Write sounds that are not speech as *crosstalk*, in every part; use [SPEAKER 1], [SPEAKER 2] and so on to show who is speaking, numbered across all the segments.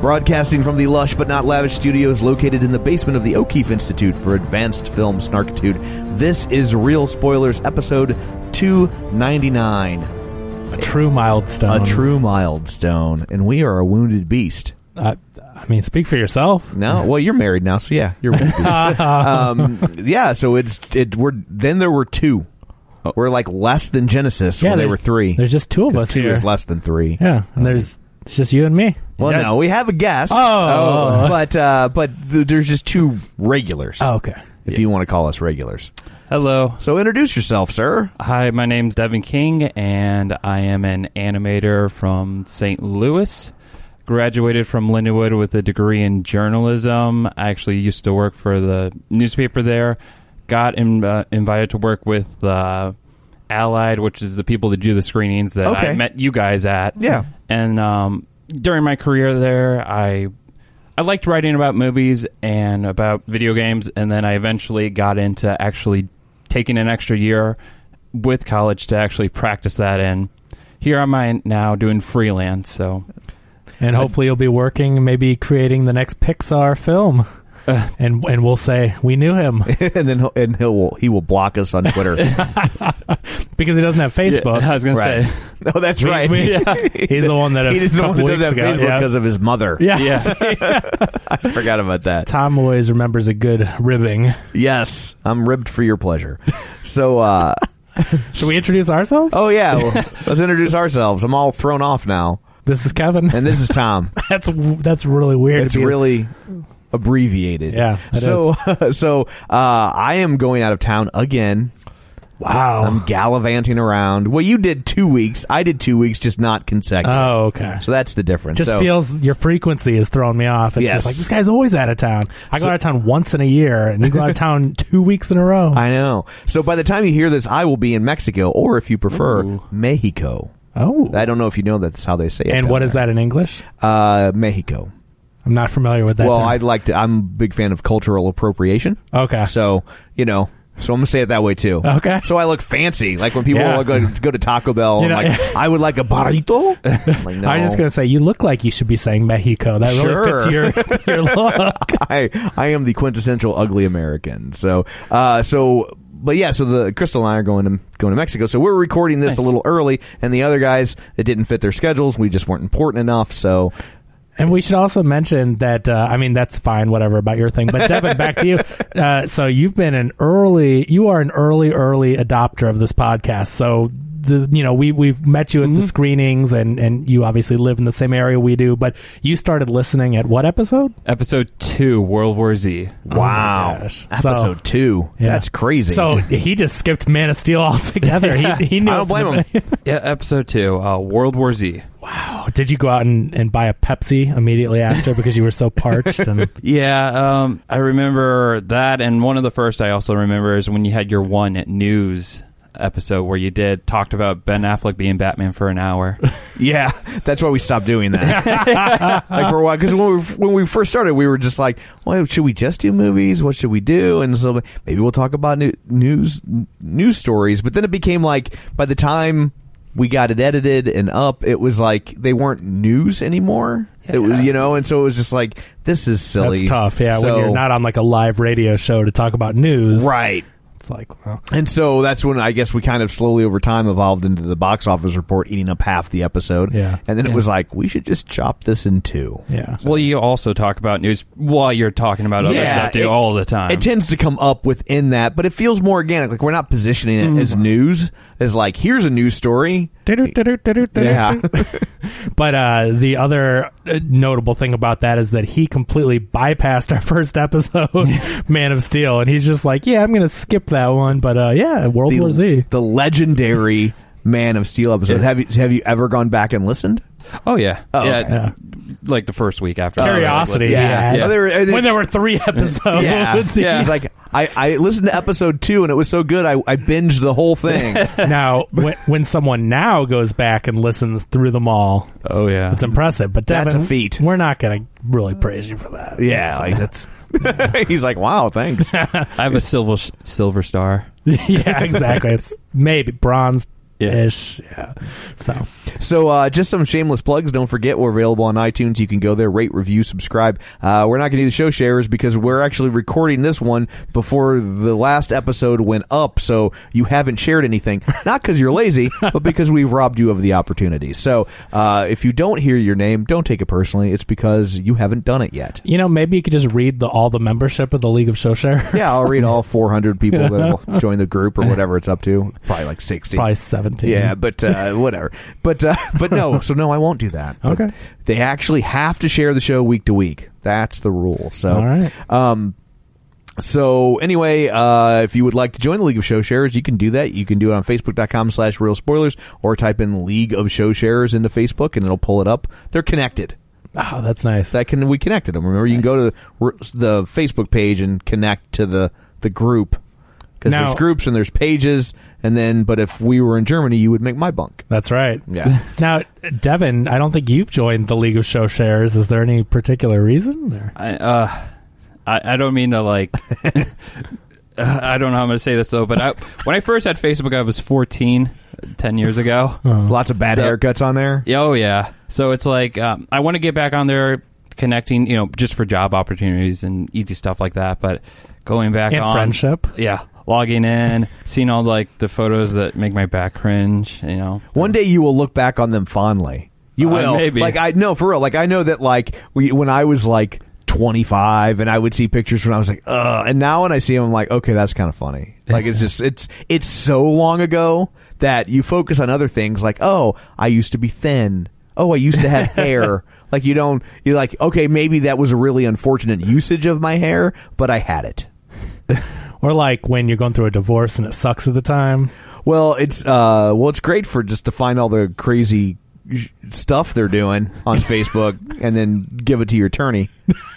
[SPEAKER 1] Broadcasting from the lush but not lavish studios located in the basement of the O'Keefe Institute for Advanced Film Snarkitude, this is Real Spoilers, episode 299,
[SPEAKER 2] A true milestone.
[SPEAKER 1] A True Milestone, and we are a wounded beast.
[SPEAKER 2] I, I mean, speak
[SPEAKER 1] *laughs*
[SPEAKER 2] for yourself. *laughs*
[SPEAKER 1] No, well, you're married now, so yeah, you're a wounded beast. um, yeah, so it's it. We're then there were two. We're like less than Genesis when there
[SPEAKER 2] Oh. there's-
[SPEAKER 1] were three.
[SPEAKER 2] There's just two of
[SPEAKER 1] 'Cause
[SPEAKER 2] us
[SPEAKER 1] two
[SPEAKER 2] here.
[SPEAKER 1] is less than three.
[SPEAKER 2] Yeah, and there's it's just you and me.
[SPEAKER 1] Well, no, we have a guest.
[SPEAKER 2] Oh.
[SPEAKER 1] but uh, but th- there's just two regulars.
[SPEAKER 2] Oh, okay.
[SPEAKER 1] if you want to call us regulars.
[SPEAKER 3] Hello.
[SPEAKER 1] So introduce yourself, sir.
[SPEAKER 3] Hi, my name's Devin King, and I am an animator from St. Louis. Graduated from Lindenwood with a degree in journalism. I actually used to work for the newspaper there. Got in, uh, invited to work with uh, Allied, which is the people that do the screenings that
[SPEAKER 1] Okay.
[SPEAKER 3] I met you guys at.
[SPEAKER 1] Yeah.
[SPEAKER 3] And um, during my career there, I I liked writing about movies and about video games, and then I eventually got into actually taking an extra year with college to actually practice that in. Here am I now doing freelance, so
[SPEAKER 2] And hopefully you'll be working, maybe creating the next Pixar
[SPEAKER 1] *laughs*
[SPEAKER 2] film, and and we'll say we knew him
[SPEAKER 1] *laughs* and then he'll, and he'll he will block us on
[SPEAKER 2] *laughs*
[SPEAKER 1] Twitter.
[SPEAKER 2] because he doesn't have Facebook.
[SPEAKER 3] *laughs* I was gonna
[SPEAKER 1] Right.
[SPEAKER 3] say
[SPEAKER 1] no, that's
[SPEAKER 2] We-
[SPEAKER 1] right.
[SPEAKER 2] we-
[SPEAKER 1] *laughs*
[SPEAKER 2] He's the one that a
[SPEAKER 1] He is the one
[SPEAKER 2] couple
[SPEAKER 1] that doesn't
[SPEAKER 2] weeks
[SPEAKER 1] have
[SPEAKER 2] ago,
[SPEAKER 1] Facebook
[SPEAKER 2] yeah.
[SPEAKER 1] because of his mother.
[SPEAKER 2] *laughs* yeah.
[SPEAKER 1] *laughs* I forgot about that.
[SPEAKER 2] Tom always remembers a good ribbing.
[SPEAKER 1] Yes, I'm ribbed for your pleasure. So, uh,
[SPEAKER 2] Should we introduce ourselves?
[SPEAKER 1] oh yeah,
[SPEAKER 2] *laughs*
[SPEAKER 1] well, let's introduce ourselves. I'm all thrown off now,
[SPEAKER 2] This is Kevin.
[SPEAKER 1] and this is Tom.
[SPEAKER 2] *laughs* that's that's really weird.
[SPEAKER 1] it's
[SPEAKER 2] to be-
[SPEAKER 1] really abbreviated.
[SPEAKER 2] Yeah, it
[SPEAKER 1] So, *laughs* so uh, I am going out of town again.
[SPEAKER 2] wow. *sighs*
[SPEAKER 1] I'm gallivanting around. Well, you did two weeks. I did two weeks, just not consecutive.
[SPEAKER 2] oh, okay.
[SPEAKER 1] So that's the difference.
[SPEAKER 2] just
[SPEAKER 1] so,
[SPEAKER 2] feels your frequency is throwing me off. It's
[SPEAKER 1] Yes.
[SPEAKER 2] just like this guy's always out of town. I go out of town once in a year, and you go
[SPEAKER 1] *laughs*
[SPEAKER 2] out of town two weeks in a row.
[SPEAKER 1] I know. So by the time you hear this, I will be in Mexico, or if you prefer, Mexico.
[SPEAKER 2] oh,
[SPEAKER 1] I don't know if you know that's how they say it.
[SPEAKER 2] and
[SPEAKER 1] down
[SPEAKER 2] what is
[SPEAKER 1] there.
[SPEAKER 2] that in English?
[SPEAKER 1] Uh, Mexico.
[SPEAKER 2] I'm not familiar with that.
[SPEAKER 1] well,
[SPEAKER 2] term.
[SPEAKER 1] I'd like to. I'm a big fan of cultural appropriation.
[SPEAKER 2] okay.
[SPEAKER 1] So you know. So I'm gonna say it that way too.
[SPEAKER 2] Okay.
[SPEAKER 1] So I look fancy, like when people
[SPEAKER 2] Yeah.
[SPEAKER 1] will go, go to Taco Bell.
[SPEAKER 2] You
[SPEAKER 1] and
[SPEAKER 2] know,
[SPEAKER 1] like I would like a
[SPEAKER 2] *laughs*
[SPEAKER 1] burrito. I'm like, no.
[SPEAKER 2] I was just gonna say you look like you should be saying Mexico. That
[SPEAKER 1] Sure.
[SPEAKER 2] really fits your your
[SPEAKER 1] *laughs*
[SPEAKER 2] look.
[SPEAKER 1] I I am the quintessential ugly American. So uh so but yeah, so the Crystal and I are going to going to Mexico. So we're recording this a little early, and the other guys it didn't fit their schedules. We just weren't important enough. So
[SPEAKER 2] And we should also mention that uh, I mean that's fine, whatever about your thing. But Devin,
[SPEAKER 1] *laughs*
[SPEAKER 2] back to you. Uh, so you've been an early, you are an early, early adopter of this podcast. So the you know we we've met you at the
[SPEAKER 1] Mm-hmm.
[SPEAKER 2] screenings, and and you obviously live in the same area we do. But you started listening at what episode?
[SPEAKER 3] episode two, World War Z.
[SPEAKER 1] wow,
[SPEAKER 2] Oh gosh. So-
[SPEAKER 1] episode two.
[SPEAKER 2] Yeah.
[SPEAKER 1] That's crazy.
[SPEAKER 2] So he just skipped Man of Steel *laughs* altogether. he, he knew.
[SPEAKER 1] I don't
[SPEAKER 2] *laughs*
[SPEAKER 1] blame him.
[SPEAKER 3] Yeah, episode two, uh, World War Z.
[SPEAKER 2] Wow. Oh, Did you go out and, and buy a Pepsi immediately after because you were so parched? And
[SPEAKER 3] Yeah, um, I remember that, and one of the first I also remember is when you had your one at news. episode where you did talked about Ben Affleck being Batman for an hour.
[SPEAKER 1] Yeah, that's why we stopped doing
[SPEAKER 2] *laughs*
[SPEAKER 1] that. like for a while, because when we when we first started, we were just like, "Well, should we just do movies? What should we do?" And so maybe we'll talk about new, news news stories. But then it became like by the time we got it edited and up, it was like they weren't news anymore. It was, you know, and so it was just like this is silly.
[SPEAKER 2] That's tough. Yeah,
[SPEAKER 1] So-
[SPEAKER 2] when you're not on like a live radio show to talk about news,
[SPEAKER 1] right.
[SPEAKER 2] It's like, well,
[SPEAKER 1] And so that's when I guess we kind of slowly over time evolved into the box office report eating up half the episode.
[SPEAKER 2] Yeah.
[SPEAKER 1] And then it
[SPEAKER 3] Yeah.
[SPEAKER 1] was like, we should just chop this in two.
[SPEAKER 2] yeah.
[SPEAKER 3] Well, you also talk about news while you're talking about other stuff too,
[SPEAKER 1] it-
[SPEAKER 3] all the time.
[SPEAKER 1] It tends to come up within that, but it feels more organic. Like we're not positioning it as news, as like here's a news story. Yeah,
[SPEAKER 2] *laughs* But uh, the other uh, notable thing about that is that he completely bypassed our *laughs* first
[SPEAKER 1] *laughs*
[SPEAKER 2] episode, Man of Steel, and he's just like, "Yeah, I'm going to skip that one." But uh, yeah, World War Z.
[SPEAKER 1] the, the legendary Man of Steel episode. Have you have you ever gone back and listened?
[SPEAKER 3] oh yeah,
[SPEAKER 1] Oh,
[SPEAKER 3] yeah,
[SPEAKER 1] okay.
[SPEAKER 2] Yeah.
[SPEAKER 3] like the first week after
[SPEAKER 2] Curiosity.
[SPEAKER 3] Yeah.
[SPEAKER 2] Yeah.
[SPEAKER 1] Yeah. Are there- are there-
[SPEAKER 2] when there
[SPEAKER 1] *laughs*
[SPEAKER 2] were three episodes.
[SPEAKER 1] Yeah,
[SPEAKER 3] Yeah.
[SPEAKER 1] He's like, I, I listened to episode two and it was so good, I, I binged the whole thing.
[SPEAKER 2] *laughs* now, when, when someone now goes back and listens through them all,
[SPEAKER 3] Oh yeah,
[SPEAKER 2] it's impressive. But
[SPEAKER 1] That's
[SPEAKER 2] Devin,
[SPEAKER 1] a feat.
[SPEAKER 2] We're not going to really praise you for that.
[SPEAKER 1] Yeah,
[SPEAKER 2] So-
[SPEAKER 1] like that's. *laughs* He's like, wow, thanks.
[SPEAKER 3] I have a silver silver star.
[SPEAKER 2] *laughs* yeah, exactly. It's maybe bronze ish. Yeah. So
[SPEAKER 1] so, uh, just some shameless plugs. Don't forget, we're available on iTunes. You can go there, rate, review, subscribe. Uh, we're not going to do the show sharers because we're actually recording this one before the last episode went up. So you haven't shared anything, not because you're lazy, but because we've robbed you of the opportunity. So, uh, if you don't hear your name, don't take it personally. It's because you haven't done it yet.
[SPEAKER 2] you know, maybe you could just read the all the membership of the League of Show
[SPEAKER 1] *laughs*
[SPEAKER 2] Sharers.
[SPEAKER 1] Yeah, I'll read all 400 people that will join the group or whatever it's up to. Probably like 60.
[SPEAKER 2] *laughs* Probably seventeen.
[SPEAKER 1] Yeah, but
[SPEAKER 2] *laughs*
[SPEAKER 1] uh, whatever. But uh, but no, so no, I won't do that. But
[SPEAKER 2] Okay.
[SPEAKER 1] They actually have to share the show week to week. That's the rule. So
[SPEAKER 2] All right.
[SPEAKER 1] Um, so anyway, uh, if you would like to join the League of Show Sharers, you can do that. You can do it on Facebook.com slash Real Spoilers or type in League of Show Sharers into Facebook and it'll pull it up. They're connected.
[SPEAKER 2] Oh, that's nice.
[SPEAKER 1] That can we connected them. Remember, you can go to the, the Facebook page and connect to the the group because
[SPEAKER 2] Now-
[SPEAKER 1] there's groups and there's pages. And then, but if we were in Germany, you would make my bunk.
[SPEAKER 2] That's right.
[SPEAKER 1] Yeah.
[SPEAKER 2] *laughs* Now, Devin, I don't think you've joined the League of Show Sharers. Is there any particular reason? Or?
[SPEAKER 3] I, uh, I, I don't mean to like. *laughs* Uh, I don't know how I'm going to say this though, but I, when I first had Facebook, I was 14, 10 years ago.
[SPEAKER 1] Lots of bad
[SPEAKER 3] So-
[SPEAKER 1] haircuts on there.
[SPEAKER 3] Yeah, Oh yeah. So it's like um, I want to get back on there, connecting, you know, just for job opportunities and easy stuff like that. But going back
[SPEAKER 2] And
[SPEAKER 3] on
[SPEAKER 2] friendship.
[SPEAKER 3] yeah, logging in, seeing all like the photos that make my back cringe. You know,
[SPEAKER 1] One day you will look back on them fondly. You
[SPEAKER 3] Uh,
[SPEAKER 1] will.
[SPEAKER 3] maybe.
[SPEAKER 1] Like I no, for real. Like I know that like we, when I was like 25 and I would see pictures when I was like, uh, and now when I see them, I'm like, okay, that's kind of funny. Like it's just it's it's so long ago that you focus on other things like, oh, I used to be thin. Oh, I used to
[SPEAKER 3] *laughs*
[SPEAKER 1] have hair. Like you don't you're like, okay, maybe that was a really unfortunate usage of my hair, but I had it.
[SPEAKER 2] Or like when you're going through a divorce and it sucks at the time.
[SPEAKER 1] Well, it's uh, well, it's great for just to find all the crazy sh- stuff they're doing on Facebook and then give it to your attorney.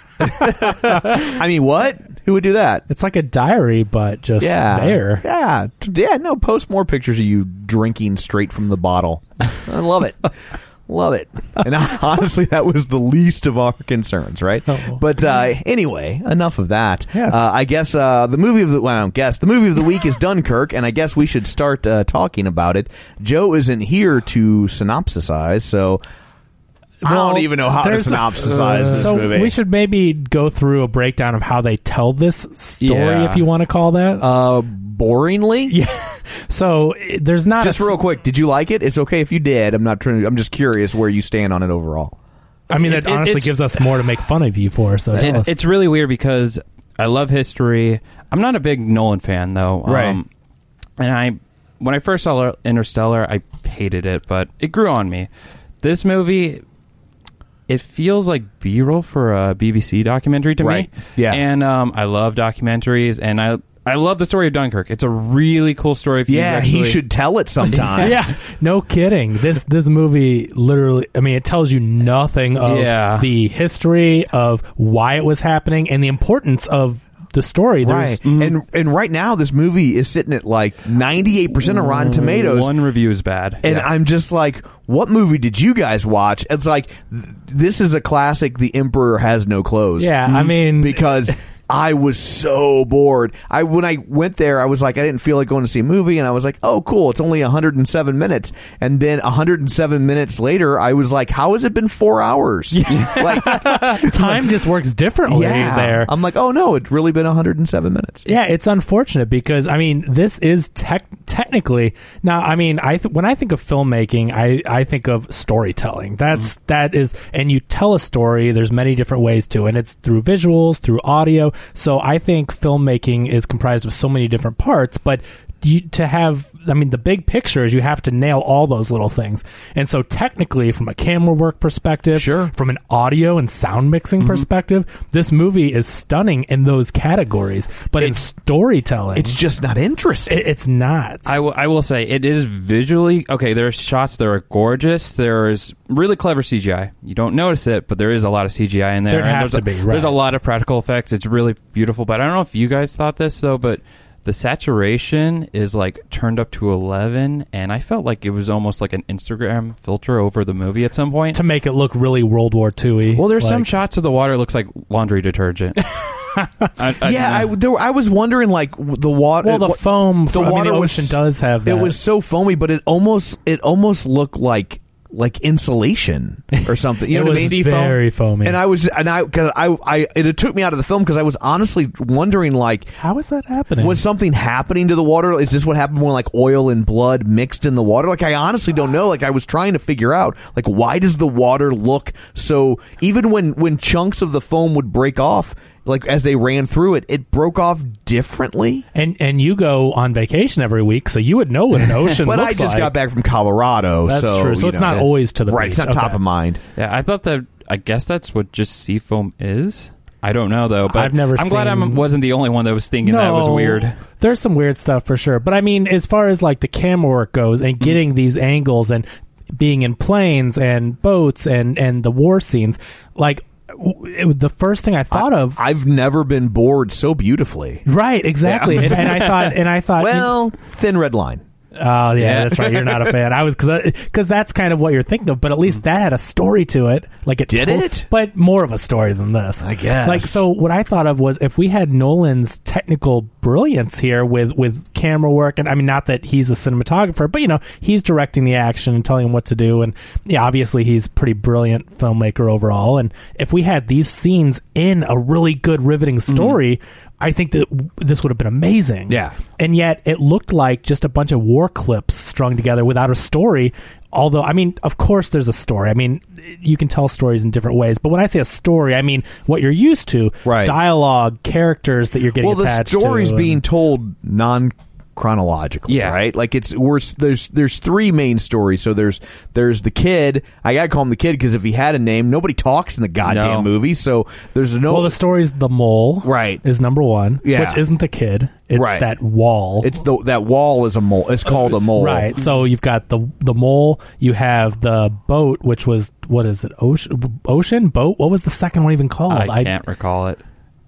[SPEAKER 1] *laughs* I mean, what? Who would do that?
[SPEAKER 2] It's like a diary, but just
[SPEAKER 1] Yeah,
[SPEAKER 2] there.
[SPEAKER 1] Yeah, T- yeah. No, post more pictures of you drinking straight from the bottle. I love
[SPEAKER 2] *laughs*
[SPEAKER 1] it. Love it. And *laughs* honestly, that was the least of our concerns, right?
[SPEAKER 2] Oh.
[SPEAKER 1] But uh, anyway, enough of that.
[SPEAKER 2] Yes.
[SPEAKER 1] Uh, I guess uh, the movie of the well, I don't guess the movie of the week
[SPEAKER 2] *laughs*
[SPEAKER 1] is Dunkirk, and I guess we should start uh, talking about it. Joe isn't here to synopsisize, so I
[SPEAKER 2] Well,
[SPEAKER 1] don't even know how to
[SPEAKER 2] there's a- uh,
[SPEAKER 1] synopsisize this
[SPEAKER 2] so
[SPEAKER 1] movie.
[SPEAKER 2] we should maybe go through a breakdown of how they tell this story,
[SPEAKER 3] Yeah.
[SPEAKER 2] if you want to call that.
[SPEAKER 1] uh, boringly,
[SPEAKER 2] so it- there's not
[SPEAKER 1] just
[SPEAKER 2] a s-
[SPEAKER 1] real quick, did you like it? It's okay if you did. I'm not trying. To, I'm just curious where you stand on it overall.
[SPEAKER 2] I mean,
[SPEAKER 3] It-
[SPEAKER 2] that
[SPEAKER 3] it-
[SPEAKER 2] honestly
[SPEAKER 3] it's-
[SPEAKER 2] gives us more to make fun of you for. So tell us. *laughs*
[SPEAKER 3] it, it's really weird because I love history. I'm not a big Nolan fan though, Um,
[SPEAKER 1] Right.
[SPEAKER 3] and I when I first saw Interstellar, I hated it, but it grew on me. This movie, it feels like B-roll for a BBC documentary to
[SPEAKER 1] Right.
[SPEAKER 3] me.
[SPEAKER 1] Yeah.
[SPEAKER 3] and um, I love documentaries, and I I love the story of Dunkirk. It's a really cool story. If you
[SPEAKER 1] Yeah,
[SPEAKER 3] actually,
[SPEAKER 1] he should tell it *laughs* sometime.
[SPEAKER 2] yeah, no kidding. This this movie literally. I mean, it tells you nothing of
[SPEAKER 3] Yeah.
[SPEAKER 2] the history of why it was happening and the importance of the story. There's-
[SPEAKER 1] Right. And and right now this movie is sitting at like 98% of Rotten Tomatoes.
[SPEAKER 3] One review is bad.
[SPEAKER 1] and I'm just like, what movie did you guys watch? It's like th- this is a classic The Emperor Has No Clothes. Mm-hmm.
[SPEAKER 2] Yeah, I mean- *laughs*
[SPEAKER 1] because I was so bored. I when I went there, I was like I didn't feel like going to see a movie and I was like, "Oh, cool, it's only 107 minutes." And then 107 minutes later, I was like, "How has it been 4 hours?" *laughs*
[SPEAKER 2] *laughs*
[SPEAKER 1] like
[SPEAKER 2] time just works differently
[SPEAKER 3] *laughs*
[SPEAKER 1] yeah.
[SPEAKER 2] there.
[SPEAKER 1] I'm like, "Oh no, it's really been 107 minutes."
[SPEAKER 2] Yeah, it's unfortunate because I mean, this is tech technically now. I mean, I th- when I think of filmmaking, I I think of storytelling. That's that is, and you tell a story. There's many different ways to, and it's through visuals, through audio. So I think filmmaking is comprised of so many different parts, but. You, to have, I mean, the big picture is you have to nail all those little things. And so, technically, from a camera work perspective,
[SPEAKER 1] Sure.
[SPEAKER 2] from an audio and sound mixing perspective, this movie is stunning in those categories. But in storytelling,
[SPEAKER 1] It's just not interesting.
[SPEAKER 2] it- it's not.
[SPEAKER 3] I will, I will say it is visually okay. There are shots that are gorgeous. There is really clever CGI. You don't notice it, but there is a lot of CGI in there.
[SPEAKER 2] There'd
[SPEAKER 3] and
[SPEAKER 2] have
[SPEAKER 3] there's
[SPEAKER 2] to
[SPEAKER 3] a,
[SPEAKER 2] be, right.
[SPEAKER 3] There's a lot of practical effects. It's really beautiful. But I don't know if you guys thought this though, but the saturation is like turned up to eleven, and I felt like it was almost like an Instagram filter over the movie at some point.
[SPEAKER 2] to make it look really World War II -y,
[SPEAKER 3] Well, there's some
[SPEAKER 2] like-
[SPEAKER 3] shots of the water looks like laundry detergent. *laughs* I-
[SPEAKER 1] *laughs*
[SPEAKER 3] I-
[SPEAKER 1] yeah, I, there, I was wondering like w- the water.
[SPEAKER 2] Well, the
[SPEAKER 1] what-
[SPEAKER 2] foam.
[SPEAKER 1] the
[SPEAKER 2] I mean,
[SPEAKER 1] water
[SPEAKER 2] the
[SPEAKER 1] was-
[SPEAKER 2] ocean does have. That.
[SPEAKER 1] It was so foamy, but it almost it almost looked like like insulation or something. You
[SPEAKER 2] *laughs* it
[SPEAKER 1] know
[SPEAKER 2] was
[SPEAKER 1] what I mean?
[SPEAKER 2] very foamy.
[SPEAKER 1] And I was and I cause I I it took me out of the film because I was honestly wondering like.
[SPEAKER 2] how is that happening?
[SPEAKER 1] Was something happening to the water? Is this what happened when like oil and blood mixed in the water? Like I honestly don't know. Like I was trying to figure out like why does the water look so even when when chunks of the foam would break off like as they ran through it, it broke off differently.
[SPEAKER 2] and and you go on vacation every week, so you would know what an ocean
[SPEAKER 1] But I
[SPEAKER 2] looks
[SPEAKER 1] just
[SPEAKER 2] like.
[SPEAKER 1] got back from Colorado,
[SPEAKER 2] That's
[SPEAKER 1] so
[SPEAKER 2] true. So
[SPEAKER 1] you
[SPEAKER 2] it's
[SPEAKER 1] know.
[SPEAKER 2] not always to the
[SPEAKER 1] right. It's not
[SPEAKER 2] beach.
[SPEAKER 1] top
[SPEAKER 2] Okay.
[SPEAKER 1] of mind.
[SPEAKER 3] Yeah, I thought that. I guess that's what just seafoam is. I don't know though, but
[SPEAKER 2] I've never
[SPEAKER 3] I'm glad I
[SPEAKER 2] seen-
[SPEAKER 3] wasn't the only one that was thinking that was weird.
[SPEAKER 2] There's some weird stuff for sure. But I mean, as far as like the camera work goes and
[SPEAKER 3] Mm-hmm.
[SPEAKER 2] getting these angles and being in planes and boats and and the war scenes, like w- it, the first thing I thought of.
[SPEAKER 1] I've never been bored so beautifully.
[SPEAKER 2] Right, exactly, and, and I thought, and I
[SPEAKER 1] *laughs*
[SPEAKER 2] thought,
[SPEAKER 1] Well, thin red line.
[SPEAKER 2] Oh yeah,
[SPEAKER 3] Yeah.
[SPEAKER 2] that's right. You're not a fan. I was because because that's kind of what you're thinking of. But at least that had a story to it. Like it
[SPEAKER 1] Mm. Did
[SPEAKER 2] told-
[SPEAKER 1] it?
[SPEAKER 2] but more of a story than this. I
[SPEAKER 1] guess.
[SPEAKER 2] Like so, what I thought of was if we had Nolan's technical brilliance here with with camera work, and I mean, not that he's a cinematographer, but you know, he's directing the action and telling him what to do, and yeah, obviously he's a pretty brilliant filmmaker overall. And if we had these scenes in a really good,
[SPEAKER 1] Mm.
[SPEAKER 2] riveting story. I think that w- this would have been amazing.
[SPEAKER 1] Yeah.
[SPEAKER 2] And yet it looked like just a bunch of war clips strung together without a story. Although, I mean, of course there's a story. I mean, you can tell stories in different ways. But when I say a story, I mean what you're used to
[SPEAKER 1] Right.
[SPEAKER 2] dialogue, characters that you're getting
[SPEAKER 1] Well, the
[SPEAKER 2] attached
[SPEAKER 1] story's
[SPEAKER 2] to.
[SPEAKER 1] being told non chronologically
[SPEAKER 3] Yeah.
[SPEAKER 1] right like it's we're s- there's there's three main stories so there's there's the kid i gotta call him the kid because if he had a name nobody talks in the goddamn
[SPEAKER 3] No.
[SPEAKER 1] movie so there's no
[SPEAKER 2] well, the story's the mole.
[SPEAKER 1] Right.
[SPEAKER 2] Is number one.
[SPEAKER 1] Yeah.
[SPEAKER 2] Which isn't the kid. It's
[SPEAKER 1] Right.
[SPEAKER 2] that wall.
[SPEAKER 1] it's the that wall is a mole it's called a mole
[SPEAKER 2] Right. So you've got the the mole. You have the boat, which was what is it? Ocean, ocean boat. What was the second one even called?
[SPEAKER 3] I can't recall it.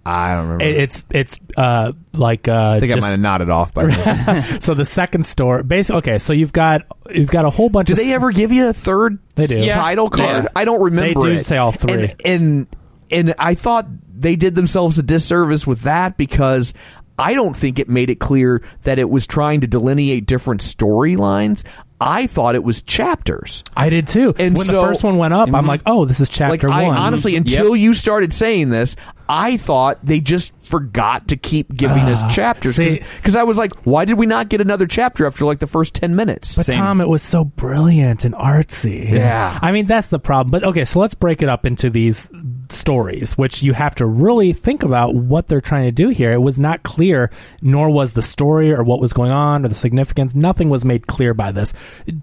[SPEAKER 1] i don't remember
[SPEAKER 2] It, it's it's uh like uh
[SPEAKER 1] i think
[SPEAKER 2] just-
[SPEAKER 1] i might have nodded off
[SPEAKER 2] *laughs*
[SPEAKER 1] by now
[SPEAKER 2] so the second store basically okay so you've got you've got a whole bunch
[SPEAKER 1] do
[SPEAKER 2] of
[SPEAKER 1] they ever give you a third
[SPEAKER 2] They do. Yeah.
[SPEAKER 1] title card
[SPEAKER 3] Yeah.
[SPEAKER 1] i don't remember
[SPEAKER 2] They do
[SPEAKER 1] it.
[SPEAKER 2] say all three.
[SPEAKER 1] and, and and i thought they did themselves a disservice with that because i don't think it made it clear that it was trying to delineate different storylines i thought it was chapters
[SPEAKER 2] I did too
[SPEAKER 1] And
[SPEAKER 2] when
[SPEAKER 1] so- Mm-hmm.
[SPEAKER 2] the first one went up I'm like oh this is
[SPEAKER 1] like
[SPEAKER 2] chapter
[SPEAKER 1] i
[SPEAKER 2] one
[SPEAKER 1] honestly until you started saying this i thought they just forgot to keep giving us chapters
[SPEAKER 2] Ah, see-
[SPEAKER 1] because i was like why did we not get another chapter after like the first 10 minutes
[SPEAKER 2] but Tom it was so brilliant and artsy
[SPEAKER 1] Yeah.
[SPEAKER 2] I mean that's the problem but okay so let's break it up into these stories which you have to really think about what they're trying to do here it was not clear nor was the story or what was going on or the significance nothing was made clear by this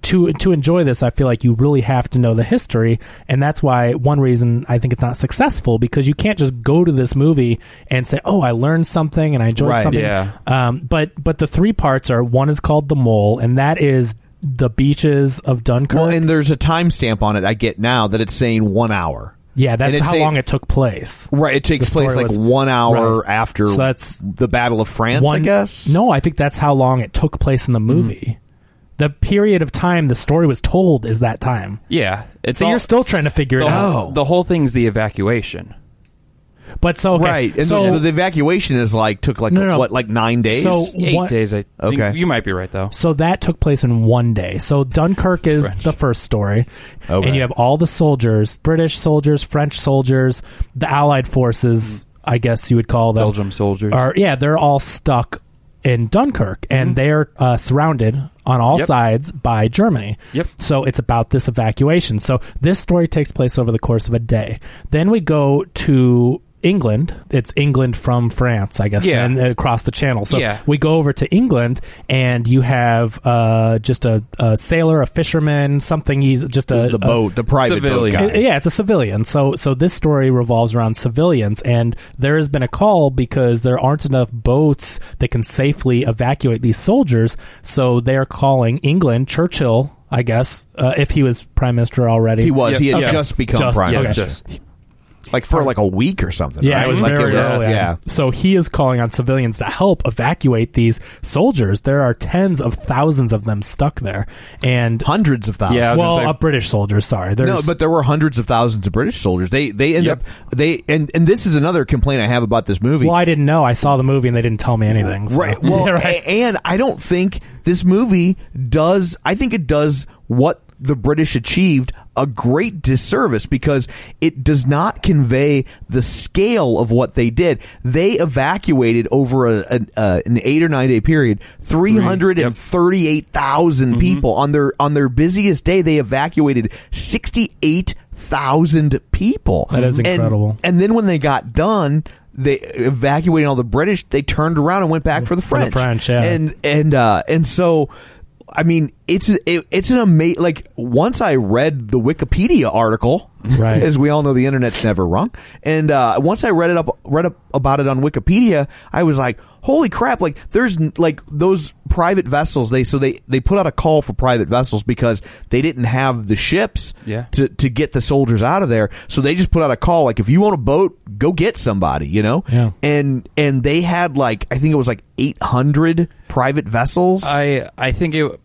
[SPEAKER 2] to to enjoy this I feel like you really have to know the history and that's why one reason I think it's not successful because you can't just go to this movie and say oh I learned something and I enjoyed
[SPEAKER 1] Right,
[SPEAKER 2] something
[SPEAKER 3] yeah.
[SPEAKER 2] um, but but the three parts are one is called the mole, and that is the beaches of Dunkirk.
[SPEAKER 1] Well, and there's a timestamp on it. I get now that it's saying one hour.
[SPEAKER 2] Yeah,
[SPEAKER 1] And
[SPEAKER 2] that's
[SPEAKER 1] it's
[SPEAKER 2] how
[SPEAKER 1] a-
[SPEAKER 2] long it took place.
[SPEAKER 1] Right, it takes
[SPEAKER 2] The story
[SPEAKER 1] place like
[SPEAKER 2] was-
[SPEAKER 1] one hour
[SPEAKER 2] Right.
[SPEAKER 1] after
[SPEAKER 2] So that's
[SPEAKER 1] the Battle of France, I
[SPEAKER 2] One-
[SPEAKER 1] guess. Hmm.
[SPEAKER 2] No, I think that's how long it took place in the movie. The period of time the story was told is that time.
[SPEAKER 3] Yeah, it's
[SPEAKER 2] So
[SPEAKER 3] all-
[SPEAKER 2] you're still trying to figure
[SPEAKER 3] the,
[SPEAKER 2] it out.
[SPEAKER 3] whole- the whole thing's the evacuation.
[SPEAKER 2] But so okay,
[SPEAKER 1] Right, and
[SPEAKER 2] so
[SPEAKER 1] the, the evacuation is like took like
[SPEAKER 2] No, no, no.
[SPEAKER 1] what like nine days.
[SPEAKER 2] So-
[SPEAKER 3] Eight
[SPEAKER 2] What-
[SPEAKER 3] days. I think.
[SPEAKER 1] Okay.
[SPEAKER 3] you might be right though.
[SPEAKER 2] So that took place in one day. So Dunkirk is the first story.
[SPEAKER 1] Okay.
[SPEAKER 2] And you have all the soldiers, British soldiers, French soldiers, the Allied forces, I guess you would call them.
[SPEAKER 3] Belgium soldiers. Mm-hmm.
[SPEAKER 2] Are, yeah, they're all stuck in Dunkirk and they're uh, surrounded on all
[SPEAKER 3] Yep.
[SPEAKER 2] sides by Germany.
[SPEAKER 3] Yep.
[SPEAKER 2] So it's about this evacuation. So this story takes place over the course of a day. Then we go to England. It's England from France, I guess,
[SPEAKER 3] Yeah.
[SPEAKER 2] and across the channel. So
[SPEAKER 3] Yeah.
[SPEAKER 2] we go over to England, and you have uh, just a, a sailor, a fisherman, something. He's just a
[SPEAKER 1] Just the
[SPEAKER 2] a-
[SPEAKER 1] boat, the private
[SPEAKER 3] civilian.
[SPEAKER 1] boat guy.
[SPEAKER 2] uh, Yeah, it's a civilian. So so this story revolves around civilians, and there has been a call because there aren't enough boats that can safely evacuate these soldiers. So they are calling England, Churchill, I guess, uh, if he was prime minister already.
[SPEAKER 1] He was.
[SPEAKER 3] Yeah,
[SPEAKER 1] he had
[SPEAKER 3] yeah.
[SPEAKER 1] just become
[SPEAKER 2] Just-
[SPEAKER 1] prime
[SPEAKER 2] yeah,
[SPEAKER 1] minister,
[SPEAKER 3] just-
[SPEAKER 1] like for like a week or something.
[SPEAKER 2] Yeah,
[SPEAKER 1] right?
[SPEAKER 2] it was
[SPEAKER 1] like
[SPEAKER 2] very
[SPEAKER 1] was-
[SPEAKER 2] early.
[SPEAKER 1] yeah.
[SPEAKER 2] So he is calling on civilians to help evacuate these soldiers. There are tens of thousands of them stuck there, and
[SPEAKER 1] hundreds of thousands.
[SPEAKER 3] Yeah, I was
[SPEAKER 2] well,
[SPEAKER 3] gonna say-
[SPEAKER 2] of British soldiers. Sorry, there's
[SPEAKER 1] No, but there were hundreds of thousands of British soldiers. They they end
[SPEAKER 3] Yep.
[SPEAKER 1] up they and and this is another complaint I have about this movie.
[SPEAKER 2] well, I didn't know. I saw the movie and they didn't tell me anything.
[SPEAKER 1] *laughs*
[SPEAKER 2] so-
[SPEAKER 1] Right. Well,
[SPEAKER 2] Yeah,
[SPEAKER 1] a- and I don't think this movie does. I think it does what the British achieved a great disservice because it does not convey the scale of what they did. They evacuated over a, an- uh, an eight or nine day period, three Mm-hmm. hundred and thirty eight thousand people on their on their busiest day. They evacuated sixty eight thousand people.
[SPEAKER 2] That is
[SPEAKER 1] And-
[SPEAKER 2] incredible.
[SPEAKER 1] and then when they got done, they evacuated all the British. They turned around and went back for the
[SPEAKER 2] For the
[SPEAKER 1] French.
[SPEAKER 2] French, yeah.
[SPEAKER 1] And and uh, and so, I mean, it's it, it's an amazing. Like once I read the Wikipedia article, *laughs*
[SPEAKER 2] Right.
[SPEAKER 1] As we all know, the internet's never wrong. And uh, once I read it up, read up about it on Wikipedia, I was like. Holy crap! Like there's n- like those private vessels. They so they they put out a call for private vessels because they didn't have the ships
[SPEAKER 3] Yeah.
[SPEAKER 1] to to get the soldiers out of there. So they just put out a call like if you want a boat, go get somebody, you know?
[SPEAKER 2] Yeah.
[SPEAKER 1] And and they had like I think it was like 800 private vessels.
[SPEAKER 3] I I think it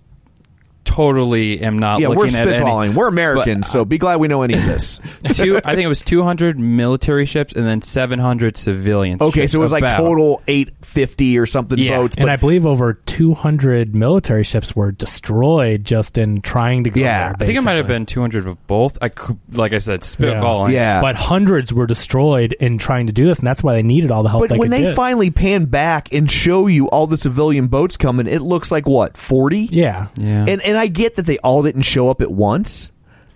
[SPEAKER 3] totally am not
[SPEAKER 1] yeah,
[SPEAKER 3] looking
[SPEAKER 1] we're
[SPEAKER 3] at
[SPEAKER 1] spitballing.
[SPEAKER 3] any,
[SPEAKER 1] we're Americans,
[SPEAKER 2] uh,
[SPEAKER 1] so be glad we know any of
[SPEAKER 2] *laughs*
[SPEAKER 1] this.
[SPEAKER 3] but *laughs* two, I think it was 200 military ships and then 700 civilian
[SPEAKER 1] Okay,
[SPEAKER 3] ships
[SPEAKER 1] so it was like
[SPEAKER 3] about.
[SPEAKER 1] total 850 or something
[SPEAKER 3] Yeah.
[SPEAKER 1] boats.
[SPEAKER 2] And
[SPEAKER 1] but-
[SPEAKER 2] I believe over 200 military ships were destroyed just in trying to go
[SPEAKER 1] Yeah.
[SPEAKER 2] there.
[SPEAKER 3] I think it might have
[SPEAKER 2] basically.
[SPEAKER 3] been 200 of both. I could, like I said, spitballing.
[SPEAKER 1] Yeah.
[SPEAKER 2] But hundreds were destroyed in trying to do this, and that's why they needed all the help
[SPEAKER 1] but
[SPEAKER 2] they
[SPEAKER 1] when
[SPEAKER 2] could
[SPEAKER 1] they
[SPEAKER 2] get.
[SPEAKER 1] finally pan back and show you all the civilian boats coming, it looks like what, 40?
[SPEAKER 2] yeah.
[SPEAKER 3] Yeah.
[SPEAKER 1] And and I get that they all didn't show up at once,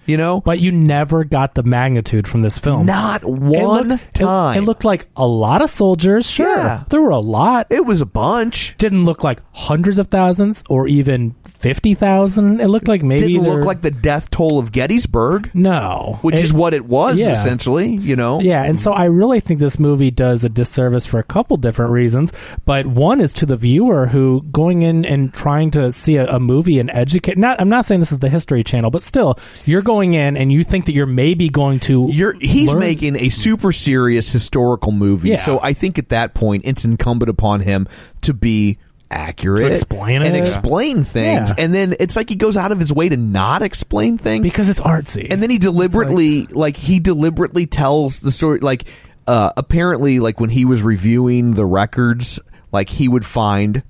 [SPEAKER 1] you know?
[SPEAKER 2] But you never got the magnitude from this film.
[SPEAKER 1] not
[SPEAKER 2] It
[SPEAKER 1] one
[SPEAKER 2] looked- it-
[SPEAKER 1] time.
[SPEAKER 2] It, looked like a lot of soldiers. Sure.
[SPEAKER 1] Yeah.
[SPEAKER 2] There were a lot.
[SPEAKER 1] It was a bunch.
[SPEAKER 2] didn't look like hundreds of thousands or even 50,000. It looked like maybe
[SPEAKER 1] Didn't look
[SPEAKER 2] there-
[SPEAKER 1] like the death toll of Gettysburg,
[SPEAKER 2] No.
[SPEAKER 1] which
[SPEAKER 2] is
[SPEAKER 1] is what it was
[SPEAKER 2] yeah.
[SPEAKER 1] essentially. You know,
[SPEAKER 2] Yeah, and so I really think this movie does a disservice for a couple different reasons. But one is to the viewer who going in and trying to see a, a movie and educate. Not, I'm not saying this is the History Channel, but still, you're going in and you think that you're maybe going to.
[SPEAKER 1] You're, he's
[SPEAKER 2] learn-
[SPEAKER 1] making a super serious historical movie,
[SPEAKER 2] Yeah.
[SPEAKER 1] so I think at that point it's incumbent upon him to be accurate,
[SPEAKER 2] To explain
[SPEAKER 1] and
[SPEAKER 2] it.
[SPEAKER 1] explain things,
[SPEAKER 2] Yeah.
[SPEAKER 1] and then it's like he goes out of his way to not explain things
[SPEAKER 2] because it's artsy,
[SPEAKER 1] and then he deliberately like, he deliberately tells the story like uh apparently like when he was reviewing the records like he would find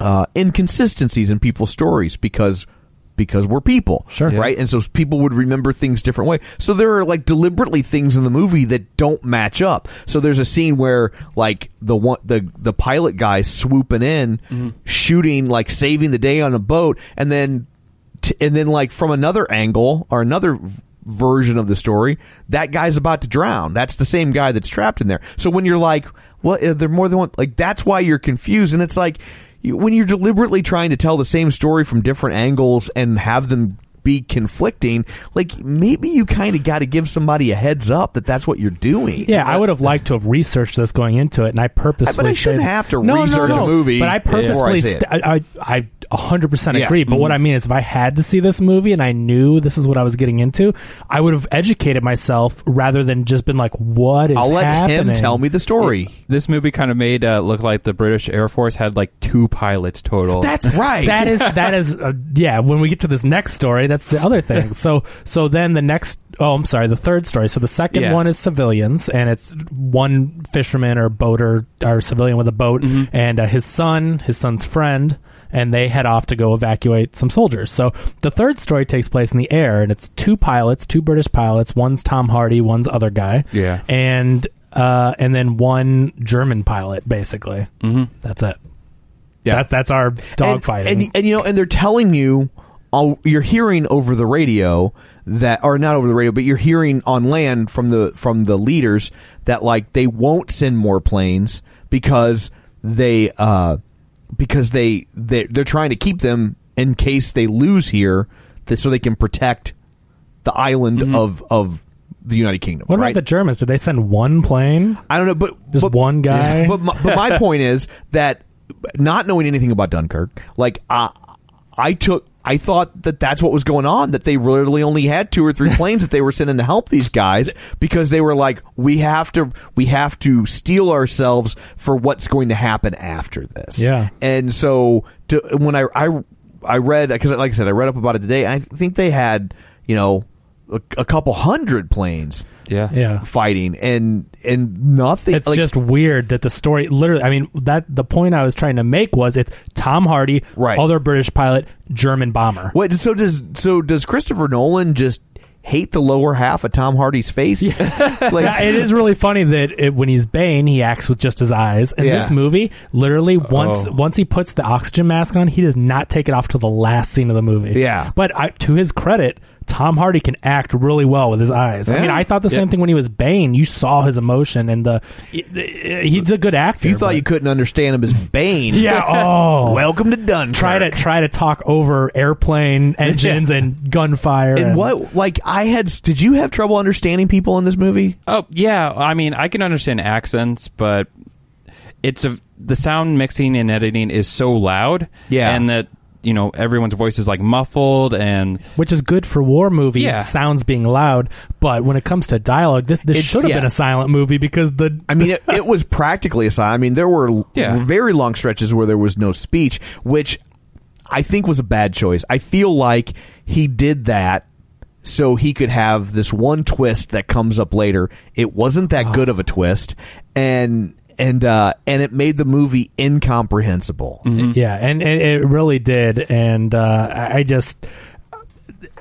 [SPEAKER 1] uh inconsistencies in people's stories because because we're people
[SPEAKER 2] Sure. Yeah.
[SPEAKER 1] right and so people would remember things different way so there are like deliberately things in the movie that don't match up so there's a scene where like the one the the pilot guy swooping in
[SPEAKER 2] Mm-hmm.
[SPEAKER 1] shooting like saving the day on a boat and then t- and then like from another angle or another v- version of the story, that guy's about to drown. That's the same guy that's trapped in there. So when you're like, well, uh, they're more than one. Like that's why you're confused, and it's like you, when you're deliberately trying to tell the same story from different angles and have them be conflicting like maybe you kind of got to give somebody a heads up that that's what you're doing
[SPEAKER 2] Yeah, I would have liked to have researched this going into it, and I purposely.
[SPEAKER 1] shouldn't
[SPEAKER 2] say-
[SPEAKER 1] have to
[SPEAKER 2] No, no,
[SPEAKER 1] research a
[SPEAKER 2] no,
[SPEAKER 1] movie
[SPEAKER 2] But I
[SPEAKER 1] before I
[SPEAKER 2] purposely.
[SPEAKER 1] see it.
[SPEAKER 2] st- I, I, I 100%
[SPEAKER 1] Yeah.
[SPEAKER 2] agree. But what
[SPEAKER 1] Mhm.
[SPEAKER 2] I mean is, if I had to see this movie and I knew this is what I was getting into, I would have educated myself rather than just been like, what is
[SPEAKER 1] I'll let him
[SPEAKER 2] happening?
[SPEAKER 1] tell me the story.
[SPEAKER 3] This movie kind of made uh, look like the British Air Force had like two pilots
[SPEAKER 2] *laughs*
[SPEAKER 3] total.
[SPEAKER 2] That's
[SPEAKER 1] Right.
[SPEAKER 2] That is that is uh, yeah. When we get to this next story, that's the other thing. So so then the next oh I'm sorry the third story. So the second
[SPEAKER 3] Yeah.
[SPEAKER 2] one is civilians and it's one fisherman or boater or civilian with a boat and uh, his son, his son's friend. And they head off to go evacuate some soldiers. So the third story takes place in the air, and it's two pilots, two British pilots. One's Tom Hardy, one's other guy.
[SPEAKER 3] Yeah.
[SPEAKER 2] and uh, and then one German pilot, basically. Mm-hmm. That's it.
[SPEAKER 1] Yeah.
[SPEAKER 2] That, that's our
[SPEAKER 1] And-
[SPEAKER 2] dogfighting.
[SPEAKER 1] And, and, you know, and they're telling you, all, you're hearing over the radio that, or not over the radio, but you're hearing on land from the from the leaders that like they won't send more planes because they uh because they they they're trying to keep them in case they lose here, that so they can protect the island of of the United Kingdom.
[SPEAKER 2] Mm-hmm. what about
[SPEAKER 1] right?
[SPEAKER 2] the Germans? Did they send one plane?
[SPEAKER 1] I don't know, but
[SPEAKER 2] Just
[SPEAKER 1] but-
[SPEAKER 2] one guy?
[SPEAKER 1] But my, but
[SPEAKER 2] *laughs*
[SPEAKER 1] my point is that not knowing anything about Dunkirk, like I, I took, I thought that that's what was going on. That they really only had two or
[SPEAKER 2] *laughs*
[SPEAKER 1] three planes that they were sending to help these guys because they were like, we have to, we have to steel ourselves for what's going to happen after this.
[SPEAKER 2] Yeah.
[SPEAKER 1] and so to, when I, I, I read because like I said, I read up about it today. I think they had, you know. A, a couple hundred planes
[SPEAKER 3] yeah.
[SPEAKER 2] Yeah.
[SPEAKER 1] fighting and and nothing.
[SPEAKER 2] It's
[SPEAKER 1] like,
[SPEAKER 2] just weird that the story literally I mean that the point I was trying to make was it's Tom Hardy,
[SPEAKER 1] Right.
[SPEAKER 2] other British pilot, German bomber.
[SPEAKER 1] what. So does so does Christopher Nolan just hate the lower half of Tom Hardy's face? *laughs* like
[SPEAKER 2] Yeah, *laughs* it is really funny that it, when he's Bane, he acts with just his eyes. In
[SPEAKER 1] Yeah.
[SPEAKER 2] this movie, literally once
[SPEAKER 3] Oh.
[SPEAKER 2] once he puts the oxygen mask on, he does not take it off till the last scene of the movie.
[SPEAKER 1] Yeah.
[SPEAKER 2] but I, to his credit, Tom Hardy can act really well with his eyes. I mean,
[SPEAKER 1] Yeah.
[SPEAKER 2] I thought the same thing when he was Bane. You saw his emotion and the he- he's a good actor.
[SPEAKER 1] you thought
[SPEAKER 2] but-
[SPEAKER 1] you couldn't understand him as Bane. *laughs*
[SPEAKER 2] *laughs* yeah. Oh,
[SPEAKER 1] Welcome to Dunkirk.
[SPEAKER 2] try to try to talk over
[SPEAKER 1] *laughs*
[SPEAKER 2] airplane engines and gunfire
[SPEAKER 1] And what like I had? Did you have trouble understanding people in this movie?
[SPEAKER 3] Oh yeah, I mean I can understand accents, but it's a the sound mixing and editing is so loud.
[SPEAKER 1] Yeah.
[SPEAKER 3] and that you know everyone's voice is like muffled and
[SPEAKER 2] which is good for war movie
[SPEAKER 3] Yeah.
[SPEAKER 2] sounds being loud but when it comes to dialogue this this
[SPEAKER 1] It's-
[SPEAKER 2] should have
[SPEAKER 1] yeah.
[SPEAKER 2] been a silent movie because the
[SPEAKER 1] I mean, it, it was practically a sign. I mean, there were
[SPEAKER 3] Yeah.
[SPEAKER 1] very long stretches where there was no speech, which I think was a bad choice. I feel like he did that so he could have this one twist that comes up later. It wasn't
[SPEAKER 2] Oh.
[SPEAKER 1] that good of a twist, and and uh, and it made the movie incomprehensible.
[SPEAKER 2] yeah and it, it really did and uh, I I just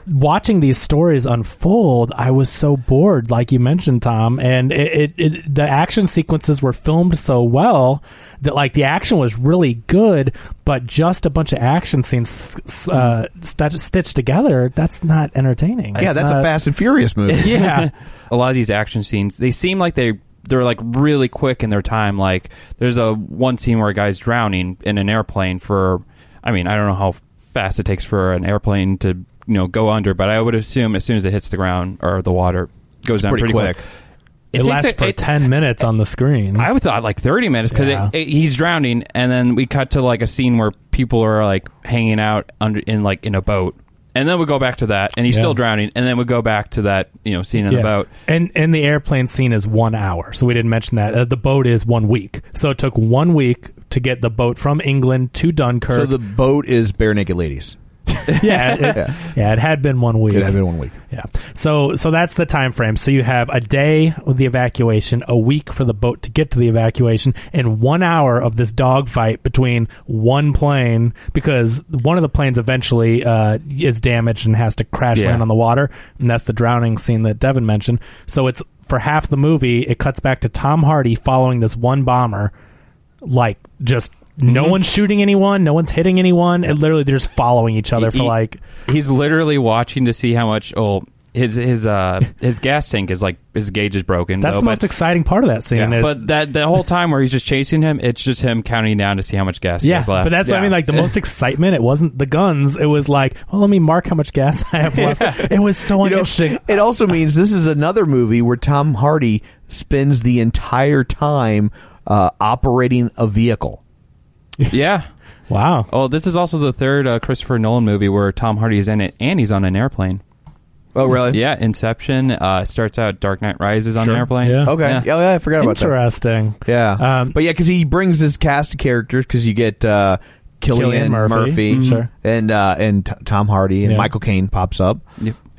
[SPEAKER 2] watching these stories unfold I was so bored like you mentioned Tom and it, it, it the action sequences were filmed so well that like the action was really good but just a bunch of action scenes s- uh, st- stitched together that's not entertaining
[SPEAKER 1] Mm. Yeah,
[SPEAKER 2] It's
[SPEAKER 1] that's
[SPEAKER 2] not-
[SPEAKER 1] a Fast and Furious movie.
[SPEAKER 2] *laughs* yeah
[SPEAKER 3] a lot of these action scenes they seem like they they're like really quick in their time like there's a one scene where a guy's drowning in an airplane for i mean i don't know how fast it takes for an airplane to you know go under but i would assume as soon as it hits the ground or the water goes down
[SPEAKER 1] pretty
[SPEAKER 3] pretty,
[SPEAKER 1] quick.
[SPEAKER 3] It,
[SPEAKER 2] it,
[SPEAKER 3] takes
[SPEAKER 2] lasts
[SPEAKER 3] it-
[SPEAKER 2] for
[SPEAKER 3] it-
[SPEAKER 2] 10 minutes on the screen
[SPEAKER 3] I would thought like 30 minutes because
[SPEAKER 2] Yeah.
[SPEAKER 3] he's drowning, and then we cut to like a scene where people are like hanging out under in like in a boat, and then we go back to that, and he's
[SPEAKER 2] Yeah.
[SPEAKER 3] still drowning, and then we go back to that you know scene in the boat.
[SPEAKER 2] and and the airplane scene is one hour so we didn't mention that uh, the boat is one week so it took one week to get the boat from england to dunkirk
[SPEAKER 1] So the boat is bare naked ladies.
[SPEAKER 2] *laughs*
[SPEAKER 1] *laughs*
[SPEAKER 2] yeah, it, yeah it had been one week
[SPEAKER 1] It had been one week.
[SPEAKER 2] yeah so so that's the time frame so you have a day with the evacuation a week for the boat to get to the evacuation and one hour of this dogfight between one plane because one of the planes eventually uh, is damaged and has to crash
[SPEAKER 3] Yeah.
[SPEAKER 2] land on the water and that's the drowning scene that devin mentioned so it's for half the movie it cuts back to tom hardy following this one bomber like just no
[SPEAKER 3] Mm-hmm.
[SPEAKER 2] one's shooting anyone no one's hitting anyone and literally they're just following each other for
[SPEAKER 3] He-
[SPEAKER 2] like
[SPEAKER 3] He's literally watching to see how much oh his his uh his gas tank is like his gauge is broken.
[SPEAKER 2] That's
[SPEAKER 3] though,
[SPEAKER 2] the most
[SPEAKER 3] but,
[SPEAKER 2] exciting part of that scene.
[SPEAKER 1] Yeah.
[SPEAKER 2] is,
[SPEAKER 3] but that the whole time where he's just chasing him, it's just him counting down to see how much gas he
[SPEAKER 2] yeah,
[SPEAKER 3] has left.
[SPEAKER 2] but that's what I
[SPEAKER 1] Yeah.
[SPEAKER 2] mean. Like the most excitement, it wasn't the guns. It was like, well, let me mark how much gas I
[SPEAKER 1] *laughs*
[SPEAKER 2] have left. It was so
[SPEAKER 1] You know,
[SPEAKER 2] interesting.
[SPEAKER 1] It also means this is another movie where Tom Hardy spends the entire time uh, operating a vehicle.
[SPEAKER 3] *laughs* yeah.
[SPEAKER 2] Wow.
[SPEAKER 3] Oh, this is also the third uh, Christopher Nolan movie where Tom Hardy is in it, and he's on an airplane.
[SPEAKER 1] Oh, really?
[SPEAKER 3] Yeah, Inception uh, starts out. Dark Knight Rises on an airplane.
[SPEAKER 2] Yeah.
[SPEAKER 1] Okay. Yeah. Oh, yeah, I forgot about that.
[SPEAKER 2] Interesting.
[SPEAKER 1] Yeah.
[SPEAKER 2] Um,
[SPEAKER 1] but yeah, because he brings his cast of characters because you get uh, Killian,
[SPEAKER 2] Cillian Murphy.
[SPEAKER 1] Murphy,
[SPEAKER 2] Mhm. Sure.
[SPEAKER 1] and uh, and T- Tom Hardy and
[SPEAKER 2] Yeah.
[SPEAKER 1] Michael Caine pops up.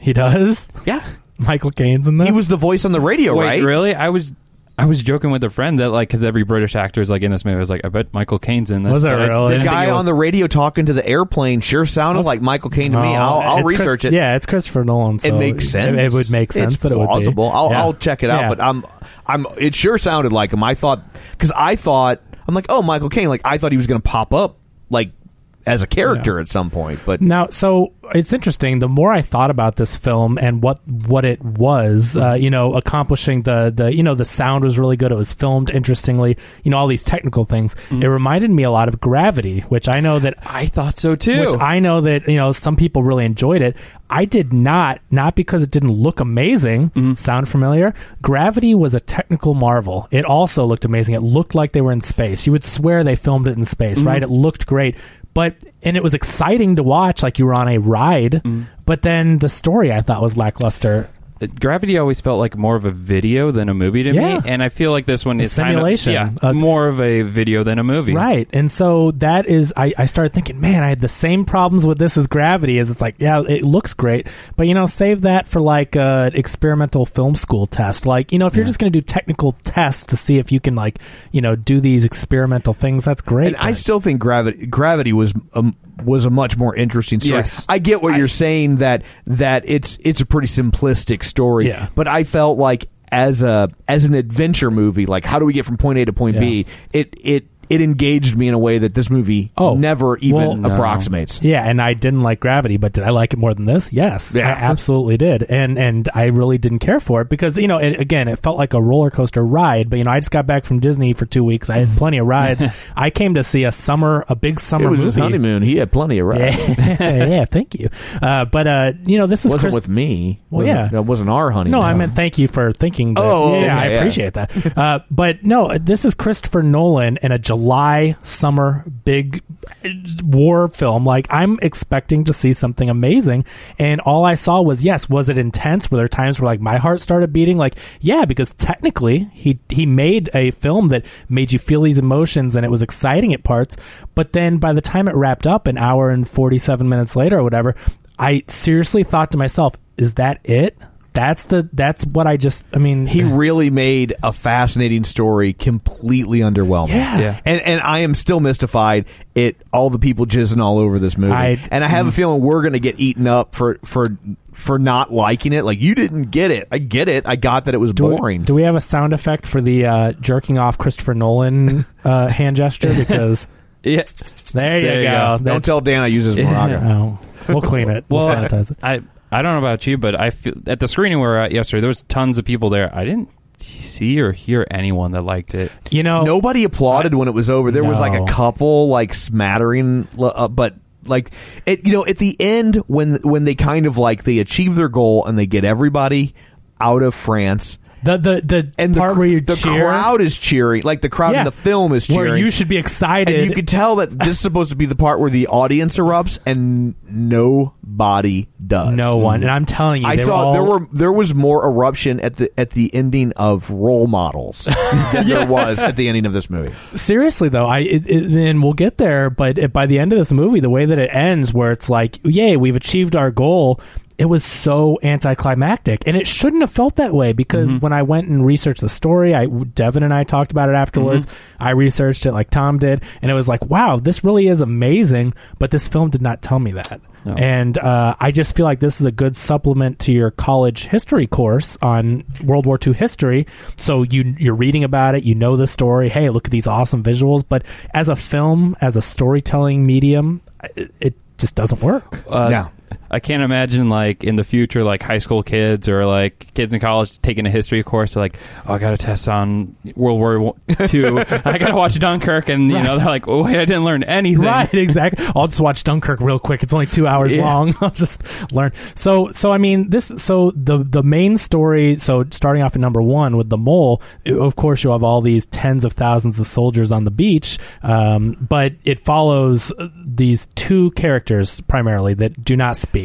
[SPEAKER 2] He does. *laughs*
[SPEAKER 1] Yeah.
[SPEAKER 2] Michael Caine's in this.
[SPEAKER 1] He was the voice on the radio,
[SPEAKER 3] Wait,
[SPEAKER 1] right?
[SPEAKER 3] really? I was I was joking with a friend that like because every British actor is like in this movie. I was like, I bet Michael Caine's in this.
[SPEAKER 2] Was it
[SPEAKER 3] but I
[SPEAKER 2] really?
[SPEAKER 1] The
[SPEAKER 3] didn't think
[SPEAKER 1] guy
[SPEAKER 3] it was-
[SPEAKER 1] on the radio talking to the airplane sure sounded like Michael Caine to me.
[SPEAKER 2] Oh,
[SPEAKER 1] I'll, I'll
[SPEAKER 2] it's Chris-
[SPEAKER 1] research it.
[SPEAKER 2] Yeah, it's Christopher Nolan. So
[SPEAKER 1] it makes sense.
[SPEAKER 2] It, it would make sense
[SPEAKER 1] It's
[SPEAKER 2] that it would
[SPEAKER 1] plausible.
[SPEAKER 2] be.
[SPEAKER 1] I'll,
[SPEAKER 2] Yeah.
[SPEAKER 1] I'll check it out.
[SPEAKER 2] Yeah.
[SPEAKER 1] But I'm, I'm. It sure sounded like him. I thought because I thought I'm like, oh, Michael Caine. Like I thought he was going to pop up like as a character at some point. But
[SPEAKER 2] Now, so it's interesting. The more I thought about this film and what what it was, uh, you know, accomplishing the the you know the sound was really good. It was filmed interestingly. You know, all these technical things. It reminded me a lot of Gravity, which I know that
[SPEAKER 3] I thought so too.
[SPEAKER 2] Which I know that you know some people really enjoyed it. I did not, not because it didn't look amazing, sound familiar. Gravity was a technical marvel. It also looked amazing. It looked like they were in space. You would swear they filmed it in space, right? It looked great. But and it was exciting to watch, like you were on a ride. But then the story I thought was lackluster.
[SPEAKER 3] Gravity always felt like more of a video than a movie to
[SPEAKER 2] Yeah.
[SPEAKER 3] me, and I feel like this one
[SPEAKER 2] A
[SPEAKER 3] is kind of-
[SPEAKER 2] simulation.
[SPEAKER 3] yeah,
[SPEAKER 2] Uh,
[SPEAKER 3] more of a video than a movie.
[SPEAKER 2] Right. And so that is, I, I started thinking, man, I had the same problems with this as Gravity as it's like, yeah, it looks great. But, you know, save that for like uh, an experimental film school test. Like, you know, if you're just going to do technical tests to see if you can like, you know, do these experimental things, that's great.
[SPEAKER 1] and I
[SPEAKER 2] but-
[SPEAKER 1] still think gravity gravity was um, was a much more interesting story.
[SPEAKER 3] Yes.
[SPEAKER 1] I get what you're saying that that it's it's a pretty simplistic story.
[SPEAKER 2] Yeah.
[SPEAKER 1] But I felt like as a as an adventure movie, like how do we get from point A to point B? It it it engaged me in a way that this movie
[SPEAKER 2] Oh,
[SPEAKER 1] never even
[SPEAKER 2] well, no.
[SPEAKER 1] approximates.
[SPEAKER 2] Yeah, and I didn't like Gravity, but did I like it more than this? Yes,
[SPEAKER 1] Yeah. *laughs*
[SPEAKER 2] I absolutely did, and and I really didn't care for it because you know, it, again, it felt like a roller coaster ride. But you know, I just got back from Disney for two weeks. I had plenty
[SPEAKER 1] *laughs*
[SPEAKER 2] of rides. I came to see a summer, a big summer
[SPEAKER 1] It was his
[SPEAKER 2] movie.
[SPEAKER 1] honeymoon. He had plenty of
[SPEAKER 2] *laughs* Yeah, *laughs*
[SPEAKER 1] rides.
[SPEAKER 2] yeah, thank you. Uh, but uh, you know, this is
[SPEAKER 1] wasn't
[SPEAKER 2] Chris-
[SPEAKER 1] with me.
[SPEAKER 2] Well,
[SPEAKER 1] Wasn't-
[SPEAKER 2] yeah.
[SPEAKER 1] that wasn't our honeymoon.
[SPEAKER 2] no, I meant thank you for thinking. That,
[SPEAKER 1] Oh,
[SPEAKER 2] yeah,
[SPEAKER 1] okay,
[SPEAKER 2] I
[SPEAKER 1] yeah.
[SPEAKER 2] appreciate that. Uh, but no, this is Christopher Nolan in a July summer big uh, war film. Like I'm expecting to see something amazing, and all I saw was yes. Was it intense? Were there times where like my heart started beating? Like yeah, because technically he he made a film that made you feel these emotions, and it was exciting at parts. But then by the time it wrapped up, an hour and forty seven minutes later or whatever. I seriously thought to myself, is that it? That's the that's what I just I mean
[SPEAKER 1] he really made a fascinating story completely underwhelming.
[SPEAKER 2] Yeah. Yeah.
[SPEAKER 1] And and I am still mystified at all the people jizzing all over this movie.
[SPEAKER 2] I- mm.
[SPEAKER 1] and I have a feeling we're going to get eaten up for for for not liking it. Like you didn't get it. I get it. I got that it was
[SPEAKER 2] do we-
[SPEAKER 1] boring.
[SPEAKER 2] Do we have a sound effect for the uh, jerking off
[SPEAKER 1] *laughs*
[SPEAKER 2] Christopher Nolan uh, hand gesture? Because
[SPEAKER 3] Yeah.
[SPEAKER 2] there, you go.
[SPEAKER 1] Don't
[SPEAKER 2] uh, That's-
[SPEAKER 1] tell Dan I use
[SPEAKER 2] *laughs*
[SPEAKER 1] his Moraga.
[SPEAKER 2] Oh, we'll clean it. We'll,
[SPEAKER 3] Well,
[SPEAKER 1] uh,
[SPEAKER 2] sanitize it.
[SPEAKER 3] I I don't know about you, but I feel at the screening we were at yesterday, there was tons of people there. I didn't see or hear anyone that liked it.
[SPEAKER 2] You know,
[SPEAKER 1] Nobody applauded when it was over. There was like
[SPEAKER 2] Oh. No.
[SPEAKER 1] a couple like smattering, uh, but like it, you know, at the end when when they kind of like they achieve their goal and they get everybody out of France.
[SPEAKER 2] the the the
[SPEAKER 1] and
[SPEAKER 2] part
[SPEAKER 1] the, cr-
[SPEAKER 2] where you
[SPEAKER 1] the
[SPEAKER 2] cheer,
[SPEAKER 1] crowd is cheering, like the crowd
[SPEAKER 2] Yeah.
[SPEAKER 1] in the film is cheering.
[SPEAKER 2] where you should be excited.
[SPEAKER 1] and you could tell that this is supposed to be the part where the audience erupts, and nobody does.
[SPEAKER 2] no one, and I'm telling you,
[SPEAKER 1] I
[SPEAKER 2] they
[SPEAKER 1] saw
[SPEAKER 2] all-
[SPEAKER 1] there were there was more eruption at the at the ending of Role Models than
[SPEAKER 2] *laughs*
[SPEAKER 1] there was at the ending of this movie.
[SPEAKER 2] seriously though i it, it, and we'll get there but it, by the end of this movie the way that it ends where it's like yay we've achieved our goal it was so anticlimactic and it shouldn't have felt that way because when i went and researched the story i devin and i talked about it afterwards i researched it like tom did and it was like wow this really is amazing but this film did not tell me that and uh, i just feel like this is a good supplement to your college history course on world war ii history so you you're reading about it you know the story hey look at these awesome visuals but as a film as a storytelling medium it, it just doesn't work
[SPEAKER 3] Uh,
[SPEAKER 1] no,
[SPEAKER 3] I can't imagine like in the future, like high school kids or like kids in college taking a history course. They're like, oh, I got to test on World War
[SPEAKER 2] *laughs*
[SPEAKER 3] Two. I got to watch Dunkirk, and you know they're like, oh wait, I didn't learn anything.
[SPEAKER 2] Right, exactly. I'll just watch Dunkirk real quick. It's only two hours
[SPEAKER 3] Yeah.
[SPEAKER 2] long. *laughs* I'll just learn. So, so I mean, this. So the the main story. So starting off at number one with the mole. it- Of course, you have all these tens of thousands of soldiers on the beach, um, but it follows uh, these two characters primarily that do not speak.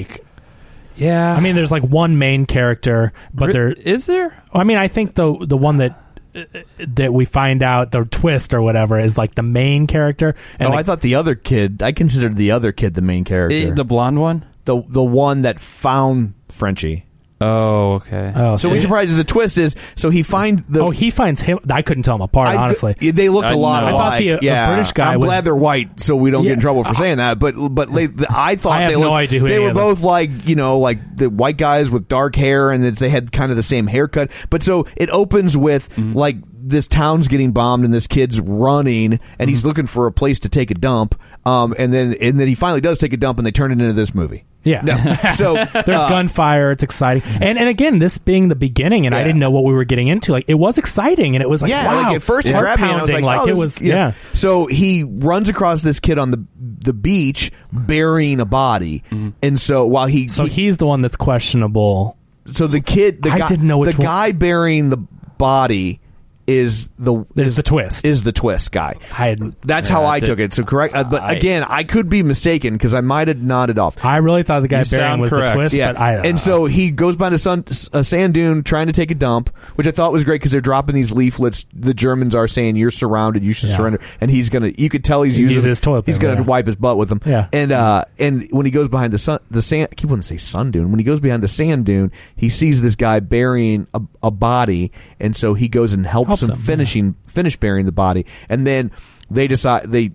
[SPEAKER 3] Yeah,
[SPEAKER 2] I mean, there's like one main character, but
[SPEAKER 3] Re-
[SPEAKER 2] there
[SPEAKER 3] is there.
[SPEAKER 2] I mean, I think the the one that uh, that we find out the twist or whatever is like the main character.
[SPEAKER 1] oh,
[SPEAKER 2] the-
[SPEAKER 1] I thought the other kid. I considered the other kid the main character.
[SPEAKER 3] the blonde one.
[SPEAKER 1] the the one that found Frenchie.
[SPEAKER 3] Oh, okay.
[SPEAKER 2] oh,
[SPEAKER 1] So
[SPEAKER 2] so-
[SPEAKER 1] we surprised the twist is so he find the
[SPEAKER 2] oh, he finds him. I couldn't tell them apart,
[SPEAKER 1] I-
[SPEAKER 2] honestly.
[SPEAKER 1] they looked
[SPEAKER 3] I
[SPEAKER 1] a lot
[SPEAKER 3] know. I
[SPEAKER 1] alike.
[SPEAKER 2] thought the, uh,
[SPEAKER 1] yeah.
[SPEAKER 2] British guy
[SPEAKER 1] I'm
[SPEAKER 2] was-
[SPEAKER 1] glad they're white, so we don't get in
[SPEAKER 2] Yeah.
[SPEAKER 1] trouble for saying that. But but they, the, I thought
[SPEAKER 2] I have
[SPEAKER 1] they
[SPEAKER 2] no
[SPEAKER 1] looked.
[SPEAKER 2] idea who
[SPEAKER 1] they
[SPEAKER 2] any
[SPEAKER 1] were
[SPEAKER 2] of them-
[SPEAKER 1] both like you know like the white guys with dark hair, and that they had kind of the same haircut. But so it opens with
[SPEAKER 3] Mm-hmm.
[SPEAKER 1] like this town's getting bombed, and this kid's running, and
[SPEAKER 3] Mm-hmm.
[SPEAKER 1] he's looking for a place to take a dump. Um, and then and then he finally does take a dump, and they turn it into this movie.
[SPEAKER 2] Yeah.
[SPEAKER 1] No. So
[SPEAKER 2] *laughs*
[SPEAKER 1] uh,
[SPEAKER 2] There's gunfire. It's exciting, and and again, this being the beginning, and I
[SPEAKER 1] Yeah.
[SPEAKER 2] didn't know what we were getting into. Like it was exciting, and it was like
[SPEAKER 1] yeah,
[SPEAKER 2] wow.
[SPEAKER 1] like at first it
[SPEAKER 2] heart
[SPEAKER 1] grabbed me and I was like,
[SPEAKER 2] pounding,
[SPEAKER 1] oh,
[SPEAKER 2] it
[SPEAKER 1] this
[SPEAKER 2] was
[SPEAKER 1] is-
[SPEAKER 2] yeah.
[SPEAKER 1] So he runs across this kid on the the beach burying a body, and so while he,
[SPEAKER 2] Mm-hmm. So he's the one that's questionable.
[SPEAKER 1] so the kid the
[SPEAKER 2] I
[SPEAKER 1] guy,
[SPEAKER 2] didn't know
[SPEAKER 1] the
[SPEAKER 2] which one-
[SPEAKER 1] guy burying the body is the
[SPEAKER 2] Is the twist.
[SPEAKER 1] is the twist guy.
[SPEAKER 2] I had
[SPEAKER 1] That's how I took it. So correct, uh, but
[SPEAKER 3] I-
[SPEAKER 1] again, I could be mistaken because I might have nodded off.
[SPEAKER 2] I really thought the guy
[SPEAKER 3] You
[SPEAKER 2] bearing
[SPEAKER 3] sound
[SPEAKER 2] was
[SPEAKER 3] correct.
[SPEAKER 2] the twist,
[SPEAKER 1] Yeah,
[SPEAKER 2] but I uh,
[SPEAKER 1] and so he goes by to sun, a sand dune trying to take a dump, which I thought was great because they're dropping these leaflets. The Germans are saying you're surrounded, you should
[SPEAKER 2] Yeah.
[SPEAKER 1] surrender, and he's gonna. You could tell he's
[SPEAKER 2] He
[SPEAKER 1] using
[SPEAKER 2] uses his toilet
[SPEAKER 1] He's
[SPEAKER 2] paper,
[SPEAKER 1] gonna
[SPEAKER 2] yeah.
[SPEAKER 1] wipe his butt with them.
[SPEAKER 2] Yeah.
[SPEAKER 1] and uh, and when he goes behind the sun, the sand. I keep wanting to say sun dune. When he goes behind the sand dune, he sees this guy burying a, a body, and so he goes and helps,
[SPEAKER 2] Helps
[SPEAKER 1] him,
[SPEAKER 2] him, yeah.
[SPEAKER 1] finishing finish burying the body, and then they decide they.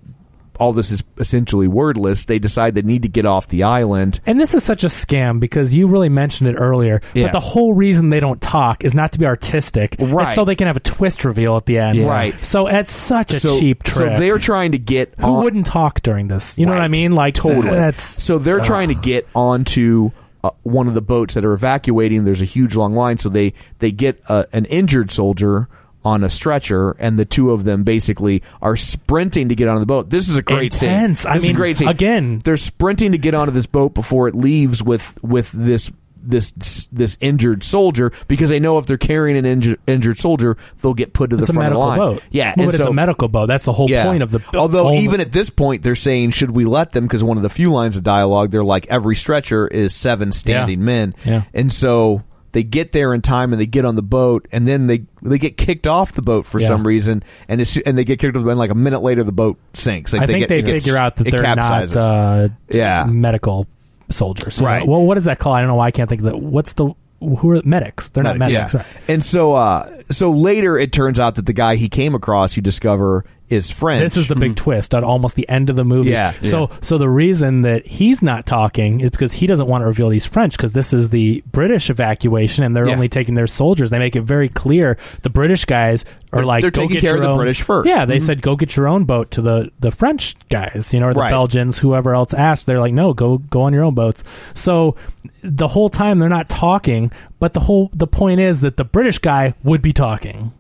[SPEAKER 1] All this is essentially wordless. They decide they need to get off the island.
[SPEAKER 2] And this is such a scam because you really mentioned it earlier.
[SPEAKER 1] Yeah.
[SPEAKER 2] But the whole reason they don't talk is not to be artistic, it's
[SPEAKER 1] Right.
[SPEAKER 2] so they can have a twist reveal at the end,
[SPEAKER 1] Yeah. Right.
[SPEAKER 2] So that's such a
[SPEAKER 1] so,
[SPEAKER 2] cheap trick.
[SPEAKER 1] So they're trying to get
[SPEAKER 2] Who
[SPEAKER 1] on,
[SPEAKER 2] wouldn't talk during this? You know what I
[SPEAKER 1] Right.
[SPEAKER 2] mean? Like
[SPEAKER 1] totally.
[SPEAKER 2] That's
[SPEAKER 1] so they're trying to get onto uh, one of the boats that are evacuating. There's a huge long line, so they they get uh, an injured soldier on a stretcher, and the two of them basically are sprinting to get onto the boat. This is a great
[SPEAKER 2] Intense.
[SPEAKER 1] scene.
[SPEAKER 2] I
[SPEAKER 1] This is a
[SPEAKER 2] mean,
[SPEAKER 1] great scene.
[SPEAKER 2] again-
[SPEAKER 1] they're sprinting to get onto this boat before it leaves with with this. This this injured soldier because they know if they're carrying an injured, injured soldier they'll get put to
[SPEAKER 2] it's
[SPEAKER 1] the
[SPEAKER 2] a
[SPEAKER 1] front
[SPEAKER 2] medical
[SPEAKER 1] of the line.
[SPEAKER 2] boat.
[SPEAKER 1] Yeah,
[SPEAKER 2] Well,
[SPEAKER 1] and
[SPEAKER 2] but it's
[SPEAKER 1] so-
[SPEAKER 2] a medical boat. That's the whole point of the.
[SPEAKER 1] Although
[SPEAKER 2] whole-
[SPEAKER 1] even at this point they're saying should we let them because one of the few lines of dialogue they're like every stretcher is seven standing
[SPEAKER 2] Yeah.
[SPEAKER 1] men.
[SPEAKER 2] Yeah.
[SPEAKER 1] And so they get there in time and they get on the boat and then they they get kicked off the boat for
[SPEAKER 2] Yeah.
[SPEAKER 1] some reason and it's, and they get kicked off the boat and like a minute later the boat sinks. Like
[SPEAKER 2] I think
[SPEAKER 1] get,
[SPEAKER 2] they
[SPEAKER 1] it gets-
[SPEAKER 2] figure out that
[SPEAKER 1] it
[SPEAKER 2] they're
[SPEAKER 1] capsizes.
[SPEAKER 2] not uh,
[SPEAKER 1] Yeah.
[SPEAKER 2] medical soldiers. you know?
[SPEAKER 1] Right.
[SPEAKER 2] Well, what is that called? I don't know why I can't think of that. What's the who are medics? They're not medics. Right.
[SPEAKER 1] And so uh so later it turns out that the guy he came across you discover is French.
[SPEAKER 2] This is the big twist at almost the end of the movie.
[SPEAKER 1] Yeah.
[SPEAKER 2] So so the reason that he's not talking is because he doesn't want to reveal he's French because this is the British evacuation and they're
[SPEAKER 3] Yeah.
[SPEAKER 2] only taking their soldiers. They make it very clear the British guys are
[SPEAKER 1] They're-
[SPEAKER 2] like
[SPEAKER 1] they're
[SPEAKER 2] "Go
[SPEAKER 1] taking
[SPEAKER 2] get
[SPEAKER 1] care
[SPEAKER 2] your
[SPEAKER 1] of the
[SPEAKER 2] own-"
[SPEAKER 1] British first. Mm-hmm.
[SPEAKER 2] Yeah, they said go get your own boat to the the French guys, you know, or the
[SPEAKER 1] Right.
[SPEAKER 2] Belgians, whoever else asked. They're like no, go go on your own boats. So the whole time they're not talking, but the whole the point is that the British guy would be talking.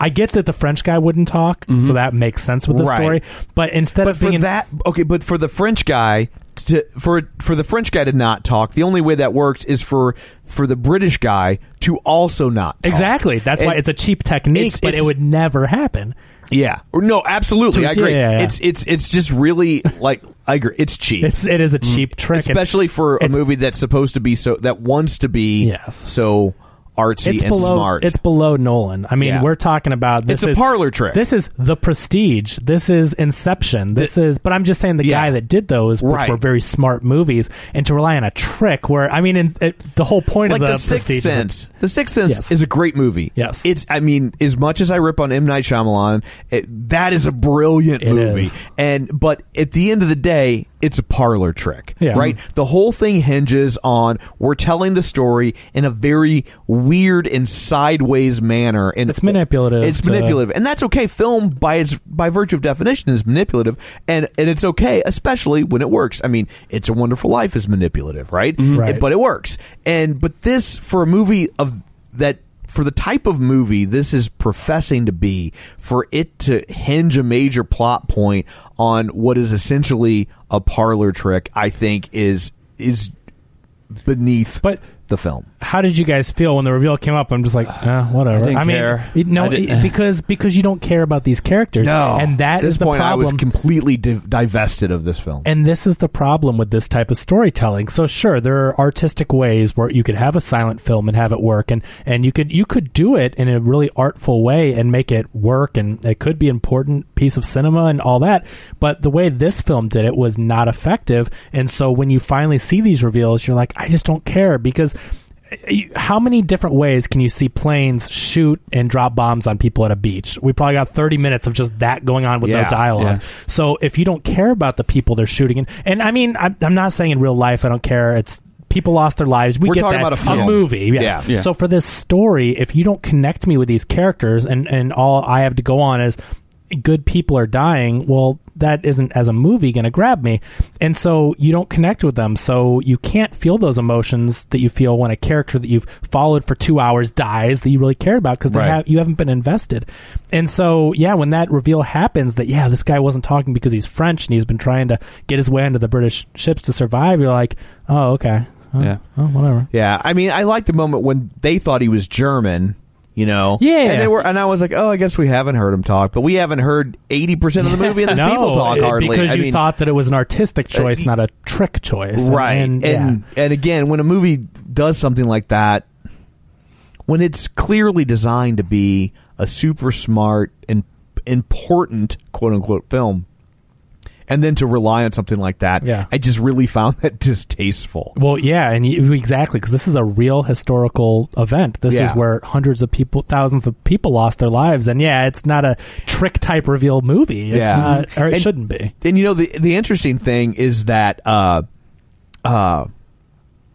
[SPEAKER 2] I get that the French guy wouldn't talk, so that makes sense with the
[SPEAKER 1] Mm-hmm. Right.
[SPEAKER 2] story. But instead
[SPEAKER 1] but
[SPEAKER 2] of
[SPEAKER 1] for
[SPEAKER 2] being
[SPEAKER 1] that okay but for the french guy to, for for the french guy to not talk the only way that works is for for the british guy to also not talk.
[SPEAKER 2] exactly, that's why
[SPEAKER 1] And-
[SPEAKER 2] it's a cheap technique,
[SPEAKER 1] it's-
[SPEAKER 2] but
[SPEAKER 1] it's-
[SPEAKER 2] it would never happen.
[SPEAKER 1] yeah Or no absolutely
[SPEAKER 2] To-
[SPEAKER 1] i agree
[SPEAKER 2] yeah, yeah, yeah.
[SPEAKER 1] it's it's it's just really
[SPEAKER 2] *laughs*
[SPEAKER 1] like i agree it's cheap
[SPEAKER 2] It's it is a cheap trick, and
[SPEAKER 1] Mm-hmm. especially for a
[SPEAKER 2] it's-
[SPEAKER 1] movie that's supposed to be so that wants to be
[SPEAKER 2] Yes.
[SPEAKER 1] so artsy
[SPEAKER 2] It's
[SPEAKER 1] and
[SPEAKER 2] below
[SPEAKER 1] smart
[SPEAKER 2] it's below Nolan. I mean,
[SPEAKER 1] Yeah.
[SPEAKER 2] we're talking about this
[SPEAKER 1] It's a
[SPEAKER 2] is
[SPEAKER 1] parlor trick.
[SPEAKER 2] This is the Prestige. This is Inception. This is. But I'm just saying the
[SPEAKER 1] Yeah.
[SPEAKER 2] guy that did those, which
[SPEAKER 1] Right.
[SPEAKER 2] were very smart movies, and to rely on a trick where I mean, in, it, the whole point
[SPEAKER 1] like
[SPEAKER 2] of
[SPEAKER 1] the,
[SPEAKER 2] the,
[SPEAKER 1] Sixth
[SPEAKER 2] Prestige is-
[SPEAKER 1] Sense. The Sixth Sense
[SPEAKER 2] Yes.
[SPEAKER 1] is a great movie.
[SPEAKER 2] Yes.
[SPEAKER 1] it's. I mean, as much as I rip on M Night Shyamalan, it, that is a brilliant
[SPEAKER 2] It
[SPEAKER 1] movie.
[SPEAKER 2] is.
[SPEAKER 1] And but at the end of the day, it's a parlor trick,
[SPEAKER 2] Yeah.
[SPEAKER 1] right? The whole thing hinges on we're telling the story in a very weird and sideways manner, and
[SPEAKER 2] It's manipulative
[SPEAKER 1] It's
[SPEAKER 2] to-
[SPEAKER 1] manipulative, and that's okay. Film by its by virtue of definition is manipulative, and and it's okay, especially when it works. I mean, It's a Wonderful Life is manipulative, right?
[SPEAKER 2] Mm-hmm. Right.
[SPEAKER 1] But it works, and but this for a movie of that. For the type of movie this is professing to be, for it to hinge a major plot point on what is essentially a parlor trick, I think is is beneath
[SPEAKER 2] But-
[SPEAKER 1] the film.
[SPEAKER 2] How did you guys feel when the reveal came up? I'm just like, eh, whatever.
[SPEAKER 3] Uh, I didn't
[SPEAKER 2] mean,
[SPEAKER 3] care.
[SPEAKER 2] it- no,
[SPEAKER 3] I didn't-
[SPEAKER 2] it- because because you don't care about these characters. and that is
[SPEAKER 1] this
[SPEAKER 2] the
[SPEAKER 1] point,
[SPEAKER 2] problem.
[SPEAKER 1] I was completely div- divested of this film.
[SPEAKER 2] And this is the problem with this type of storytelling. So sure, there are artistic ways where you could have a silent film and have it work and and you could you could do it in a really artful way and make it work and it could be an important piece of cinema and all that. But the way this film did it was not effective. And so when you finally see these reveals, you're like, I just don't care because eh, how many different ways can you see planes shoot and drop bombs on people at a beach? We probably got 30 minutes of just that going on with
[SPEAKER 1] Yeah,
[SPEAKER 2] no dialogue.
[SPEAKER 3] yeah.
[SPEAKER 2] So if you don't care about the people they're shooting, and, and I mean, I'm, I'm not saying in real life I don't care. It's people lost their lives. We
[SPEAKER 1] We're
[SPEAKER 2] get
[SPEAKER 1] talking
[SPEAKER 2] that.
[SPEAKER 1] about a film.
[SPEAKER 2] movie. Yes.
[SPEAKER 3] Yeah. Yeah.
[SPEAKER 2] So for this story, if you don't connect me with these characters, and and all I have to go on is good people are dying, well, that isn't as a movie going to grab me, and so you don't connect with them. So you can't feel those emotions that you feel when a character that you've followed for two hours dies that you really cared about because they
[SPEAKER 1] Right.
[SPEAKER 2] have you haven't been invested. And so, yeah, when that reveal happens that, yeah, this guy wasn't talking because he's French and he's been trying to get his way onto the British ships to survive, you're like, oh, okay. Oh,
[SPEAKER 3] Yeah.
[SPEAKER 2] oh, whatever.
[SPEAKER 1] Yeah, I mean, I like the moment when they thought he was German. You know,
[SPEAKER 2] Yeah.
[SPEAKER 1] and they were, and I was like, oh, I guess we haven't heard him talk, but we haven't heard eighty percent of the
[SPEAKER 2] *laughs*
[SPEAKER 1] movie, and the
[SPEAKER 2] no,
[SPEAKER 1] people talk
[SPEAKER 2] it-
[SPEAKER 1] hardly.
[SPEAKER 2] because
[SPEAKER 1] I
[SPEAKER 2] you
[SPEAKER 1] mean, uh,
[SPEAKER 2] thought that it was an artistic choice, not a trick choice, And-
[SPEAKER 1] right?
[SPEAKER 2] And,
[SPEAKER 1] And
[SPEAKER 2] yeah.
[SPEAKER 1] and, again, when a movie does something like that, when it's clearly designed to be a super smart and important quote unquote film, and then to rely on something like that,
[SPEAKER 2] Yeah.
[SPEAKER 1] I just really *laughs* found that distasteful.
[SPEAKER 2] Well, yeah, and you, exactly because this is a real historical event. This is
[SPEAKER 1] Yeah.
[SPEAKER 2] where hundreds of people, thousands of people lost their lives, and yeah, it's not a trick type reveal movie. It's
[SPEAKER 1] Yeah.
[SPEAKER 2] not, or it
[SPEAKER 1] And-
[SPEAKER 2] shouldn't be.
[SPEAKER 1] And you know the the interesting thing is that uh, uh,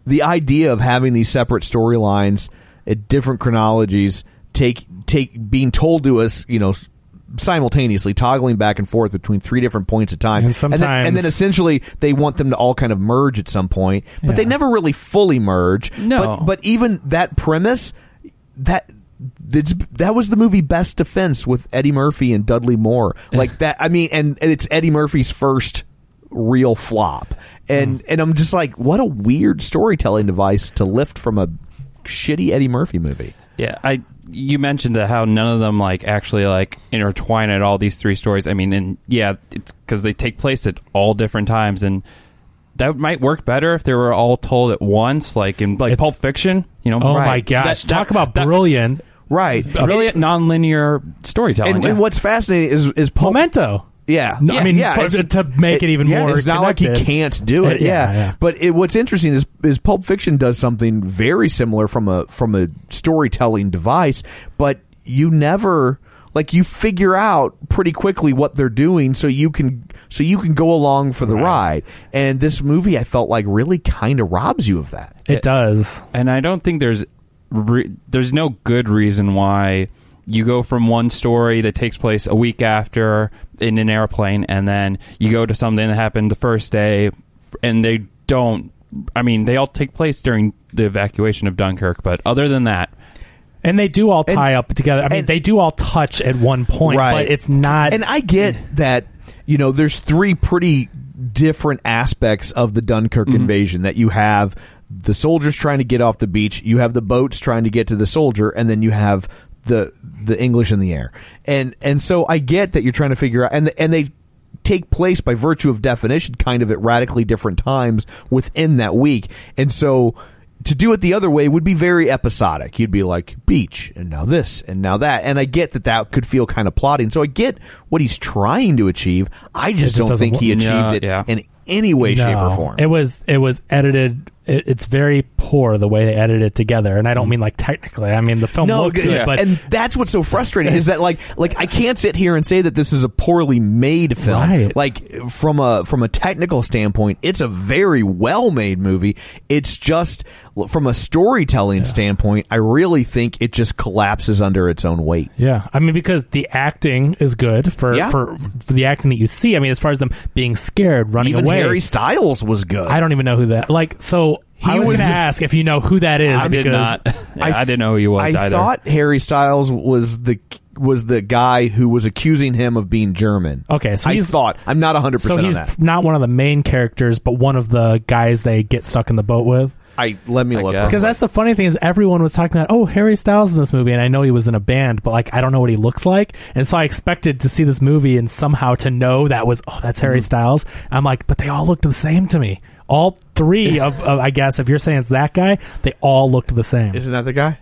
[SPEAKER 1] the idea of having these separate storylines at different chronologies take take being told to us, you know, simultaneously toggling back and forth between three different points of time,
[SPEAKER 2] And
[SPEAKER 1] then, and
[SPEAKER 2] sometimes-
[SPEAKER 1] then essentially they want them to all kind of merge at some point, but they
[SPEAKER 2] Yeah.
[SPEAKER 1] never really fully merge.
[SPEAKER 3] No.
[SPEAKER 1] but, but even that premise that. That's, that was the movie Best Defense with Eddie Murphy and Dudley Moore. Like that, I mean, and, and it's Eddie Murphy's first real flop, and and I'm just like, what a weird storytelling device to lift from a shitty Eddie Murphy movie.
[SPEAKER 3] Yeah, I you mentioned that how none of them like actually like intertwine at all these three stories. I mean, and yeah, it's because they take place at all different times, and that might work better if they were all told at once, like in like
[SPEAKER 2] It's-
[SPEAKER 3] Pulp Fiction. You know,
[SPEAKER 2] Oh my
[SPEAKER 3] Right.
[SPEAKER 2] gosh!
[SPEAKER 3] That-
[SPEAKER 2] Talk
[SPEAKER 3] that-
[SPEAKER 2] about
[SPEAKER 3] that-
[SPEAKER 2] brilliant
[SPEAKER 1] Right.
[SPEAKER 3] brilliant nonlinear storytelling.
[SPEAKER 1] And,
[SPEAKER 3] yeah.
[SPEAKER 1] and what's fascinating is is Pulp,
[SPEAKER 2] memento.
[SPEAKER 1] Oh. Yeah,
[SPEAKER 2] No, I mean,
[SPEAKER 1] yeah,
[SPEAKER 2] for-
[SPEAKER 1] it's-
[SPEAKER 2] to make it even
[SPEAKER 1] yeah,
[SPEAKER 2] more
[SPEAKER 1] It's not like he
[SPEAKER 2] connected.
[SPEAKER 1] can't do it.
[SPEAKER 2] Uh,
[SPEAKER 1] yeah,
[SPEAKER 2] yeah, yeah.
[SPEAKER 1] but it, what's interesting is is Pulp Fiction does something very similar from a from a storytelling device, but you never like you figure out pretty quickly what they're doing, so you can so you can go along for the ride. And this movie, I felt like really kind of robs you of that.
[SPEAKER 2] It does.
[SPEAKER 3] and I don't think there's re- there's no good reason why you go from one story that takes place a week after in an airplane, and then you go to something that happened the first day, and they don't. I mean, they all take place during the evacuation of Dunkirk, but other than that,
[SPEAKER 2] And they do all
[SPEAKER 1] And-
[SPEAKER 2] tie up together. I mean,
[SPEAKER 1] and-
[SPEAKER 2] they do all touch at one point,
[SPEAKER 1] Right.
[SPEAKER 2] but it's not.
[SPEAKER 1] and I get that you know there's three pretty different aspects of the
[SPEAKER 2] Mm-hmm.
[SPEAKER 1] Dunkirk invasion that you have the soldiers trying to get off the beach, you have the boats trying to get to the soldier, and then you have the the English in the air. And and so I get that you're trying to figure out and and they take place by virtue of definition kind of at radically different times within that week. And so to do it the other way would be very episodic. You'd be like beach and now this and now that. And I get that that could feel kind of plotting. So I get what he's trying to achieve. I just,
[SPEAKER 2] just
[SPEAKER 1] don't
[SPEAKER 2] doesn't
[SPEAKER 1] think he
[SPEAKER 3] wo-
[SPEAKER 1] achieved
[SPEAKER 3] Yeah,
[SPEAKER 1] it
[SPEAKER 3] yeah.
[SPEAKER 1] in any way, shape,
[SPEAKER 2] No.
[SPEAKER 1] or form.
[SPEAKER 2] It was it was edited it, it's very poor the way they edited it together, and I don't mean like technically. I mean the film
[SPEAKER 1] Mm. no,
[SPEAKER 2] looked
[SPEAKER 1] g-
[SPEAKER 2] good, but
[SPEAKER 1] and that's what's so frustrating is that like like I can't sit here and say that this is a poorly made film.
[SPEAKER 2] Right.
[SPEAKER 1] Like from a from a technical standpoint, it's a very well made movie. It's just l- from a storytelling standpoint, I really think it just collapses under its own weight.
[SPEAKER 2] Yeah, I mean because the acting is good for
[SPEAKER 1] Yeah.
[SPEAKER 2] for the acting that you see. I mean, as far as them being scared, running
[SPEAKER 1] Even
[SPEAKER 2] away.
[SPEAKER 1] Harry Styles was good.
[SPEAKER 2] I don't even know who that. Like, so
[SPEAKER 1] He
[SPEAKER 2] I was,
[SPEAKER 1] was
[SPEAKER 2] going to
[SPEAKER 1] the-
[SPEAKER 2] ask if you know who that is.
[SPEAKER 3] I did
[SPEAKER 2] because
[SPEAKER 3] not. *laughs* Yeah, I, didn't know who he was
[SPEAKER 1] I
[SPEAKER 3] either.
[SPEAKER 1] thought Harry Styles was the was the guy who was accusing him of being German.
[SPEAKER 2] Okay, so
[SPEAKER 1] I
[SPEAKER 2] he's-
[SPEAKER 1] thought I'm not 100
[SPEAKER 2] So
[SPEAKER 1] percent on
[SPEAKER 2] he's
[SPEAKER 1] that.
[SPEAKER 2] not one of the main characters, but one of the guys they get stuck in the boat with.
[SPEAKER 1] I let me
[SPEAKER 3] I
[SPEAKER 1] look
[SPEAKER 3] guess.
[SPEAKER 2] Because that's the funny thing is everyone was talking about, oh, Harry Styles in this movie, and I know he was in a band, but like I don't know what he looks like, and so I expected to see this movie and somehow to know that was, oh, that's
[SPEAKER 1] Mm-hmm.
[SPEAKER 2] Harry Styles. I'm like, but they all looked the same to me. All
[SPEAKER 1] *laughs*
[SPEAKER 2] three of, of I guess if you're saying it's that guy, they all looked the same.
[SPEAKER 1] Isn't that the guy?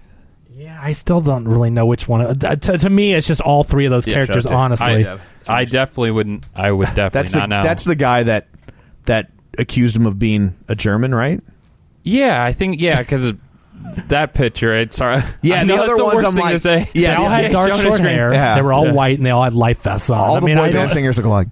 [SPEAKER 2] yeah, I still don't really know which one. uh, To, to me, it's just all three of those characters.
[SPEAKER 3] Yeah, sure.
[SPEAKER 2] honestly,
[SPEAKER 3] I, uh, I definitely wouldn't. I
[SPEAKER 1] *laughs*
[SPEAKER 3] would definitely
[SPEAKER 1] That's
[SPEAKER 3] not
[SPEAKER 1] the
[SPEAKER 3] know.
[SPEAKER 1] that's the guy that that accused him of being a German, right?
[SPEAKER 3] yeah, I think yeah because that picture. It's sorry. *laughs* I know
[SPEAKER 1] the
[SPEAKER 3] that's
[SPEAKER 1] other ones
[SPEAKER 3] worst
[SPEAKER 1] I'm
[SPEAKER 3] thing
[SPEAKER 1] like-
[SPEAKER 3] to say. *laughs*
[SPEAKER 1] yeah,
[SPEAKER 2] they all
[SPEAKER 1] yeah,
[SPEAKER 2] had
[SPEAKER 1] yeah, *laughs*
[SPEAKER 2] dark
[SPEAKER 3] shown on
[SPEAKER 2] short
[SPEAKER 3] screen.
[SPEAKER 2] hair.
[SPEAKER 1] Yeah.
[SPEAKER 2] They were all
[SPEAKER 1] Yeah.
[SPEAKER 2] white and they all had life vests on.
[SPEAKER 1] All
[SPEAKER 2] Uh, I
[SPEAKER 1] the
[SPEAKER 2] mean,
[SPEAKER 1] boy
[SPEAKER 2] I
[SPEAKER 1] band *laughs*
[SPEAKER 2] *laughs* don't-
[SPEAKER 1] singers look alike.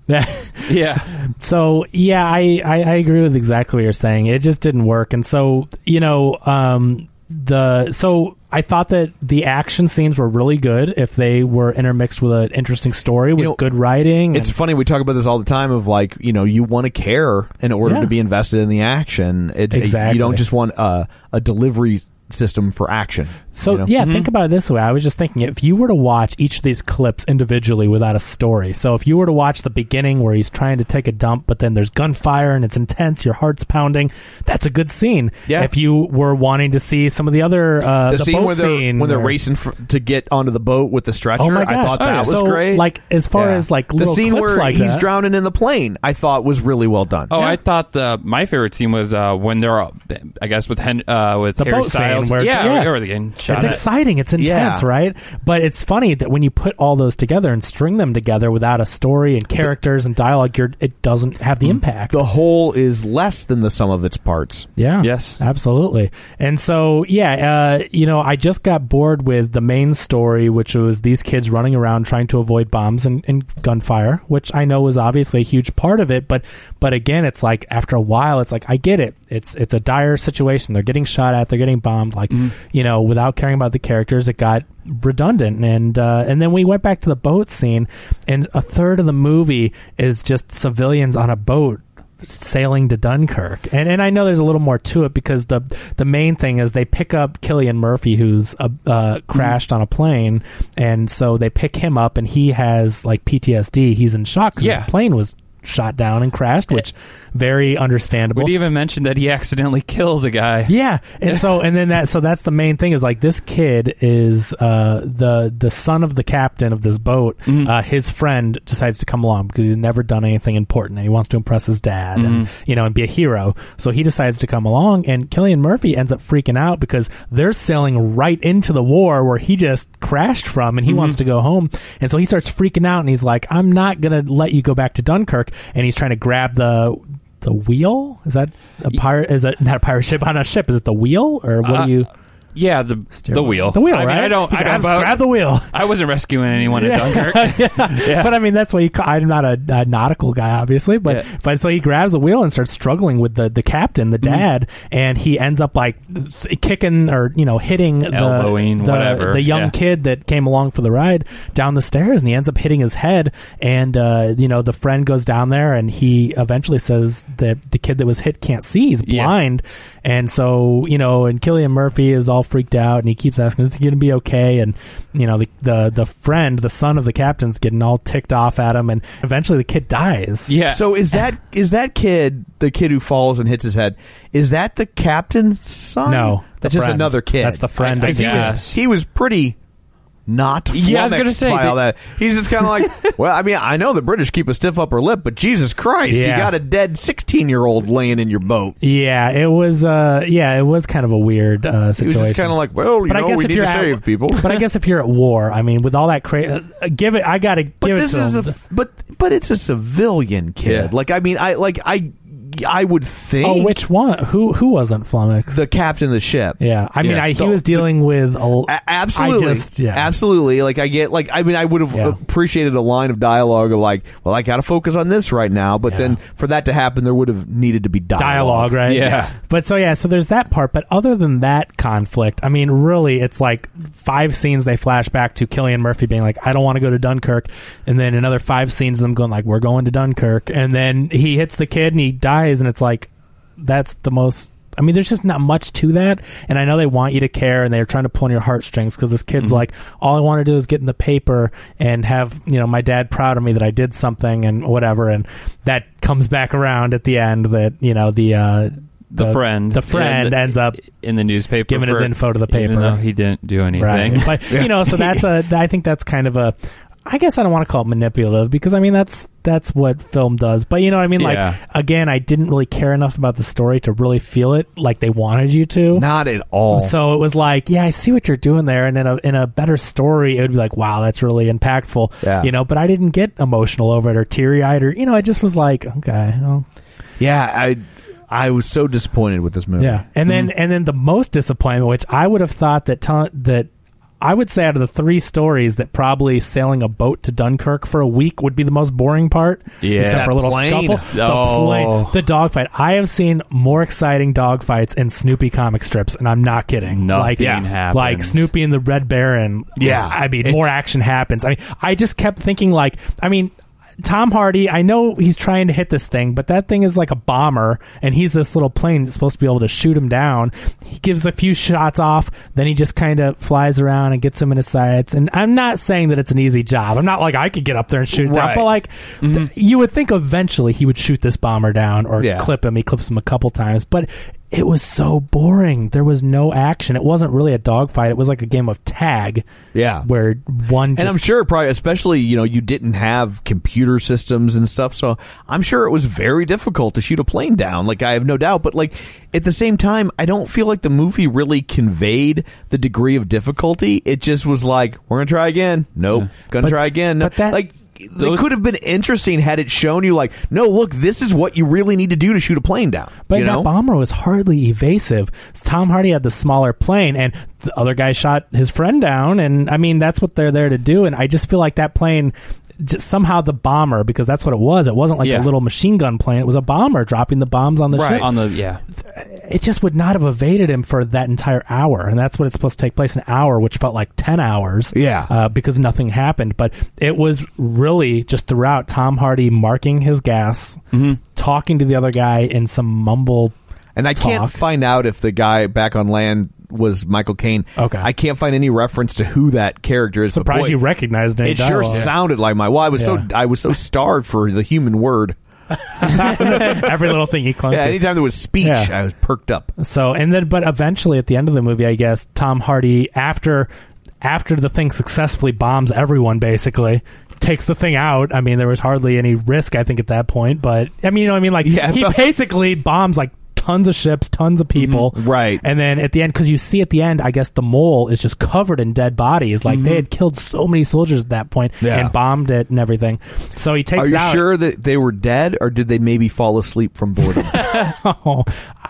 [SPEAKER 3] Yeah,
[SPEAKER 2] So yeah, I, I, I agree with exactly what you're saying. It just didn't work, and so you know um, the so I thought that the action scenes were really good if they were intermixed with an interesting story with
[SPEAKER 1] know,
[SPEAKER 2] good writing.
[SPEAKER 1] It's
[SPEAKER 2] and-
[SPEAKER 1] funny we talk about this all the time of like you know you want to care in order
[SPEAKER 2] Yeah.
[SPEAKER 1] to be invested in the action. It,
[SPEAKER 2] Exactly.
[SPEAKER 1] You don't just want a a delivery system for action.
[SPEAKER 2] so
[SPEAKER 1] you know?
[SPEAKER 2] yeah, think about it this way. I was just thinking if you were to watch each of these clips individually without a story. So if you were to watch the beginning where he's trying to take a dump, but then there's gunfire and it's intense, your heart's pounding. That's a good scene.
[SPEAKER 1] Yeah.
[SPEAKER 2] If you were wanting to see some of the other uh,
[SPEAKER 1] the,
[SPEAKER 2] the,
[SPEAKER 1] scene
[SPEAKER 2] boat
[SPEAKER 1] where they're
[SPEAKER 2] scene
[SPEAKER 1] when they're
[SPEAKER 2] or-
[SPEAKER 1] racing for, to get onto the boat with the stretcher.
[SPEAKER 2] Oh my
[SPEAKER 1] I
[SPEAKER 2] gosh.
[SPEAKER 1] thought
[SPEAKER 3] Oh,
[SPEAKER 1] that
[SPEAKER 3] yeah.
[SPEAKER 1] was
[SPEAKER 2] So,
[SPEAKER 1] great.
[SPEAKER 2] like, as far as, like,
[SPEAKER 1] the
[SPEAKER 2] little
[SPEAKER 1] scene
[SPEAKER 2] clips
[SPEAKER 1] where
[SPEAKER 2] like
[SPEAKER 1] he's
[SPEAKER 2] that-
[SPEAKER 1] drowning in the plane, I thought was really well done.
[SPEAKER 3] Oh, I thought the my favorite scene was uh, when they're all, I guess with Hen, uh, with
[SPEAKER 2] The
[SPEAKER 3] Harry
[SPEAKER 2] boat scene
[SPEAKER 3] Styles.
[SPEAKER 2] where-
[SPEAKER 3] yeah,
[SPEAKER 2] yeah.
[SPEAKER 3] Or, or the game shot
[SPEAKER 2] It's
[SPEAKER 3] at-
[SPEAKER 2] exciting. It's intense,
[SPEAKER 1] Yeah.
[SPEAKER 2] right? But it's funny that when you put all those together and string them together without a story and characters and dialogue, you're, it doesn't have the impact.
[SPEAKER 1] the whole is less than the sum of its parts.
[SPEAKER 2] yeah.
[SPEAKER 3] Yes.
[SPEAKER 2] Absolutely. And so, yeah, uh, you know, I just got bored with the main story, which was these kids running around trying to avoid bombs and, and gunfire, which I know was obviously a huge part of it. But, but again, it's like after a while, it's like I get it. It's it's a dire situation. They're getting shot at. They're getting bombed. Like, you know, without caring about the characters, it got redundant and uh, and then we went back to the boat scene and a third of the movie is just civilians on a boat sailing to Dunkirk. And and I know there's a little more to it because the the main thing is they pick up Killian Murphy who's uh, uh, crashed on a plane and so they pick him up and he has like PTSD. He's in shock cuz
[SPEAKER 3] Yeah.
[SPEAKER 2] his plane was shot down and crashed, which very understandable.
[SPEAKER 3] We'd even mentioned that he accidentally kills a guy.
[SPEAKER 2] Yeah, and so and then that so that's the main thing is like this kid is uh, the the son of the captain of this boat. Uh, his friend decides to come along because he's never done anything important and he wants to impress his dad and you know and be a hero. So he decides to come along, and Killian Murphy ends up freaking out because they're sailing right into the war where he just crashed from, and he wants to go home, and so he starts freaking out and he's like, "I'm not gonna let you go back to Dunkirk," and he's trying to grab the the wheel is that a pirate is it not a pirate ship on a ship is it the wheel or what
[SPEAKER 3] Uh,
[SPEAKER 2] do you
[SPEAKER 3] Yeah, the
[SPEAKER 2] steer
[SPEAKER 3] the
[SPEAKER 2] with?
[SPEAKER 3] wheel.
[SPEAKER 2] the wheel
[SPEAKER 3] I mean,
[SPEAKER 2] right
[SPEAKER 3] I don't.
[SPEAKER 2] You
[SPEAKER 3] I don't.
[SPEAKER 2] grab, grab the
[SPEAKER 3] *laughs*
[SPEAKER 2] wheel
[SPEAKER 3] I wasn't rescuing
[SPEAKER 2] *laughs*
[SPEAKER 3] anyone
[SPEAKER 2] Yeah.
[SPEAKER 3] at Dunkirk.
[SPEAKER 2] but i mean that's why you ca- i'm not a, a nautical guy obviously but
[SPEAKER 3] Yeah. Mm-hmm.
[SPEAKER 2] but so he grabs the wheel and starts struggling with the the captain the dad and he ends up like s- kicking or you know hitting the-
[SPEAKER 3] Elbowing,
[SPEAKER 2] the,
[SPEAKER 3] whatever.
[SPEAKER 2] the young
[SPEAKER 3] Yeah.
[SPEAKER 2] kid that came along for the ride down the stairs and he ends up hitting his head and uh you know the friend goes down there and he eventually says that the kid that was hit can't see he's
[SPEAKER 3] Yeah.
[SPEAKER 2] blind mind. And so, you know, and Killian Murphy is all freaked out and he keeps asking, is he going to be okay? And, you know, the, the, the friend, the son of the captain's getting all ticked off at him. And eventually the kid dies.
[SPEAKER 3] yeah.
[SPEAKER 1] So is
[SPEAKER 2] *laughs*
[SPEAKER 1] that is that kid the kid who falls and hits his head? Is that the captain's son?
[SPEAKER 2] No, the
[SPEAKER 1] that's just
[SPEAKER 2] friend.
[SPEAKER 1] another kid.
[SPEAKER 2] That's the friend,
[SPEAKER 3] I- I
[SPEAKER 2] of the
[SPEAKER 1] He
[SPEAKER 3] guess.
[SPEAKER 1] was, he was pretty not
[SPEAKER 3] Yeah, I was gonna
[SPEAKER 1] flummoxed
[SPEAKER 3] say,
[SPEAKER 1] by
[SPEAKER 3] they-
[SPEAKER 1] all that. He's just kind of
[SPEAKER 2] *laughs*
[SPEAKER 1] like, well, I mean, I know the British keep a stiff upper lip, but Jesus Christ,
[SPEAKER 2] Yeah.
[SPEAKER 1] you got a dead sixteen-year-old laying in your boat.
[SPEAKER 2] Yeah, it was. Uh, yeah, it was kind of a weird uh,
[SPEAKER 1] He was
[SPEAKER 2] situation.
[SPEAKER 1] just kind of like, well, you
[SPEAKER 2] but
[SPEAKER 1] know,
[SPEAKER 2] I guess
[SPEAKER 1] we
[SPEAKER 2] if
[SPEAKER 1] need
[SPEAKER 2] you're
[SPEAKER 1] to
[SPEAKER 2] at,
[SPEAKER 1] save people.
[SPEAKER 2] but I guess if you're at war, I mean, with all that crazy, uh, uh, give it. I gotta
[SPEAKER 1] *laughs* But
[SPEAKER 2] give
[SPEAKER 1] this
[SPEAKER 2] it to
[SPEAKER 1] is
[SPEAKER 2] him.
[SPEAKER 1] a but but it's a civilian kid.
[SPEAKER 3] Yeah.
[SPEAKER 1] Like I mean, I like I I would think.
[SPEAKER 2] Oh, which one? Who who wasn't flummoxed?
[SPEAKER 1] the captain of the ship?
[SPEAKER 2] Yeah, I mean,
[SPEAKER 3] Yeah.
[SPEAKER 2] I, he
[SPEAKER 3] The-
[SPEAKER 2] was dealing with a,
[SPEAKER 1] A- absolutely,
[SPEAKER 2] I just, yeah.
[SPEAKER 1] absolutely. Like I get, like I mean, I would have
[SPEAKER 2] Yeah.
[SPEAKER 1] appreciated a line of dialogue of like, "Well, I got to focus on this right now," but
[SPEAKER 2] Yeah.
[SPEAKER 1] then for that to happen, there would have needed to be dialogue.
[SPEAKER 2] dialogue, right?
[SPEAKER 3] Yeah.
[SPEAKER 2] But so yeah, so there's that part. But other than that conflict, I mean, really, it's like five scenes they flash back to Killian Murphy being like, "I don't want to go to Dunkirk," and then another five scenes of them going like, "We're going to Dunkirk," and then he hits the kid and he dies, and it's like, that's the most. I mean, there's just not much to that, and I know they want you to care, and they're trying to pull on your heartstrings because this kid's like, all I want to do is get in the paper and have you know my dad proud of me that I did something and whatever, and that comes back around at the end that you know the uh,
[SPEAKER 3] the, friend,
[SPEAKER 2] the friend
[SPEAKER 3] Yeah, the-
[SPEAKER 2] ends up
[SPEAKER 3] in the newspaper,
[SPEAKER 2] giving his
[SPEAKER 3] for-
[SPEAKER 2] info to the
[SPEAKER 3] even
[SPEAKER 2] paper.
[SPEAKER 3] though he didn't do anything.
[SPEAKER 2] *laughs* Right. But you know, so that's a. I think that's kind of a. I guess I don't want to call it manipulative because I mean that's that's what film does. But you know what I mean. Like
[SPEAKER 3] Yeah.
[SPEAKER 2] again, I didn't really care enough about the story to really feel it like they wanted you to.
[SPEAKER 1] Not at all.
[SPEAKER 2] So it was like, yeah, I see what you're doing there, and in a in a better story, it would be like, wow, that's really impactful.
[SPEAKER 1] Yeah.
[SPEAKER 2] You know, but I didn't get emotional over it or teary eyed or you know, I just was like, okay, well,
[SPEAKER 1] yeah, I I was so disappointed with this movie.
[SPEAKER 2] yeah, and
[SPEAKER 3] Mm-hmm.
[SPEAKER 2] then and then the most disappointment, which I would have thought that ton that I would say out of the three stories, that probably sailing a boat to Dunkirk for a week would be the most boring part.
[SPEAKER 3] Yeah.
[SPEAKER 2] except for a little
[SPEAKER 1] Plane.
[SPEAKER 2] scuffle.
[SPEAKER 3] Oh.
[SPEAKER 2] The plane, the dogfight. I have seen more exciting dogfights in Snoopy comic strips, and I'm not kidding.
[SPEAKER 3] Nothing
[SPEAKER 2] like,
[SPEAKER 3] happens.
[SPEAKER 2] Like Snoopy and the Red Baron.
[SPEAKER 1] Yeah.
[SPEAKER 2] I mean, *laughs* more action happens. I mean, I just kept thinking like, I mean. Tom Hardy, I know he's trying to hit this thing, but that thing is like a bomber, and he's this little plane that's supposed to be able to shoot him down. He gives a few shots off, then he just kind of flies around and gets him in his sights. And I'm not saying that it's an easy job. I'm not like I could get up there and shoot it down,
[SPEAKER 1] Right. Mm-hmm.
[SPEAKER 2] but like th- you would think eventually he would shoot this bomber down or
[SPEAKER 1] Yeah.
[SPEAKER 2] clip him. He clips him a couple times, but it was so boring. There was no action. It wasn't really a dogfight. It was like a game of tag.
[SPEAKER 1] Yeah.
[SPEAKER 2] where one
[SPEAKER 1] And
[SPEAKER 2] just
[SPEAKER 1] I'm sure, probably, especially you know, you didn't have computer systems and stuff, so I'm sure it was very difficult to shoot a plane down. Like I have no doubt, but like at the same time, I don't feel like the movie really conveyed the degree of difficulty. It just was like, we're gonna try again. Nope, gonna
[SPEAKER 2] But-
[SPEAKER 1] try again. No.
[SPEAKER 2] but that-
[SPEAKER 1] like.
[SPEAKER 3] those-
[SPEAKER 1] it could have been interesting had it shown you like, no, look, this is what you really need to do to shoot a plane down.
[SPEAKER 2] But
[SPEAKER 1] you
[SPEAKER 2] that
[SPEAKER 1] know?
[SPEAKER 2] bomber was hardly evasive. Tom Hardy had the smaller plane, and the other guy shot his friend down. And I mean, that's what they're there to do. And I just feel like that plane. Just somehow the bomber because that's what it was. It wasn't like a
[SPEAKER 3] Yeah.
[SPEAKER 2] little machine gun plane. It was a bomber dropping the bombs on the ship.
[SPEAKER 3] on the yeah.
[SPEAKER 2] it just would not have evaded him for that entire hour, and that's what it's supposed to take place—an hour, which felt like ten hours.
[SPEAKER 1] Yeah.
[SPEAKER 2] uh, because nothing happened. But it was really just throughout Tom Hardy marking his gas,
[SPEAKER 1] Mm-hmm.
[SPEAKER 2] talking to the other guy in some mumble.
[SPEAKER 1] And I
[SPEAKER 2] talk.
[SPEAKER 1] can't find out if the guy back on land was Michael Caine.
[SPEAKER 2] Okay.
[SPEAKER 1] I can't find any reference to who that character is. but
[SPEAKER 2] Surprised
[SPEAKER 1] boy,
[SPEAKER 2] you recognized any
[SPEAKER 1] It sure
[SPEAKER 2] dialogue.
[SPEAKER 1] sounded like my. Well, I was so
[SPEAKER 2] Yeah.
[SPEAKER 1] I was so starved for the human word.
[SPEAKER 2] *laughs* Every little thing he clung
[SPEAKER 1] Yeah,
[SPEAKER 2] to.
[SPEAKER 1] anytime there was speech,
[SPEAKER 2] Yeah.
[SPEAKER 1] I was perked up.
[SPEAKER 2] So and then but eventually at the end of the movie, I guess Tom Hardy after after the thing successfully bombs everyone basically takes the thing out. I mean, there was hardly any risk I think at that point, but I mean, you know what I mean like
[SPEAKER 1] Yeah, I
[SPEAKER 2] he
[SPEAKER 1] felt-
[SPEAKER 2] basically bombs like tons of ships, tons of people.
[SPEAKER 1] Mm-hmm. Right.
[SPEAKER 2] And then at the end cuz you see at the end, I guess the mole is just covered in dead bodies. Like they had killed so many soldiers at that point
[SPEAKER 1] Mm-hmm. Yeah.
[SPEAKER 2] and bombed it and everything. So he takes
[SPEAKER 1] Are
[SPEAKER 2] it
[SPEAKER 1] you
[SPEAKER 2] out
[SPEAKER 1] sure that they were dead, or did they maybe fall asleep from boredom?
[SPEAKER 2] Oh,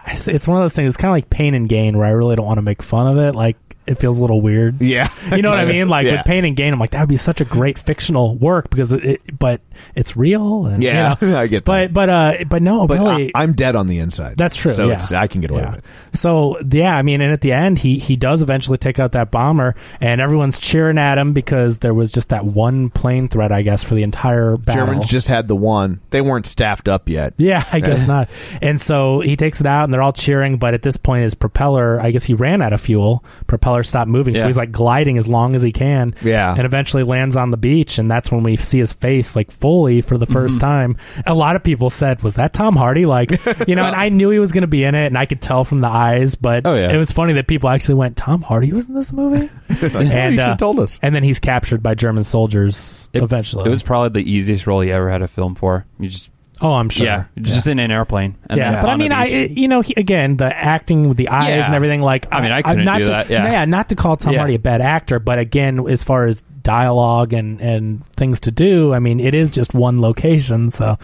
[SPEAKER 2] it's it's one of those things. It's kind of like pain and gain, where I really don't want to make fun of it. Like it feels a little weird.
[SPEAKER 1] *laughs* Yeah.
[SPEAKER 2] you know what I mean. Like
[SPEAKER 1] Yeah.
[SPEAKER 2] with pain and gain, I'm like that would be such a great fictional work because it, it but it's real. And,
[SPEAKER 1] Yeah,
[SPEAKER 2] you
[SPEAKER 1] *laughs*
[SPEAKER 2] know.
[SPEAKER 1] I get
[SPEAKER 2] But but uh, but no,
[SPEAKER 1] but
[SPEAKER 2] really,
[SPEAKER 1] I, am dead on the inside.
[SPEAKER 2] that's true.
[SPEAKER 1] So
[SPEAKER 2] yeah.
[SPEAKER 1] it's, I can get away
[SPEAKER 2] Yeah.
[SPEAKER 1] with it.
[SPEAKER 2] So yeah, I mean, and at the end, he he does eventually take out that bomber, and everyone's cheering at him because there was just that one plane threat, I guess, for the entire battle.
[SPEAKER 1] Germans just had the one. They weren't staffed up yet. *laughs*
[SPEAKER 2] Yeah, I guess not. And so he takes it out, and they're all cheering. But at this point, his propeller, I guess he ran out of fuel. Propeller stopped moving, so
[SPEAKER 3] Yeah.
[SPEAKER 2] he's like gliding as long as he can.
[SPEAKER 1] Yeah.
[SPEAKER 2] and eventually lands on the beach, and that's when we see his face like fully for the 1st
[SPEAKER 3] Mm-hmm.
[SPEAKER 2] time. A lot of people said, "Was that Tom Hardy?" Like, you know, and I knew he was going to be in it, and I could tell from the eyes. But
[SPEAKER 3] Oh, yeah.
[SPEAKER 2] it was funny that people actually went, "Tom Hardy was in this
[SPEAKER 3] *laughs*
[SPEAKER 2] movie," and uh,
[SPEAKER 1] you should've told us.
[SPEAKER 2] And then he's captured by German soldiers
[SPEAKER 3] It-
[SPEAKER 2] eventually.
[SPEAKER 3] It was probably the easiest role he ever had a film for. You just
[SPEAKER 2] Oh, I'm sure.
[SPEAKER 3] Yeah, just in an airplane. and
[SPEAKER 2] yeah,
[SPEAKER 3] then
[SPEAKER 2] but I
[SPEAKER 3] on the
[SPEAKER 2] mean, I
[SPEAKER 3] beach.
[SPEAKER 2] it- you know, he, again, the acting with the eyes
[SPEAKER 3] Yeah.
[SPEAKER 2] and everything. Like,
[SPEAKER 3] I mean, I
[SPEAKER 2] I'm
[SPEAKER 3] couldn't
[SPEAKER 2] not
[SPEAKER 3] do
[SPEAKER 2] to,
[SPEAKER 3] that, yeah.
[SPEAKER 2] not to call Tom
[SPEAKER 3] Yeah.
[SPEAKER 2] Hardy a bad actor, but again, as far as dialogue and and things to do, I mean, it is just one location. So,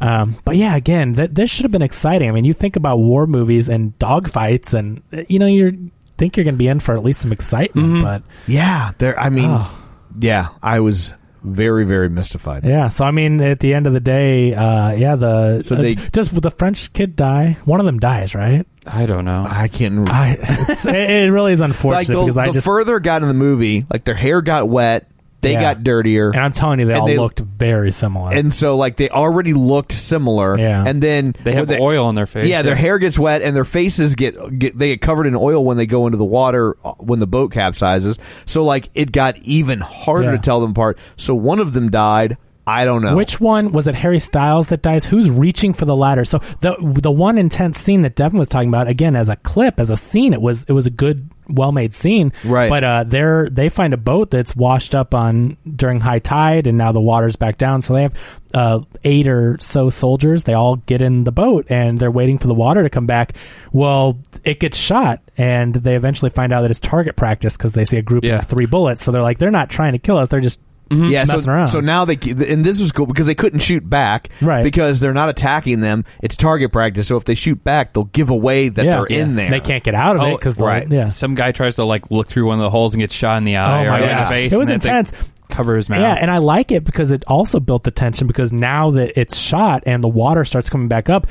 [SPEAKER 2] um, but yeah, again, th- this should have been exciting. I mean, you think about war movies and dogfights, and uh, you know, you think you're going to be in for at least some excitement.
[SPEAKER 3] Mm-hmm.
[SPEAKER 2] But
[SPEAKER 1] Yeah, there. I mean,
[SPEAKER 2] Oh.
[SPEAKER 1] yeah, I was very, very mystified.
[SPEAKER 2] yeah, so I mean, at the end of the day, uh, yeah, the
[SPEAKER 1] So
[SPEAKER 2] uh,
[SPEAKER 1] they-
[SPEAKER 2] does the French kid die? One of them dies, right?
[SPEAKER 3] I don't know.
[SPEAKER 2] Uh,
[SPEAKER 1] I can't.
[SPEAKER 2] I,
[SPEAKER 1] *laughs*
[SPEAKER 2] it's, it, it really is
[SPEAKER 1] like
[SPEAKER 2] unfortunate
[SPEAKER 1] the,
[SPEAKER 2] because I
[SPEAKER 1] the
[SPEAKER 2] just
[SPEAKER 1] further it got in the movie, like their hair got wet, they
[SPEAKER 2] Yeah.
[SPEAKER 1] got dirtier,
[SPEAKER 2] and I'm telling you they
[SPEAKER 1] and
[SPEAKER 2] all
[SPEAKER 1] they-
[SPEAKER 2] looked very similar.
[SPEAKER 1] and so like they already looked similar.
[SPEAKER 2] Yeah.
[SPEAKER 1] and then
[SPEAKER 3] they have
[SPEAKER 1] when
[SPEAKER 3] oil on their face.
[SPEAKER 1] Yeah, their hair gets wet and their faces get, get they get covered in oil when they go into the water uh, when the boat capsizes. So like it got even harder
[SPEAKER 2] Yeah.
[SPEAKER 1] to tell them apart. So one of them died. I don't know
[SPEAKER 2] Which one was it? Harry Styles that dies? Who's reaching for the ladder? So the the one intense scene that Devin was talking about again as a clip as a scene it was it was a good well made scene
[SPEAKER 1] Right.
[SPEAKER 2] but uh they're they find a boat that's washed up on during high tide and now the water's back down so they have uh eight or so soldiers they all get in the boat and they're waiting for the water to come back well it gets shot and they eventually find out that it's target practice because they see a group
[SPEAKER 3] Yeah.
[SPEAKER 2] of three bullets so they're like they're not trying to kill us they're just
[SPEAKER 1] yeah, so,
[SPEAKER 2] messing around.
[SPEAKER 1] so now they and this was cool because they couldn't shoot back,
[SPEAKER 2] Right.
[SPEAKER 1] Because they're not attacking them; it's target practice. So if they shoot back, they'll give away that
[SPEAKER 2] Yeah.
[SPEAKER 1] they're in there.
[SPEAKER 2] They can't get out of it
[SPEAKER 3] Oh,
[SPEAKER 2] because
[SPEAKER 1] Mm-hmm. right.
[SPEAKER 2] Yeah.
[SPEAKER 3] Some guy tries to like look through one of the holes and gets shot in the
[SPEAKER 2] Oh,
[SPEAKER 3] eye or
[SPEAKER 2] my
[SPEAKER 3] in
[SPEAKER 2] God.
[SPEAKER 3] the face.
[SPEAKER 2] It was
[SPEAKER 3] and it's,
[SPEAKER 2] intense.
[SPEAKER 3] Like, cover his mouth.
[SPEAKER 2] Yeah, and I like it because it also built the tension because now that it's shot and the water starts coming back up,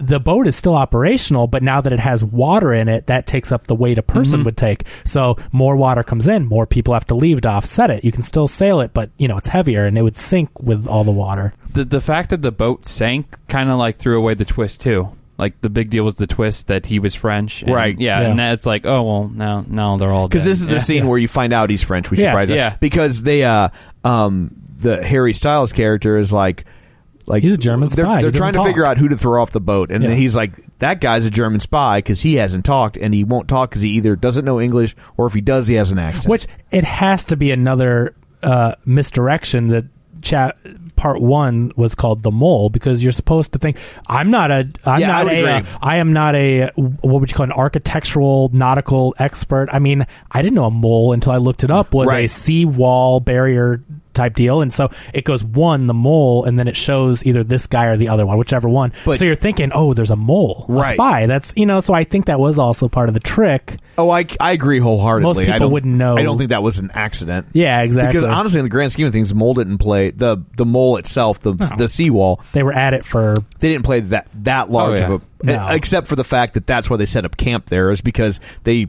[SPEAKER 2] the boat is still operational, but now that it has water in it, that takes up the weight a person would take. So more water comes in, more people have to leave to offset it. You can still sail it, but you know it's heavier and it would sink with all the water.
[SPEAKER 3] the the fact that the boat sank kind of like threw away the twist too. Like the big deal was the twist that he was French, and-
[SPEAKER 1] Right.
[SPEAKER 3] Yeah,
[SPEAKER 2] Yeah.
[SPEAKER 3] and that's like, oh well, now now they're all
[SPEAKER 1] because
[SPEAKER 3] dead.
[SPEAKER 1] this is the
[SPEAKER 3] Yeah.
[SPEAKER 1] scene where you find out he's French. We should
[SPEAKER 2] Yeah,
[SPEAKER 1] probably
[SPEAKER 3] yeah.
[SPEAKER 1] because they uh um the Harry Styles character is like like
[SPEAKER 2] He's a German
[SPEAKER 1] they're-
[SPEAKER 2] spy.
[SPEAKER 1] They're,
[SPEAKER 2] He
[SPEAKER 1] trying to
[SPEAKER 2] doesn't
[SPEAKER 1] figure
[SPEAKER 2] talk.
[SPEAKER 1] out who to throw off the boat, and
[SPEAKER 2] Yeah.
[SPEAKER 1] then he's like, "That guy's a German spy because he hasn't talked, and he won't talk because he either doesn't know English or if he does, he has an accent."
[SPEAKER 2] Which it has to be another uh, misdirection that chat part one was called the mole because you're supposed to think I'm not a I'm
[SPEAKER 1] Yeah, I
[SPEAKER 2] not
[SPEAKER 1] would
[SPEAKER 2] a uh,
[SPEAKER 1] agree.
[SPEAKER 2] I am not a what would you call an architectural nautical expert. I mean I didn't know a mole until I looked it up was a
[SPEAKER 1] Right.
[SPEAKER 2] sea wall barrier type deal and so it goes one the mole and then it shows either this guy or the other one whichever one
[SPEAKER 1] But-
[SPEAKER 2] so you're thinking oh there's a mole a
[SPEAKER 1] Right.
[SPEAKER 2] spy that's you know so i think that was also part of the trick
[SPEAKER 1] oh, I, I agree wholeheartedly.
[SPEAKER 2] Most people
[SPEAKER 1] I don't,
[SPEAKER 2] wouldn't know.
[SPEAKER 1] I don't think that was an accident.
[SPEAKER 2] yeah exactly
[SPEAKER 1] Because honestly, in the grand scheme of things, mole didn't play the the mole itself, the the seawall.
[SPEAKER 2] they were at it for
[SPEAKER 1] They didn't play that that large
[SPEAKER 3] yeah.
[SPEAKER 1] of a,
[SPEAKER 2] Oh,
[SPEAKER 1] e,
[SPEAKER 2] No.
[SPEAKER 1] except for the fact that that's why they set up camp there is because they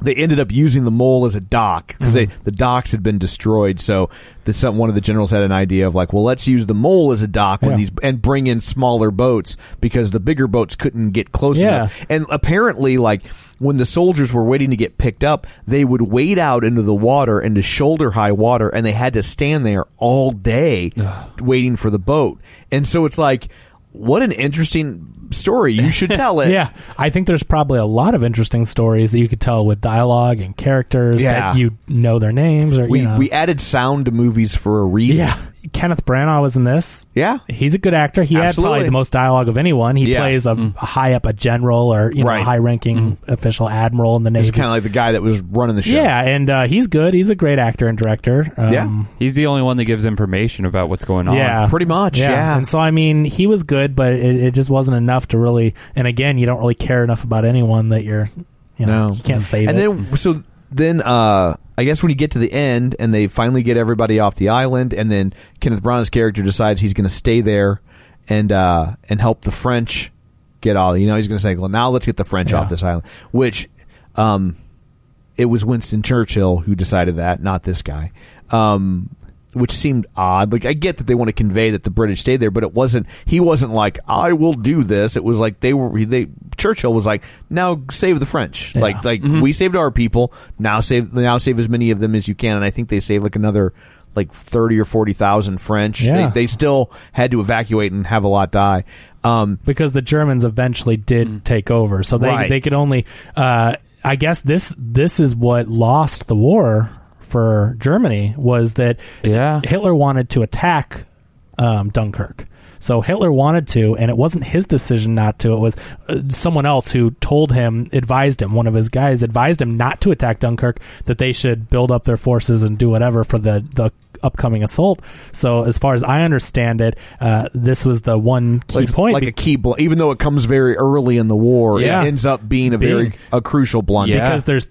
[SPEAKER 1] they ended up using the mole as a dock because
[SPEAKER 2] Mm-hmm.
[SPEAKER 1] they the docks had been destroyed. So the, some, one of the generals had an idea of like, well, let's use the mole as a dock when
[SPEAKER 2] Yeah.
[SPEAKER 1] these and bring in smaller boats because the bigger boats couldn't get close
[SPEAKER 2] Yeah.
[SPEAKER 1] enough. And apparently, like when the soldiers were waiting to get picked up, they would wade out into the water into shoulder high water, and they had to stand there all day waiting for the boat. And so it's like, what an interesting story. You should
[SPEAKER 2] *laughs*
[SPEAKER 1] tell it.
[SPEAKER 2] yeah i think there's probably a lot of interesting stories that you could tell with dialogue and characters
[SPEAKER 1] Yeah.
[SPEAKER 2] that you know their names or
[SPEAKER 1] We,
[SPEAKER 2] you know.
[SPEAKER 1] we added sound to movies for a reason.
[SPEAKER 2] yeah kenneth branagh was in this
[SPEAKER 1] Yeah.
[SPEAKER 2] he's a good actor he had
[SPEAKER 1] Absolutely.
[SPEAKER 2] probably the most dialogue of anyone he
[SPEAKER 1] Yeah. Mm.
[SPEAKER 2] plays a a high up a general or you know
[SPEAKER 1] Right. Mm.
[SPEAKER 2] high ranking official admiral in the navy
[SPEAKER 1] It's kind of like the guy that was running the show.
[SPEAKER 2] yeah and uh, he's good he's a great actor and director um,
[SPEAKER 1] Yeah.
[SPEAKER 3] he's the only one that gives information about what's going on.
[SPEAKER 2] Yeah.
[SPEAKER 1] Pretty much. Yeah.
[SPEAKER 2] And so, I mean, he was good, but it, it just wasn't enough to really. And again, you don't really care enough about anyone that you're, you know,
[SPEAKER 1] No.
[SPEAKER 2] you can't save
[SPEAKER 1] and
[SPEAKER 2] it.
[SPEAKER 1] then so then uh I guess when you get to the end and they finally get everybody off the island and then Kenneth Branagh's character decides he's going to stay there and uh and help the French get all you know he's going to say well now let's get the French
[SPEAKER 2] Yeah.
[SPEAKER 1] off this island which um it was Winston Churchill who decided that not this guy um which seemed odd. Like I get that they want to convey that the British stayed there, but it wasn't. He wasn't like I will do this. It was like they were. They Churchill was like, now save the French.
[SPEAKER 2] Yeah.
[SPEAKER 1] Like like we saved our people. Now save now save as many of them as you can. And I think they saved like another like thirty or forty thousand French.
[SPEAKER 2] Yeah.
[SPEAKER 1] They, they still had to evacuate and have a lot die. Um,
[SPEAKER 2] because the Germans eventually did take over, so they
[SPEAKER 1] Mm. Right.
[SPEAKER 2] they could only. Uh, I guess this this is what lost the war for Germany was that
[SPEAKER 3] Yeah.
[SPEAKER 2] Hitler wanted to attack um, Dunkirk. So Hitler wanted to, and it wasn't his decision not to. It was uh, someone else who told him, advised him, one of his guys advised him not to attack Dunkirk, that they should build up their forces and do whatever for the, the upcoming assault. So as far as I understand it, uh, this was the one key
[SPEAKER 1] like,
[SPEAKER 2] point.
[SPEAKER 1] like a key blunt. Even though it comes very early in the war,
[SPEAKER 2] Yeah.
[SPEAKER 1] it ends up being a
[SPEAKER 2] Being-
[SPEAKER 1] very a crucial blunder.
[SPEAKER 3] Yeah.
[SPEAKER 2] because there's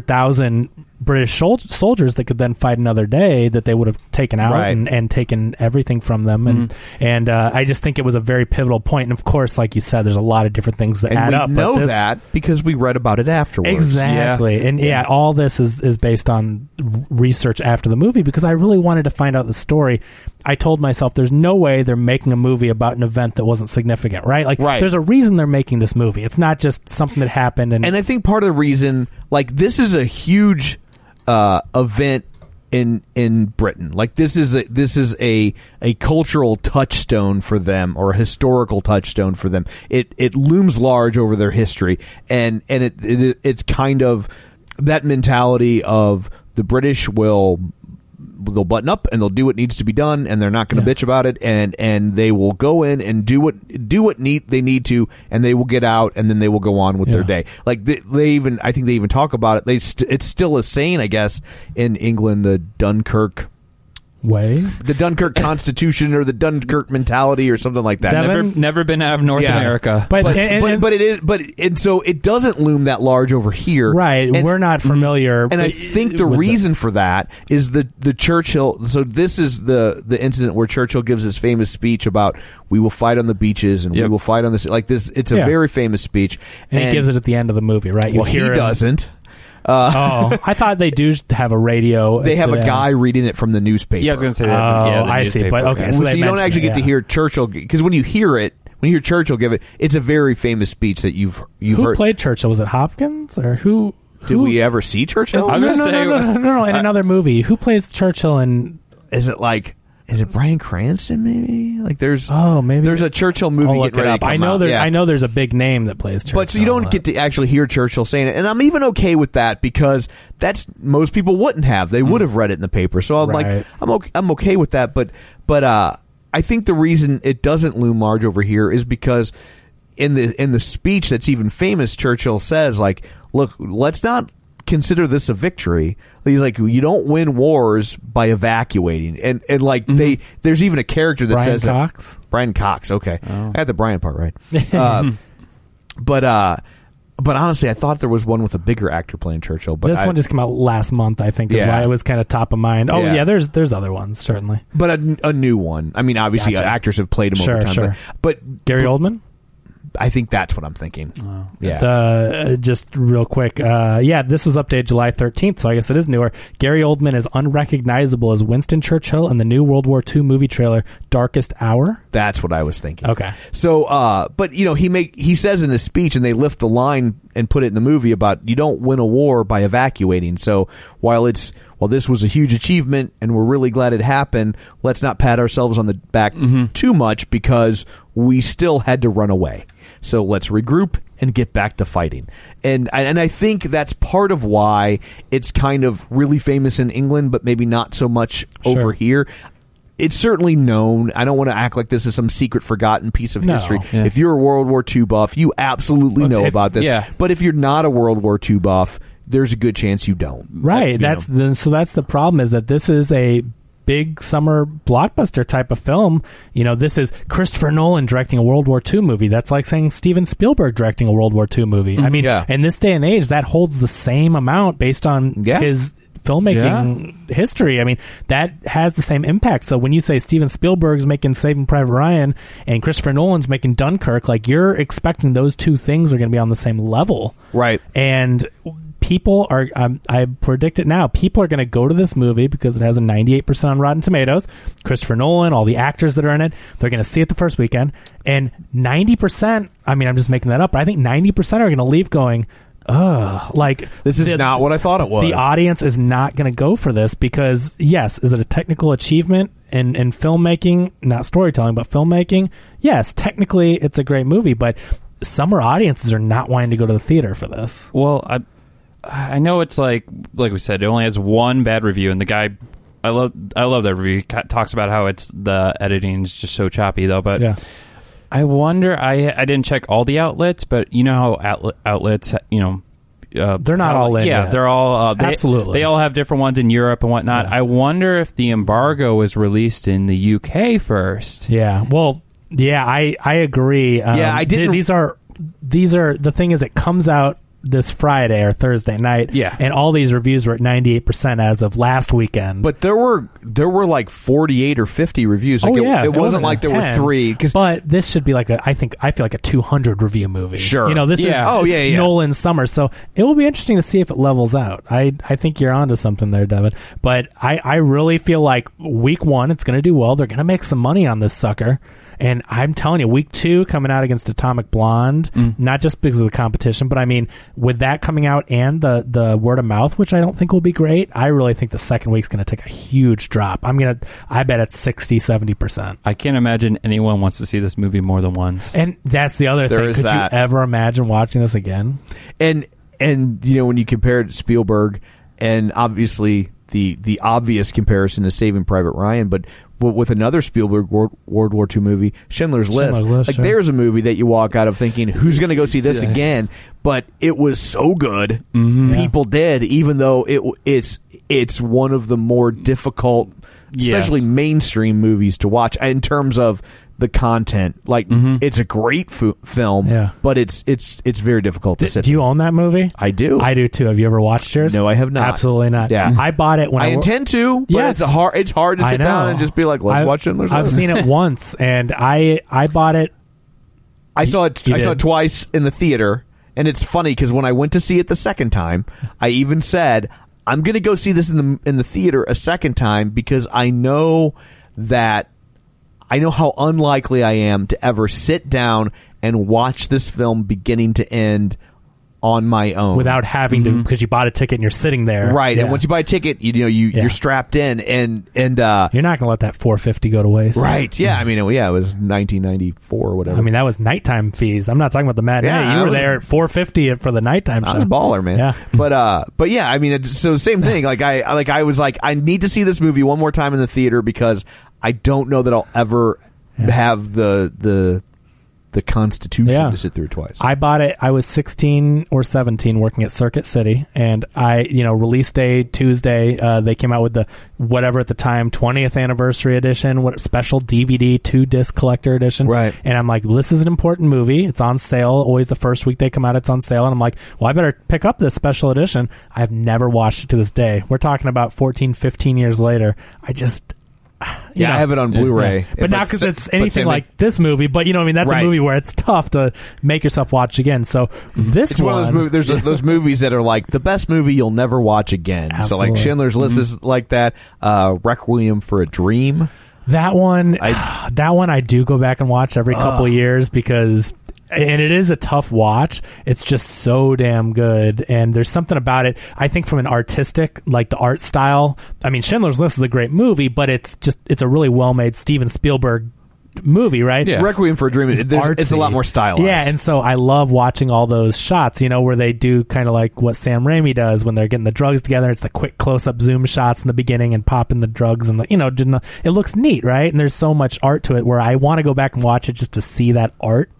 [SPEAKER 2] 300,000 British sol- soldiers that could then fight another day that they would have taken out
[SPEAKER 1] Right.
[SPEAKER 2] and, and taken everything from them. And and uh, I just think it was a very pivotal point. And of course, like you said, there's a lot of different things that
[SPEAKER 1] and
[SPEAKER 2] add
[SPEAKER 1] we
[SPEAKER 2] up. but
[SPEAKER 1] know
[SPEAKER 2] this-
[SPEAKER 1] that because we read about it afterwards.
[SPEAKER 2] Exactly. And yeah, all this is, is based on r- research after the movie because I really wanted to find out the story. I told myself there's no way they're making a movie about an event that wasn't significant, right? Like,
[SPEAKER 3] Right.
[SPEAKER 2] there's a reason they're making this movie. It's not just something that happened and,
[SPEAKER 1] And I think part of the reason, like this is a huge uh, event in in Britain. Like this is a, this is a a cultural touchstone for them or a historical touchstone for them. It it looms large over their history, and and it, it it's kind of that mentality of the British will they'll button up and they'll do what needs to be done and they're not going to bitch about it and and they will go in and do what do what need they need to and they will get out and then they will go on with their
[SPEAKER 2] Yeah.
[SPEAKER 1] day like they, they even I think they even talk about it they st- it's still a saying I guess in England the Dunkirk
[SPEAKER 2] way.
[SPEAKER 1] the
[SPEAKER 3] *laughs*
[SPEAKER 1] Dunkirk Constitution or the Dunkirk mentality or something like that
[SPEAKER 2] Devin-
[SPEAKER 3] Never, never been out of North
[SPEAKER 1] Yeah.
[SPEAKER 3] America.
[SPEAKER 2] But,
[SPEAKER 1] but,
[SPEAKER 2] and-
[SPEAKER 1] but,
[SPEAKER 2] and-
[SPEAKER 1] but it is but and so it doesn't loom that large over here
[SPEAKER 2] Right.
[SPEAKER 1] And- mm-hmm.
[SPEAKER 2] we're not familiar.
[SPEAKER 1] And I
[SPEAKER 2] with-
[SPEAKER 1] think the
[SPEAKER 2] with
[SPEAKER 1] reason for that is the the Churchill. So this is the the incident where Churchill gives his famous speech about we will fight on the beaches and we
[SPEAKER 3] Yep.
[SPEAKER 1] will fight on this. Like this, it's a
[SPEAKER 2] Yeah.
[SPEAKER 1] very famous speech.
[SPEAKER 2] and, he gives it at the end of the movie, right? You
[SPEAKER 1] well, he
[SPEAKER 2] hear it-
[SPEAKER 1] doesn't.
[SPEAKER 2] Oh, I thought they do have a
[SPEAKER 1] *laughs*
[SPEAKER 2] radio.
[SPEAKER 1] They
[SPEAKER 2] at
[SPEAKER 1] have
[SPEAKER 2] the-
[SPEAKER 1] a guy reading it from the newspaper.
[SPEAKER 3] yeah, I was going to say that.
[SPEAKER 2] Oh,
[SPEAKER 3] yeah, the
[SPEAKER 2] I see,
[SPEAKER 3] newspaper,
[SPEAKER 2] but okay,
[SPEAKER 3] yeah.
[SPEAKER 2] so
[SPEAKER 1] so,
[SPEAKER 2] they
[SPEAKER 1] you don't
[SPEAKER 2] mention
[SPEAKER 1] actually
[SPEAKER 2] it,
[SPEAKER 1] get to
[SPEAKER 2] yeah.
[SPEAKER 1] hear Churchill because when you hear it, when you hear Churchill give it, it's a very famous speech that you've you
[SPEAKER 2] Who
[SPEAKER 1] heard.
[SPEAKER 2] played Churchill? Was it Hopkins or who?
[SPEAKER 1] Did
[SPEAKER 2] who-
[SPEAKER 1] we ever see Churchill?
[SPEAKER 3] I
[SPEAKER 2] No,
[SPEAKER 3] was
[SPEAKER 2] no,
[SPEAKER 3] gonna
[SPEAKER 2] no,
[SPEAKER 3] say-
[SPEAKER 2] no, no, no, no, in
[SPEAKER 3] I-
[SPEAKER 2] another movie. Who plays Churchill in
[SPEAKER 1] is it like is it Brian Cranston maybe? Like there's
[SPEAKER 2] Oh, maybe-
[SPEAKER 1] there's a Churchill movie
[SPEAKER 2] I'll look
[SPEAKER 1] getting
[SPEAKER 2] it
[SPEAKER 1] ready
[SPEAKER 2] up.
[SPEAKER 1] to
[SPEAKER 2] I
[SPEAKER 1] come
[SPEAKER 2] know
[SPEAKER 1] out.
[SPEAKER 2] there.
[SPEAKER 1] Yeah.
[SPEAKER 2] I know there's a big name that plays Churchill. uh,
[SPEAKER 1] But so you don't get to actually hear Churchill saying it, and I'm even okay with that because that's most people wouldn't have. They would have read it in the paper. So I'm
[SPEAKER 2] Hmm. Right.
[SPEAKER 1] like, I'm okay, I'm okay with that. But but uh, I think the reason it doesn't loom large over here is because in the in the speech that's even famous, Churchill says like, look, let's not consider this a victory. He's like, you don't win wars by evacuating, and and like they there's even a character that
[SPEAKER 2] Mm-hmm. Brian
[SPEAKER 1] says that-
[SPEAKER 2] Cox?
[SPEAKER 1] Brian Cox. Okay,
[SPEAKER 2] Oh.
[SPEAKER 1] I had the Brian part right. Uh,
[SPEAKER 2] *laughs*
[SPEAKER 1] but uh, but honestly, I thought there was one with a bigger actor playing Churchill. But
[SPEAKER 2] This
[SPEAKER 1] I,
[SPEAKER 2] one just came out last month, I think, is
[SPEAKER 1] Yeah.
[SPEAKER 2] why it was kind of top of mind. Oh yeah.
[SPEAKER 1] Yeah.
[SPEAKER 2] there's there's other ones certainly.
[SPEAKER 1] but a, a new one. I mean, obviously,
[SPEAKER 2] Gotcha.
[SPEAKER 1] actors have played him
[SPEAKER 2] Sure,
[SPEAKER 1] over time.
[SPEAKER 2] sure.
[SPEAKER 1] But, but
[SPEAKER 2] Gary
[SPEAKER 1] but
[SPEAKER 2] Oldman.
[SPEAKER 1] I think that's what I'm thinking. Yeah.
[SPEAKER 2] The, uh, just real quick, uh, yeah, this was updated July 13th, so I guess it is newer. Gary Oldman is unrecognizable as Winston Churchill in the new World War II movie trailer, Darkest Hour.
[SPEAKER 1] that's what I was thinking.
[SPEAKER 2] Okay.
[SPEAKER 1] So, uh, but you know, he make he says in his speech, and they lift the line and put it in the movie about you don't win a war by evacuating. So, while it's while this was a huge achievement, and we're really glad it happened, let's not pat ourselves on the back too much because we still had to run away. So let's regroup and get back to fighting. And and I think that's part of why it's kind of really famous in England, but maybe not so much over here. It's certainly known. I don't want to act like this is some secret, forgotten piece of
[SPEAKER 2] No.
[SPEAKER 1] history.
[SPEAKER 3] Yeah.
[SPEAKER 1] If you're a World War II buff, you absolutely know
[SPEAKER 3] if-
[SPEAKER 1] about this.
[SPEAKER 3] yeah.
[SPEAKER 1] But if you're not a World War II buff, there's a good chance you don't.
[SPEAKER 2] Right.
[SPEAKER 1] You
[SPEAKER 2] that's
[SPEAKER 1] know.
[SPEAKER 2] the, so that's the problem is that this is a big summer blockbuster type of film. You know, this is Christopher Nolan directing a World War II movie. That's like saying Steven Spielberg directing a World War II movie. I mean,
[SPEAKER 1] Mm, Yeah.
[SPEAKER 2] in this day and age, that holds the same amount based on
[SPEAKER 1] Yeah.
[SPEAKER 2] his filmmaking history. I mean, that has the same impact. So when you say Steven Spielberg's making Saving Private Ryan and Christopher Nolan's making Dunkirk, like you're expecting those two things are going to be on the same level
[SPEAKER 1] Right.
[SPEAKER 2] and people are um, i predict it now people are going to go to this movie because it has a 98% on rotten tomatoes christopher nolan all the actors that are in it they're going to see it the first weekend and 90% i mean i'm just making that up but i think 90% are going to leave going Ugh, like
[SPEAKER 1] This is
[SPEAKER 2] the-
[SPEAKER 1] not what I thought it was.
[SPEAKER 2] the audience is not going to go for this because yes, is it a technical achievement in in filmmaking, not storytelling, but filmmaking? Yes, technically it's a great movie, but summer audiences are not wanting to go to the theater for this.
[SPEAKER 3] Well, I I know it's like like we said, it only has one bad review, and the guy I love I love that review. He ca- talks about how it's the editing is just so choppy though, but
[SPEAKER 2] Yeah.
[SPEAKER 3] I wonder. I I didn't check all the outlets, but you know how outlet, outlets, you know, uh,
[SPEAKER 2] They're not
[SPEAKER 3] how-
[SPEAKER 2] all in
[SPEAKER 3] Yeah,
[SPEAKER 2] yet.
[SPEAKER 3] they're all uh, they,
[SPEAKER 2] Absolutely.
[SPEAKER 3] They all have different ones in Europe and whatnot. I wonder if the embargo was released in the UK first.
[SPEAKER 2] Yeah. Well, yeah, I I agree. Um,
[SPEAKER 1] Yeah, I
[SPEAKER 2] th-
[SPEAKER 1] didn't-
[SPEAKER 2] these are these are the thing is it comes out this Friday or Thursday night.
[SPEAKER 3] Yeah.
[SPEAKER 2] And all these reviews were at ninety eight percent as of last weekend.
[SPEAKER 1] But there were there were like forty eight or fifty reviews. Like
[SPEAKER 2] oh
[SPEAKER 1] it,
[SPEAKER 2] yeah,
[SPEAKER 1] it, wasn't, like there were
[SPEAKER 2] 10,
[SPEAKER 1] three because
[SPEAKER 2] But this should be like a I think I feel like a two hundred review movie.
[SPEAKER 1] Sure.
[SPEAKER 2] You know this
[SPEAKER 1] Yeah.
[SPEAKER 2] is
[SPEAKER 1] Oh, yeah, yeah.
[SPEAKER 2] Nolan Summer, so it will be interesting to see if it levels out. I I think you're onto something there, Devin. But I I really feel like week one it's going to do well. They're going to make some money on this sucker. And I'm telling you, week two coming out against Atomic Blonde,
[SPEAKER 1] Mm.
[SPEAKER 2] not just because of the competition, but I mean, with that coming out and the the word of mouth, which I don't think will be great, I really think the second week's going to take a huge drop. I'm going to, I bet it's 60, 70%.
[SPEAKER 3] I can't imagine anyone wants to see this movie more than once.
[SPEAKER 2] And that's the other
[SPEAKER 1] There
[SPEAKER 2] thing.
[SPEAKER 1] is
[SPEAKER 2] Could
[SPEAKER 1] that.
[SPEAKER 2] you ever imagine watching this again?
[SPEAKER 1] and and you know when you compare it to Spielberg, and obviously the the obvious comparison is Saving Private Ryan, but w- with another Spielberg World, World War II movie, Schindler's List,
[SPEAKER 2] Schindler's List,
[SPEAKER 1] like
[SPEAKER 2] sure.
[SPEAKER 1] there's a movie that you walk out of thinking, who's going to go see this again? But it was so good,
[SPEAKER 2] Mm-hmm.
[SPEAKER 1] people did, even though it w- it's it's one of the more difficult,
[SPEAKER 3] Yes.
[SPEAKER 1] especially mainstream movies to watch in terms of the content. Like it's a great fu- film,
[SPEAKER 2] Mm-hmm. Yeah.
[SPEAKER 1] but it's it's it's very difficult to
[SPEAKER 2] D-
[SPEAKER 1] sit.
[SPEAKER 2] do you own that movie?
[SPEAKER 1] I do.
[SPEAKER 2] I do too. Have you ever watched yours?
[SPEAKER 1] No, I have not.
[SPEAKER 2] Absolutely not.
[SPEAKER 1] Yeah.
[SPEAKER 2] I bought it when
[SPEAKER 1] I
[SPEAKER 2] I, wo-
[SPEAKER 1] intend to, but
[SPEAKER 2] Yes.
[SPEAKER 1] it's a hard. It's hard to
[SPEAKER 2] I
[SPEAKER 1] sit
[SPEAKER 2] know.
[SPEAKER 1] down and just be like, let's
[SPEAKER 2] I-
[SPEAKER 1] watch Schindler's
[SPEAKER 2] I've
[SPEAKER 1] List. *laughs*
[SPEAKER 2] seen it once, and I I bought it.
[SPEAKER 1] I saw it.
[SPEAKER 2] You
[SPEAKER 1] I saw
[SPEAKER 2] did.
[SPEAKER 1] it twice in the theater, and it's funny because when I went to see it the second time, I even said, "I'm going to go see this in the in the theater a second time because I know that I know how unlikely I am to ever sit down and watch this film beginning to end on my own
[SPEAKER 2] Without having to, because you bought a ticket and you're sitting there,
[SPEAKER 1] Mm-hmm. Right,
[SPEAKER 2] Yeah.
[SPEAKER 1] and once you buy a ticket, you, know you
[SPEAKER 2] Yeah.
[SPEAKER 1] you're strapped in, and and uh,
[SPEAKER 2] you're not going to let that 450 go to waste,
[SPEAKER 1] Right. Yeah. I mean, it, yeah, it was 1994 or whatever.
[SPEAKER 2] I mean, that was nighttime fees. I'm not talking about the matinee.
[SPEAKER 1] Yeah,
[SPEAKER 2] you
[SPEAKER 1] I
[SPEAKER 2] were
[SPEAKER 1] was-
[SPEAKER 2] there at 450 for the nighttime
[SPEAKER 1] I
[SPEAKER 2] show.
[SPEAKER 1] was a baller, man.
[SPEAKER 2] Yeah. *laughs*
[SPEAKER 1] But uh, but yeah, I mean, it's, so same thing. Like I I- like I was like I need to see this movie one more time in the theater because I don't know that I'll ever have the the the constitution
[SPEAKER 2] Yeah.
[SPEAKER 1] to sit through twice.
[SPEAKER 2] I bought it. I was 16 or 17 working at Circuit City, and I, you know, release day Tuesday. Uh, they came out with the whatever at the time 20th anniversary edition, what special DVD two disc collector edition.
[SPEAKER 1] Right.
[SPEAKER 2] And I'm like, this is an important movie. It's on sale. Always the first week they come out, it's on sale. And I'm like, well, I better pick up this special edition. I've never watched it to this day. We're talking about 14, 15 years later. I just. *sighs* you
[SPEAKER 1] yeah, I
[SPEAKER 2] know.
[SPEAKER 1] have it on Blu-ray,
[SPEAKER 2] Yeah. But, not because
[SPEAKER 1] sa-
[SPEAKER 2] it's
[SPEAKER 1] but
[SPEAKER 2] anything
[SPEAKER 1] same
[SPEAKER 2] like
[SPEAKER 1] thing.
[SPEAKER 2] this movie. But you know, what I mean, that's
[SPEAKER 1] Right.
[SPEAKER 2] a movie where it's tough to make yourself watch again. So this
[SPEAKER 1] Mm-hmm. It's one of those movies. There's a, those movies that are like the best movie you'll never watch again. So like
[SPEAKER 2] Absolutely. Mm-hmm.
[SPEAKER 1] Schindler's List is like that. Uh, Requiem for a Dream.
[SPEAKER 2] that one,
[SPEAKER 1] I-
[SPEAKER 2] *sighs* that one, I do go back and watch every couple years because. And it is a tough watch. It's just so damn good. And there's something about it. I think from an artistic, like the art style. I mean, Schindler's List is a great movie, but it's just it's a really well made Steven Spielberg movie, right?
[SPEAKER 3] Yeah.
[SPEAKER 1] Requiem for a Dream. Is,
[SPEAKER 2] It's
[SPEAKER 1] there's- it's a
[SPEAKER 2] artsy.
[SPEAKER 1] lot more stylized.
[SPEAKER 2] Yeah, and so I love watching all those shots, you know, where they do kind of like what Sam Raimi does when they're getting the drugs together. It's the quick close up zoom shots in the beginning and popping the drugs and the, you know, didn't it looks neat, right? And there's so much art to it where I want to go back and watch it just to see that art.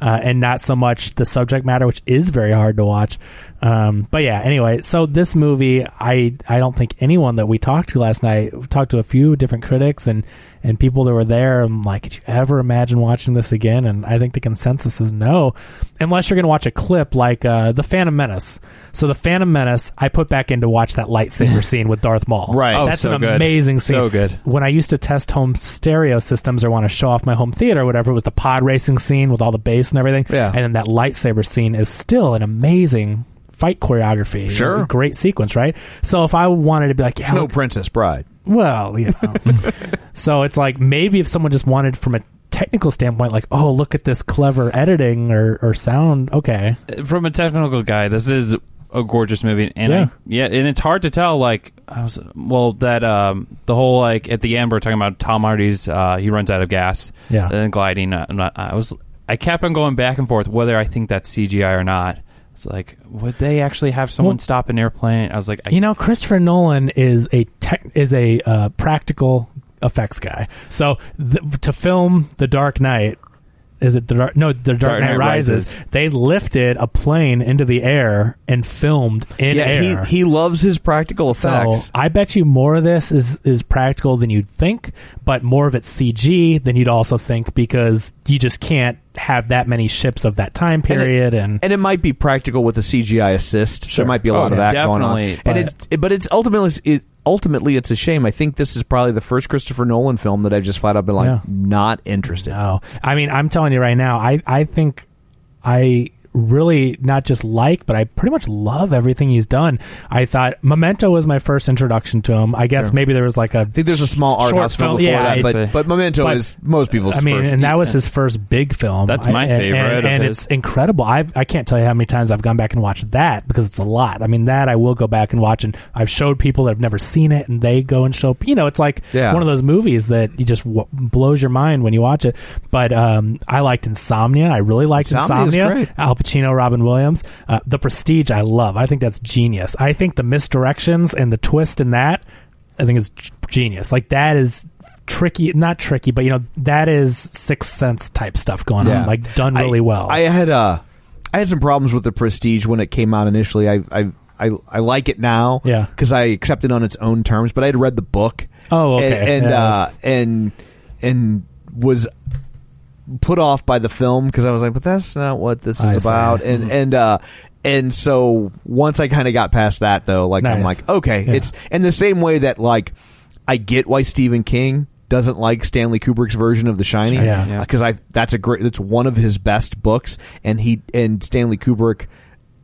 [SPEAKER 2] Uh, and not so much the subject matter, which is very hard to watch. Um, but yeah, anyway, so this movie, I I don't think anyone that we talked to last night we talked to a few different critics and and people that were there. I'm like, could you ever imagine watching this again? And I think the consensus is no, unless you're going to watch a clip like uh, the Phantom Menace. So the Phantom Menace, I put back in to watch that
[SPEAKER 3] *laughs*
[SPEAKER 2] lightsaber scene with Darth Maul.
[SPEAKER 1] Right. Oh,
[SPEAKER 2] that's
[SPEAKER 3] so
[SPEAKER 2] an
[SPEAKER 3] good.
[SPEAKER 2] amazing scene.
[SPEAKER 3] So good.
[SPEAKER 2] When I used to test home stereo systems or want to show off my home theater or whatever, it was the pod racing scene with all the bass and everything.
[SPEAKER 1] Yeah.
[SPEAKER 2] And then that lightsaber scene is still an amazing fight choreography.
[SPEAKER 1] Sure.
[SPEAKER 2] Great sequence, right? So if I wanted to be like, yeah,
[SPEAKER 1] It's no
[SPEAKER 2] look-
[SPEAKER 1] Princess Bride.
[SPEAKER 2] well, you know.
[SPEAKER 1] *laughs*
[SPEAKER 2] so it's like maybe if someone just wanted from a technical standpoint, like, oh, look at this clever editing or, or sound. Okay.
[SPEAKER 3] From a technical guy, this is a gorgeous movie, and
[SPEAKER 2] Yeah.
[SPEAKER 3] I, yeah, and it's hard to tell. Like, I was well that um the whole like at the end we're talking about Tom Hardy's uh he runs out of gas,
[SPEAKER 2] Yeah.
[SPEAKER 3] and then gliding. Uh, and I, I was I kept on going back and forth whether I think that's CGI or not. It's like, would they actually have someone
[SPEAKER 2] Well-
[SPEAKER 3] stop an airplane? I was like, I,
[SPEAKER 2] you know, Christopher Nolan is a tech, is a uh, practical effects guy. So th- to film The Dark Knight, is it the Dark? No, The Dark, Knight,
[SPEAKER 3] Knight
[SPEAKER 2] Rises,
[SPEAKER 3] Rises.
[SPEAKER 2] They lifted a plane into the air and filmed in
[SPEAKER 1] yeah,
[SPEAKER 2] air.
[SPEAKER 1] he he loves his practical
[SPEAKER 2] so
[SPEAKER 1] effects.
[SPEAKER 2] I bet you more of this is is practical than you'd think, but more of it's CG than you'd also think because you just can't have that many ships of that time
[SPEAKER 1] And it-
[SPEAKER 2] period. And,
[SPEAKER 1] and it might be practical with a CGI assist.
[SPEAKER 2] Sure.
[SPEAKER 1] There might be a
[SPEAKER 3] Oh,
[SPEAKER 1] lot of
[SPEAKER 3] yeah,
[SPEAKER 1] that going on.
[SPEAKER 3] definitely,
[SPEAKER 1] and
[SPEAKER 3] but-
[SPEAKER 1] it's it, but it's ultimately it, ultimately it's a shame. I think this is probably the first Christopher Nolan film that I've just flat out been like
[SPEAKER 2] Yeah.
[SPEAKER 1] not interested.
[SPEAKER 2] No, Oh, I mean, I'm telling you right now, I I think I really not just like, but I pretty much love everything he's done. I thought Memento was my first introduction to him. I guess maybe there was like a
[SPEAKER 1] I think there's a small art
[SPEAKER 2] Short
[SPEAKER 1] house film,
[SPEAKER 2] film,
[SPEAKER 1] before
[SPEAKER 2] yeah,
[SPEAKER 1] that,
[SPEAKER 2] I'd
[SPEAKER 3] say.
[SPEAKER 1] but, but Memento
[SPEAKER 2] But-
[SPEAKER 1] is most people's.
[SPEAKER 2] I mean,
[SPEAKER 1] first.
[SPEAKER 2] and that was his first big film.
[SPEAKER 3] That's
[SPEAKER 2] I-
[SPEAKER 3] my
[SPEAKER 2] and- and-
[SPEAKER 3] favorite
[SPEAKER 2] and,
[SPEAKER 3] of his.
[SPEAKER 2] it's incredible. I I can't tell you how many times I've gone back and watched that because it's a lot. I mean, that I will go back and watch, and I've showed people that have never seen it, and they go and show. You know, it's like
[SPEAKER 1] Yeah.
[SPEAKER 2] one of those movies that you just w- blows your mind when you watch it. But um, I liked Insomnia. I really liked
[SPEAKER 1] Insomnia is
[SPEAKER 2] Insomnia.
[SPEAKER 1] great.
[SPEAKER 2] Al Pacino, Robin Williams, uh, The Prestige. I love. I think that's genius. I think the misdirections and the twist in that. I think it's g- genius. Like that is tricky, not tricky, but you know that is sixth sense type stuff going on. Like done
[SPEAKER 1] I,
[SPEAKER 2] really well.
[SPEAKER 1] I had uh, I had some problems with the Prestige when it came out initially. I I I, I like it now,
[SPEAKER 2] Yeah.
[SPEAKER 1] because I accept it on its own terms. But I had read the book,
[SPEAKER 2] Oh, okay.
[SPEAKER 1] and and
[SPEAKER 2] Yeah,
[SPEAKER 1] uh,
[SPEAKER 2] that's-
[SPEAKER 1] and, and was put off by the film because I was like, but that's not what this is
[SPEAKER 2] I see. Mm-hmm.
[SPEAKER 1] about, and and uh. And so once I kind of got past that though, like I'm
[SPEAKER 2] Nice.
[SPEAKER 1] like, okay,
[SPEAKER 2] Yeah.
[SPEAKER 1] it's in the same way that like I get why Stephen King doesn't like Stanley Kubrick's version of The Shining
[SPEAKER 2] Yeah. Yeah.
[SPEAKER 1] because I that's a great that's one of his best books and he and Stanley Kubrick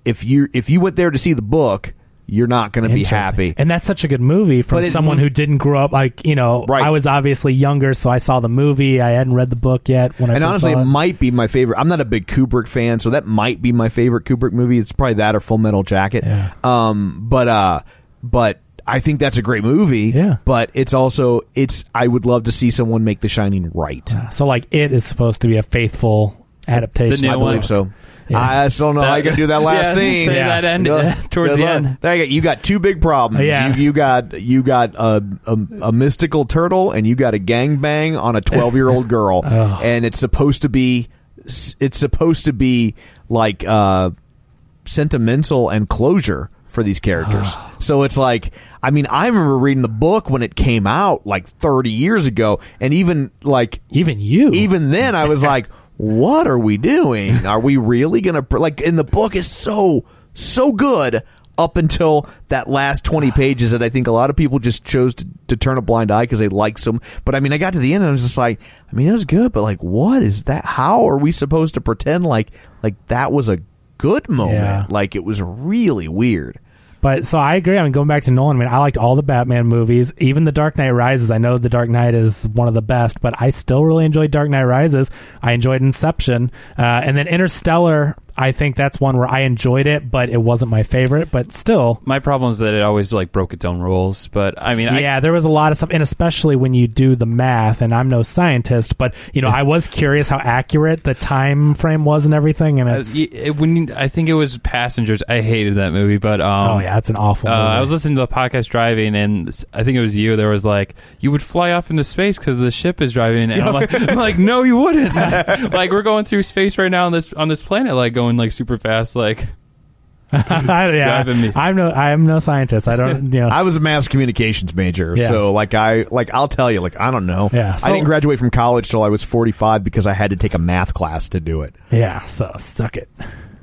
[SPEAKER 1] if you if you went there to see the book you're not going to be
[SPEAKER 2] Interesting.
[SPEAKER 1] happy
[SPEAKER 2] and that's such a good movie from
[SPEAKER 1] But it-
[SPEAKER 2] someone who didn't grow up. Like you know,
[SPEAKER 1] Right.
[SPEAKER 2] I was obviously younger, so I saw the movie. I hadn't read the book yet. When I
[SPEAKER 1] and
[SPEAKER 2] first
[SPEAKER 1] honestly
[SPEAKER 2] saw
[SPEAKER 1] it
[SPEAKER 2] it.
[SPEAKER 1] might be my favorite I'm not a big Kubrick fan so that might be my favorite Kubrick movie it's probably that or Full Metal Jacket
[SPEAKER 2] Yeah.
[SPEAKER 1] um but uh but I think that's a great movie
[SPEAKER 2] Yeah.
[SPEAKER 1] but it's also it's I would love to see someone make The Shining right
[SPEAKER 2] so like it is supposed to be a faithful adaptation.
[SPEAKER 3] new
[SPEAKER 2] of
[SPEAKER 1] I
[SPEAKER 2] the
[SPEAKER 1] believe
[SPEAKER 2] book.
[SPEAKER 1] so
[SPEAKER 2] Yeah.
[SPEAKER 1] I still don't know how you can do that last
[SPEAKER 3] yeah,
[SPEAKER 1] scene
[SPEAKER 3] Say
[SPEAKER 2] Yeah.
[SPEAKER 3] that end
[SPEAKER 1] Good-
[SPEAKER 3] *laughs* towards
[SPEAKER 1] good
[SPEAKER 3] the
[SPEAKER 1] luck.
[SPEAKER 3] end.
[SPEAKER 1] There you go. You got two big problems.
[SPEAKER 2] Yeah.
[SPEAKER 1] You, you got you got a, a a mystical turtle and you got a gangbang on a
[SPEAKER 3] *laughs*
[SPEAKER 1] 12-year-old girl
[SPEAKER 3] Oh.
[SPEAKER 1] and it's supposed to be it's supposed to be like uh sentimental and closure for these
[SPEAKER 3] *gasps*
[SPEAKER 1] characters. so it's like, I mean, I remember reading the book when it came out like 30 years ago, and even like
[SPEAKER 2] Even you,
[SPEAKER 1] even then I was like, what are we doing? Are we really going to like in the book is so so good up until that last 20 pages that I think a lot of people just chose to, to turn a blind eye cuz they liked some but I mean I got to the end and I was just like I mean it was good but like what is that how are we supposed to pretend like like that was a good moment
[SPEAKER 2] Yeah.
[SPEAKER 1] like it was really weird
[SPEAKER 2] But so I agree. I mean, going back to Nolan, I mean, I liked all the Batman movies, even The Dark Knight Rises. I know The Dark Knight is one of the best, but I still really enjoyed Dark Knight Rises. I enjoyed Inception, uh, and then Interstellar. I think that's one where I enjoyed it, but it wasn't my favorite. But still,
[SPEAKER 3] My problem is that it always like broke its own rules. But I mean, I,
[SPEAKER 2] yeah, there was a lot of stuff, and especially when you do the math. And I'm no scientist, but you know, I was curious how accurate the time frame was and everything. And
[SPEAKER 3] Uh,
[SPEAKER 2] it's
[SPEAKER 3] y- it, when you- I think it was Passengers. I hated that movie, but um,
[SPEAKER 2] oh yeah, it's an awful.
[SPEAKER 3] Uh,
[SPEAKER 2] movie.
[SPEAKER 3] I was listening to the podcast driving, and s- I think it was you. There was like, you would fly off into space because the ship is driving, and I'm
[SPEAKER 2] *laughs*
[SPEAKER 3] like, I'm like, no, you wouldn't. *laughs* like we're going through space right now on this on this planet, like going like super fast. Like
[SPEAKER 2] I, *laughs* yeah,
[SPEAKER 3] driving me.
[SPEAKER 2] I'm no, I'm no scientist. I don't,
[SPEAKER 3] *laughs*
[SPEAKER 2] you know,
[SPEAKER 1] I was a mass communications major,
[SPEAKER 2] Yeah.
[SPEAKER 1] so like I like I'll tell you, like I don't know.
[SPEAKER 2] Yeah,
[SPEAKER 1] I
[SPEAKER 2] so-
[SPEAKER 1] didn't graduate from college till I was forty five because I had to take a math class to do it. *laughs*
[SPEAKER 2] yeah. So suck it.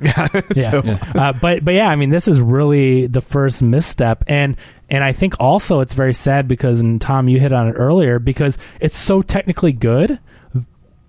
[SPEAKER 1] Yeah,
[SPEAKER 2] *laughs* yeah.
[SPEAKER 1] so,
[SPEAKER 2] Uh, but but yeah, I mean, this is really the first misstep, and and I think also it's very sad because, and Tom, you hit on it earlier, because it's so technically good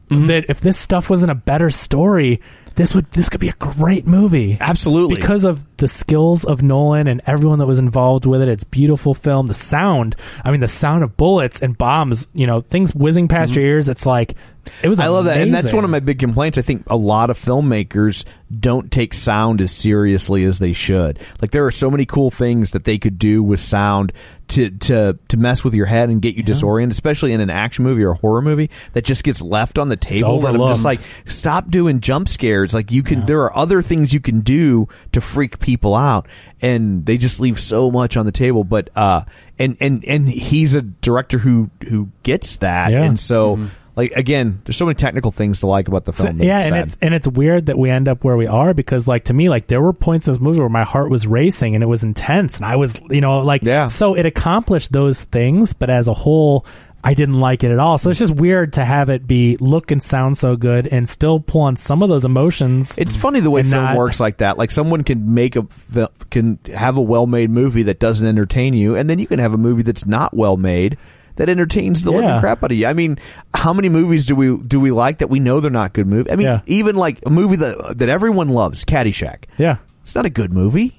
[SPEAKER 1] Mm-hmm.
[SPEAKER 2] that if this stuff wasn't a better story, this would this could be a great movie.
[SPEAKER 1] absolutely.
[SPEAKER 2] Because of the skills of Nolan and everyone that was involved with it, it's beautiful film. The sound, I mean, the sound of bullets and bombs, you know, things whizzing past your ears. It's like it was.
[SPEAKER 1] Mm-hmm. I love that, and that's
[SPEAKER 2] amazing.
[SPEAKER 1] one of my big complaints. I think a lot of filmmakers don't take sound as seriously as they should. Like there are so many cool things that they could do with sound to to to mess with your head and get you disoriented, especially in an action movie or a horror movie that just gets left on the table. That I'm
[SPEAKER 2] overlooked.
[SPEAKER 1] just like, stop doing jump scares It's like you can. There are other things you can do to freak people out, and they just leave so much on the table. But uh, and and and he's a director who who gets that,
[SPEAKER 2] Yeah.
[SPEAKER 1] and so. Like again, there's so many technical things to like about the film.
[SPEAKER 2] So-
[SPEAKER 1] that
[SPEAKER 2] yeah, and
[SPEAKER 1] sad.
[SPEAKER 2] it's and it's weird that we end up where we are because, like, to me, like there were points in this movie where my heart was racing and it was intense, and I was, you know, like,
[SPEAKER 1] Yeah.
[SPEAKER 2] So it accomplished those things, but as a whole, I didn't like it at all. So it's just weird to have it be look and sound so good and still pull on some of those emotions.
[SPEAKER 1] It's funny the way
[SPEAKER 2] and
[SPEAKER 1] film
[SPEAKER 2] not-
[SPEAKER 1] works like that. Like someone can make a fil- can have a well made movie that doesn't entertain you, and then you can have a movie that's not well made that entertains the living
[SPEAKER 2] Yeah.
[SPEAKER 1] crap out of you. I mean, how many movies do we do we like that we know they're not good movies? I mean,
[SPEAKER 2] Yeah.
[SPEAKER 1] even like a movie that that everyone loves, Caddyshack.
[SPEAKER 2] yeah,
[SPEAKER 1] It's not a good movie.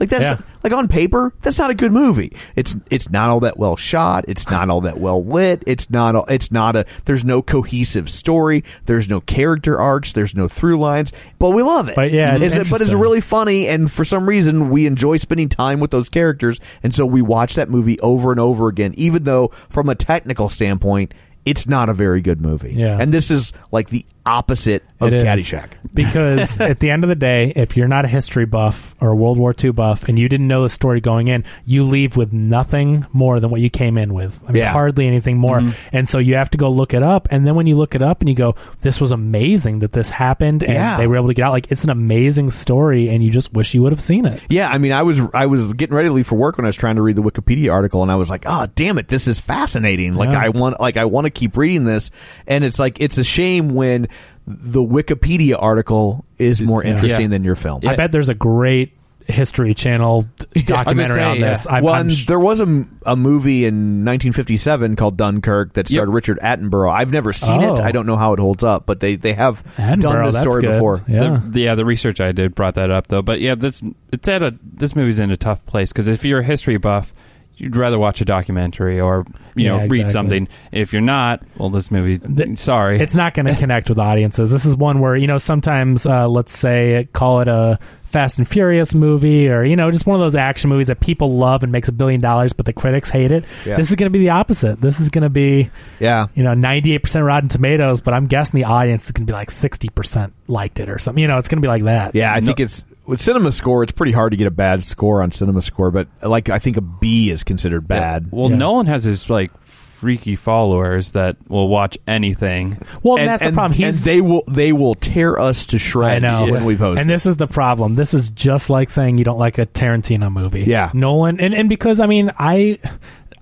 [SPEAKER 1] Like that's
[SPEAKER 2] Yeah.
[SPEAKER 1] like on paper, that's not a good movie. It's it's not all that well shot. It's not all that well lit. It's not all, it's not a there's no cohesive story. There's no character arcs. There's no through lines. But we love it.
[SPEAKER 2] But yeah, it's
[SPEAKER 1] Is it- but it's
[SPEAKER 2] interesting.
[SPEAKER 1] really funny, and for some reason we enjoy spending time with those characters, and so we watch that movie over and over again, even though from a technical standpoint. It's not a very good movie,
[SPEAKER 2] Yeah.
[SPEAKER 1] and this is like the opposite of
[SPEAKER 2] It
[SPEAKER 1] *laughs*
[SPEAKER 2] is.
[SPEAKER 1] Caddyshack.
[SPEAKER 2] because at the end of the day, if you're not a history buff or a World War II buff and you didn't know the story going in, you leave with nothing more than what you came in with. I mean,
[SPEAKER 1] Yeah.
[SPEAKER 2] hardly anything more. And so you have to go look it up. And then when you look it up and you go, this was amazing that this happened and
[SPEAKER 1] Yeah.
[SPEAKER 2] they were able to get out, like, it's an amazing story and you just wish you would have seen it.
[SPEAKER 1] Yeah, I mean, I was I was getting ready to leave for work when I was trying to read the Wikipedia article, and I was like, "Oh, damn it, this is fascinating! Like,
[SPEAKER 2] Yeah.
[SPEAKER 1] I want like I want to keep reading this." And it's like it's a shame when the Wikipedia article is more interesting
[SPEAKER 3] Yeah.
[SPEAKER 1] than your film.
[SPEAKER 2] I bet there's a great History Channel d- documentary
[SPEAKER 3] say,
[SPEAKER 2] on this.
[SPEAKER 3] yeah.
[SPEAKER 2] I,
[SPEAKER 1] well,
[SPEAKER 2] I'm
[SPEAKER 1] and
[SPEAKER 2] sh-
[SPEAKER 1] there was a, m- a movie in 1957 called Dunkirk that starred
[SPEAKER 3] Yep.
[SPEAKER 1] Richard Attenborough. I've never seen it.
[SPEAKER 2] Oh.
[SPEAKER 1] I don't know how it holds up, but they, they have done
[SPEAKER 2] Attenborough,
[SPEAKER 1] this
[SPEAKER 2] that's
[SPEAKER 1] story
[SPEAKER 2] good.
[SPEAKER 1] before.
[SPEAKER 2] Yeah.
[SPEAKER 3] The, yeah, the research I did brought that up though. But yeah, this it's at a this movie's in a tough place because if you're a history buff, you'd rather watch a documentary or you know
[SPEAKER 2] Yeah,
[SPEAKER 3] read
[SPEAKER 2] exactly.
[SPEAKER 3] something. If you're not, well, this movie.
[SPEAKER 2] Th-
[SPEAKER 3] sorry,
[SPEAKER 2] it's not going to connect with audiences. This is one where you know sometimes uh, let's say call it a Fast and Furious movie or you know just one of those action movies that people love and makes a billion dollars, but the critics hate it.
[SPEAKER 1] Yeah.
[SPEAKER 2] This is going to be the opposite. This is going to be
[SPEAKER 1] Yeah.
[SPEAKER 2] you know ninety eight percent Rotten Tomatoes, but I'm guessing the audience is going to be like sixty percent liked it or something. You know, it's going to be like that.
[SPEAKER 1] Yeah, I think it's with Cinema Score. It's pretty hard to get a bad score on Cinema Score, but like I think a B is considered bad.
[SPEAKER 3] Well,
[SPEAKER 2] Yeah.
[SPEAKER 3] Nolan has his like freaky followers that will watch anything.
[SPEAKER 2] Well, and, that's the problem. He's
[SPEAKER 1] and they will they will tear us to
[SPEAKER 2] I
[SPEAKER 1] shreds
[SPEAKER 2] know.
[SPEAKER 1] when we post.
[SPEAKER 2] And this is the problem. This is just like saying you don't like a Tarantino movie.
[SPEAKER 1] Yeah.
[SPEAKER 2] Nolan and, and because I mean I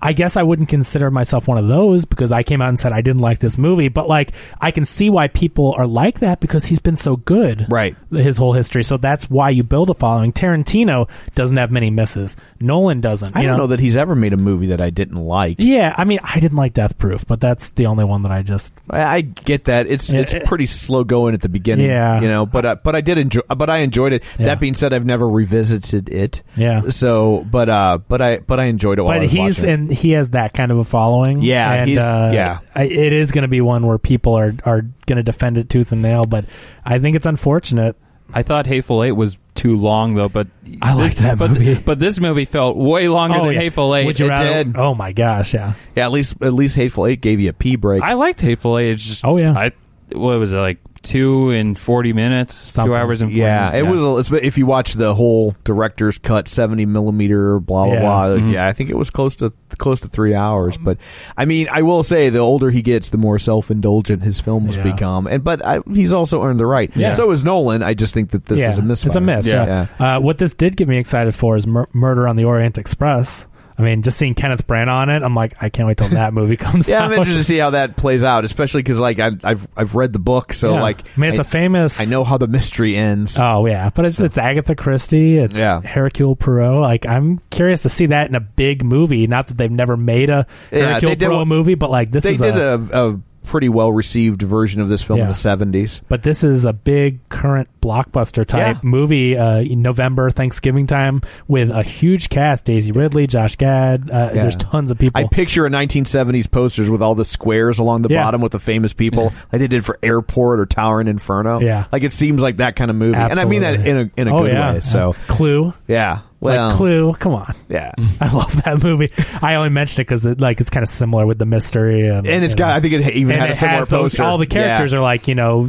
[SPEAKER 2] I guess I wouldn't consider myself one of those because I came out and said I didn't like this movie, but like I can see why people are like that because he's been so good.
[SPEAKER 1] Right.
[SPEAKER 2] His whole history. So that's why you build a following. Tarantino doesn't have many misses. Nolan doesn't.
[SPEAKER 1] I
[SPEAKER 2] you
[SPEAKER 1] don't know that he's ever made a movie that I didn't like.
[SPEAKER 2] yeah, I mean, I didn't like Death Proof, but that's the only one that I just
[SPEAKER 1] I, I get that it's
[SPEAKER 2] Yeah,
[SPEAKER 1] it's
[SPEAKER 2] it-
[SPEAKER 1] pretty slow going at the beginning,
[SPEAKER 2] Yeah.
[SPEAKER 1] You know, but uh, but I did enjoy, but I enjoyed it.
[SPEAKER 2] Yeah.
[SPEAKER 1] That being said, I've never revisited it.
[SPEAKER 2] Yeah.
[SPEAKER 1] So, but uh, but I but I enjoyed it. While I
[SPEAKER 2] but
[SPEAKER 1] was
[SPEAKER 2] he's
[SPEAKER 1] watching. it.
[SPEAKER 2] and he has that kind of a following.
[SPEAKER 1] Yeah,
[SPEAKER 2] and,
[SPEAKER 1] he's-
[SPEAKER 2] uh,
[SPEAKER 1] yeah.
[SPEAKER 2] I, it is going to be one where people are are going to defend it tooth and nail. But I think it's unfortunate.
[SPEAKER 3] I thought Hateful Eight was too long though, but
[SPEAKER 2] I liked that
[SPEAKER 3] but,
[SPEAKER 2] movie.
[SPEAKER 3] But this movie felt way longer than
[SPEAKER 2] Oh, yeah.
[SPEAKER 3] Hateful Eight.
[SPEAKER 2] Would you
[SPEAKER 1] It
[SPEAKER 2] rather?
[SPEAKER 1] did.
[SPEAKER 2] Oh my gosh, yeah.
[SPEAKER 1] yeah, at least at least Hateful Eight gave you a pee break.
[SPEAKER 3] I liked Hateful Eight. It's just
[SPEAKER 2] Oh, yeah.
[SPEAKER 3] I what was it like two and forty minutes,
[SPEAKER 2] Something.
[SPEAKER 3] two hours and 40
[SPEAKER 1] yeah, it
[SPEAKER 3] minutes.
[SPEAKER 1] was. a- it's- If you watch the whole director's cut, seventy millimeter, blah blah
[SPEAKER 2] Yeah. Mm-hmm.
[SPEAKER 1] blah. Yeah, I think it was close to close to three hours. But I mean, I will say, the older he gets, the more self indulgent his films
[SPEAKER 2] Yeah.
[SPEAKER 1] become. And but I, he's also earned the right.
[SPEAKER 2] Yeah.
[SPEAKER 1] So is Nolan. I just think that this
[SPEAKER 2] yeah.
[SPEAKER 1] is a miss.
[SPEAKER 2] It's a miss. Yeah.
[SPEAKER 1] yeah.
[SPEAKER 2] Uh, what this did get me excited for is Mur- Murder on the Orient Express. I mean, just seeing Kenneth Branagh on it, I'm like, I can't wait till that movie *laughs* comes
[SPEAKER 1] Yeah,
[SPEAKER 2] out.
[SPEAKER 1] I'm interested to see how that plays out, especially because like I've, I've I've read the book, so
[SPEAKER 2] Yeah.
[SPEAKER 1] like
[SPEAKER 2] I mean, it's a famous.
[SPEAKER 1] I know how the mystery ends.
[SPEAKER 2] Oh yeah, but it's it's Agatha Christie, it's
[SPEAKER 1] Yeah.
[SPEAKER 2] Hercule Poirot. Like I'm curious to see that in a big movie. Not that they've never made a
[SPEAKER 1] Yeah, they
[SPEAKER 2] Hercule
[SPEAKER 1] did
[SPEAKER 2] Poirot
[SPEAKER 1] one-
[SPEAKER 2] movie, but like this
[SPEAKER 1] they
[SPEAKER 2] is
[SPEAKER 1] did
[SPEAKER 2] a,
[SPEAKER 1] a, a pretty well received version of this film in
[SPEAKER 2] Yeah.
[SPEAKER 1] the '70s.
[SPEAKER 2] but this is a big current blockbuster type
[SPEAKER 1] Yeah.
[SPEAKER 2] movie. Uh, in November Thanksgiving time with a huge cast: Daisy Ridley, Josh Gad. Uh, There's tons of people.
[SPEAKER 1] I picture a 1970s posters with all the squares along the
[SPEAKER 2] Yeah.
[SPEAKER 1] bottom with the famous
[SPEAKER 2] *laughs*
[SPEAKER 1] people, like they did for Airport or Tower and Inferno.
[SPEAKER 2] Yeah.
[SPEAKER 1] like it seems like that kind of movie, and I mean that
[SPEAKER 2] Absolutely.
[SPEAKER 1] in a in a
[SPEAKER 2] Oh,
[SPEAKER 1] good
[SPEAKER 2] yeah.
[SPEAKER 1] way. So
[SPEAKER 2] Clue.
[SPEAKER 1] yeah, Well-
[SPEAKER 2] like Clue. Come on. *laughs*
[SPEAKER 1] Yeah.
[SPEAKER 2] I love that movie. I only mentioned it because it like it's kind of similar with the mystery, and,
[SPEAKER 1] And it's
[SPEAKER 2] you
[SPEAKER 1] got-
[SPEAKER 2] know.
[SPEAKER 1] I think it even
[SPEAKER 2] And
[SPEAKER 1] had a
[SPEAKER 2] it
[SPEAKER 1] similar
[SPEAKER 2] has those-
[SPEAKER 1] poster.
[SPEAKER 2] All the characters
[SPEAKER 1] Yeah.
[SPEAKER 2] are like you know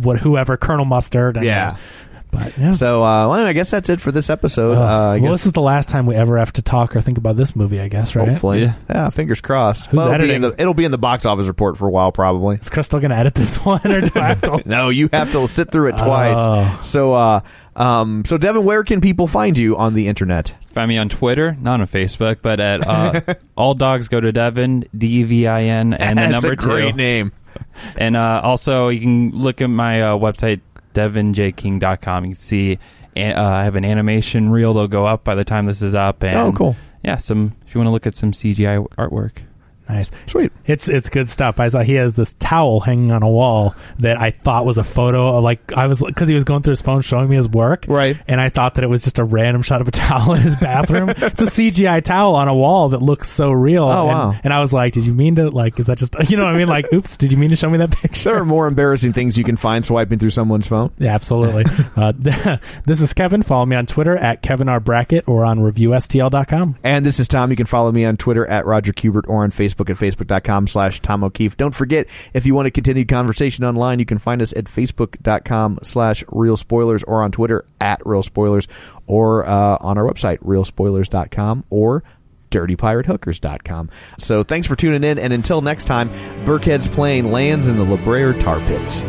[SPEAKER 2] what whoever Colonel Mustard. And,
[SPEAKER 1] Yeah.
[SPEAKER 2] but yeah.
[SPEAKER 1] So uh, well, I guess that's it for this episode. Uh, I
[SPEAKER 2] Oh, well,
[SPEAKER 1] guess Oh.
[SPEAKER 2] this is the last time we ever have to talk or think about this movie. I guess right.
[SPEAKER 1] hopefully,
[SPEAKER 3] Yeah.
[SPEAKER 1] yeah. Fingers crossed.
[SPEAKER 2] Who's
[SPEAKER 1] it'll be, in
[SPEAKER 2] editing?
[SPEAKER 1] the, it'll be in the box office report for a while, probably.
[SPEAKER 2] Is Crystal gonna edit this *laughs* one or do I have
[SPEAKER 1] *laughs*
[SPEAKER 2] to?
[SPEAKER 1] No, you have to sit through it twice.
[SPEAKER 2] Oh.
[SPEAKER 1] So, uh, um, so Devin, where can people find you on the internet?
[SPEAKER 3] Find me on Twitter, not on Facebook, but
[SPEAKER 1] *laughs*
[SPEAKER 3] at uh, All Dogs Go to Devin, D E V I N, and the
[SPEAKER 1] That's
[SPEAKER 3] number
[SPEAKER 1] a great
[SPEAKER 3] two.
[SPEAKER 1] name.
[SPEAKER 3] And uh, also, you can look at my uh, website, devinjking.com. You can see uh, I have an animation reel that'll go up by the time this is up. And
[SPEAKER 1] Oh, cool.
[SPEAKER 3] Yeah, some if you want to look at some CGI artwork.
[SPEAKER 2] Nice.
[SPEAKER 1] Sweet.
[SPEAKER 2] It's it's good stuff. I saw he has this towel hanging on a wall that I thought was a photo. Of like I was because he was going through his phone showing me his work,
[SPEAKER 1] Right.
[SPEAKER 2] And I thought that it was just a random shot of a *laughs* towel in his bathroom. it's a CGI towel on a wall that looks so real.
[SPEAKER 1] Oh,
[SPEAKER 2] and,
[SPEAKER 1] wow.
[SPEAKER 2] And I was like, did you mean to like? Is that just *laughs* you know what I mean? Like, oops, did you mean to show me that *laughs* picture?
[SPEAKER 1] There are more embarrassing things you can find swiping through someone's phone. *laughs*
[SPEAKER 2] Yeah, absolutely. uh, *laughs* this is Kevin. Follow me on Twitter at Kevin R Brackett or on ReviewSTL.com.
[SPEAKER 1] And this is Tom. You can follow me on Twitter at Roger Kubert or on Facebook at facebook.com slash Tom O'Keefe. Don't forget, if you want to continue conversation online, you can find us at facebook.com slash real spoilers or on Twitter at real spoilers or uh, on our website, realspoilers.com or dirtypiratehookers.com. So thanks for tuning in. And until next time, Burkhead's plane lands in the La Brea tar pits.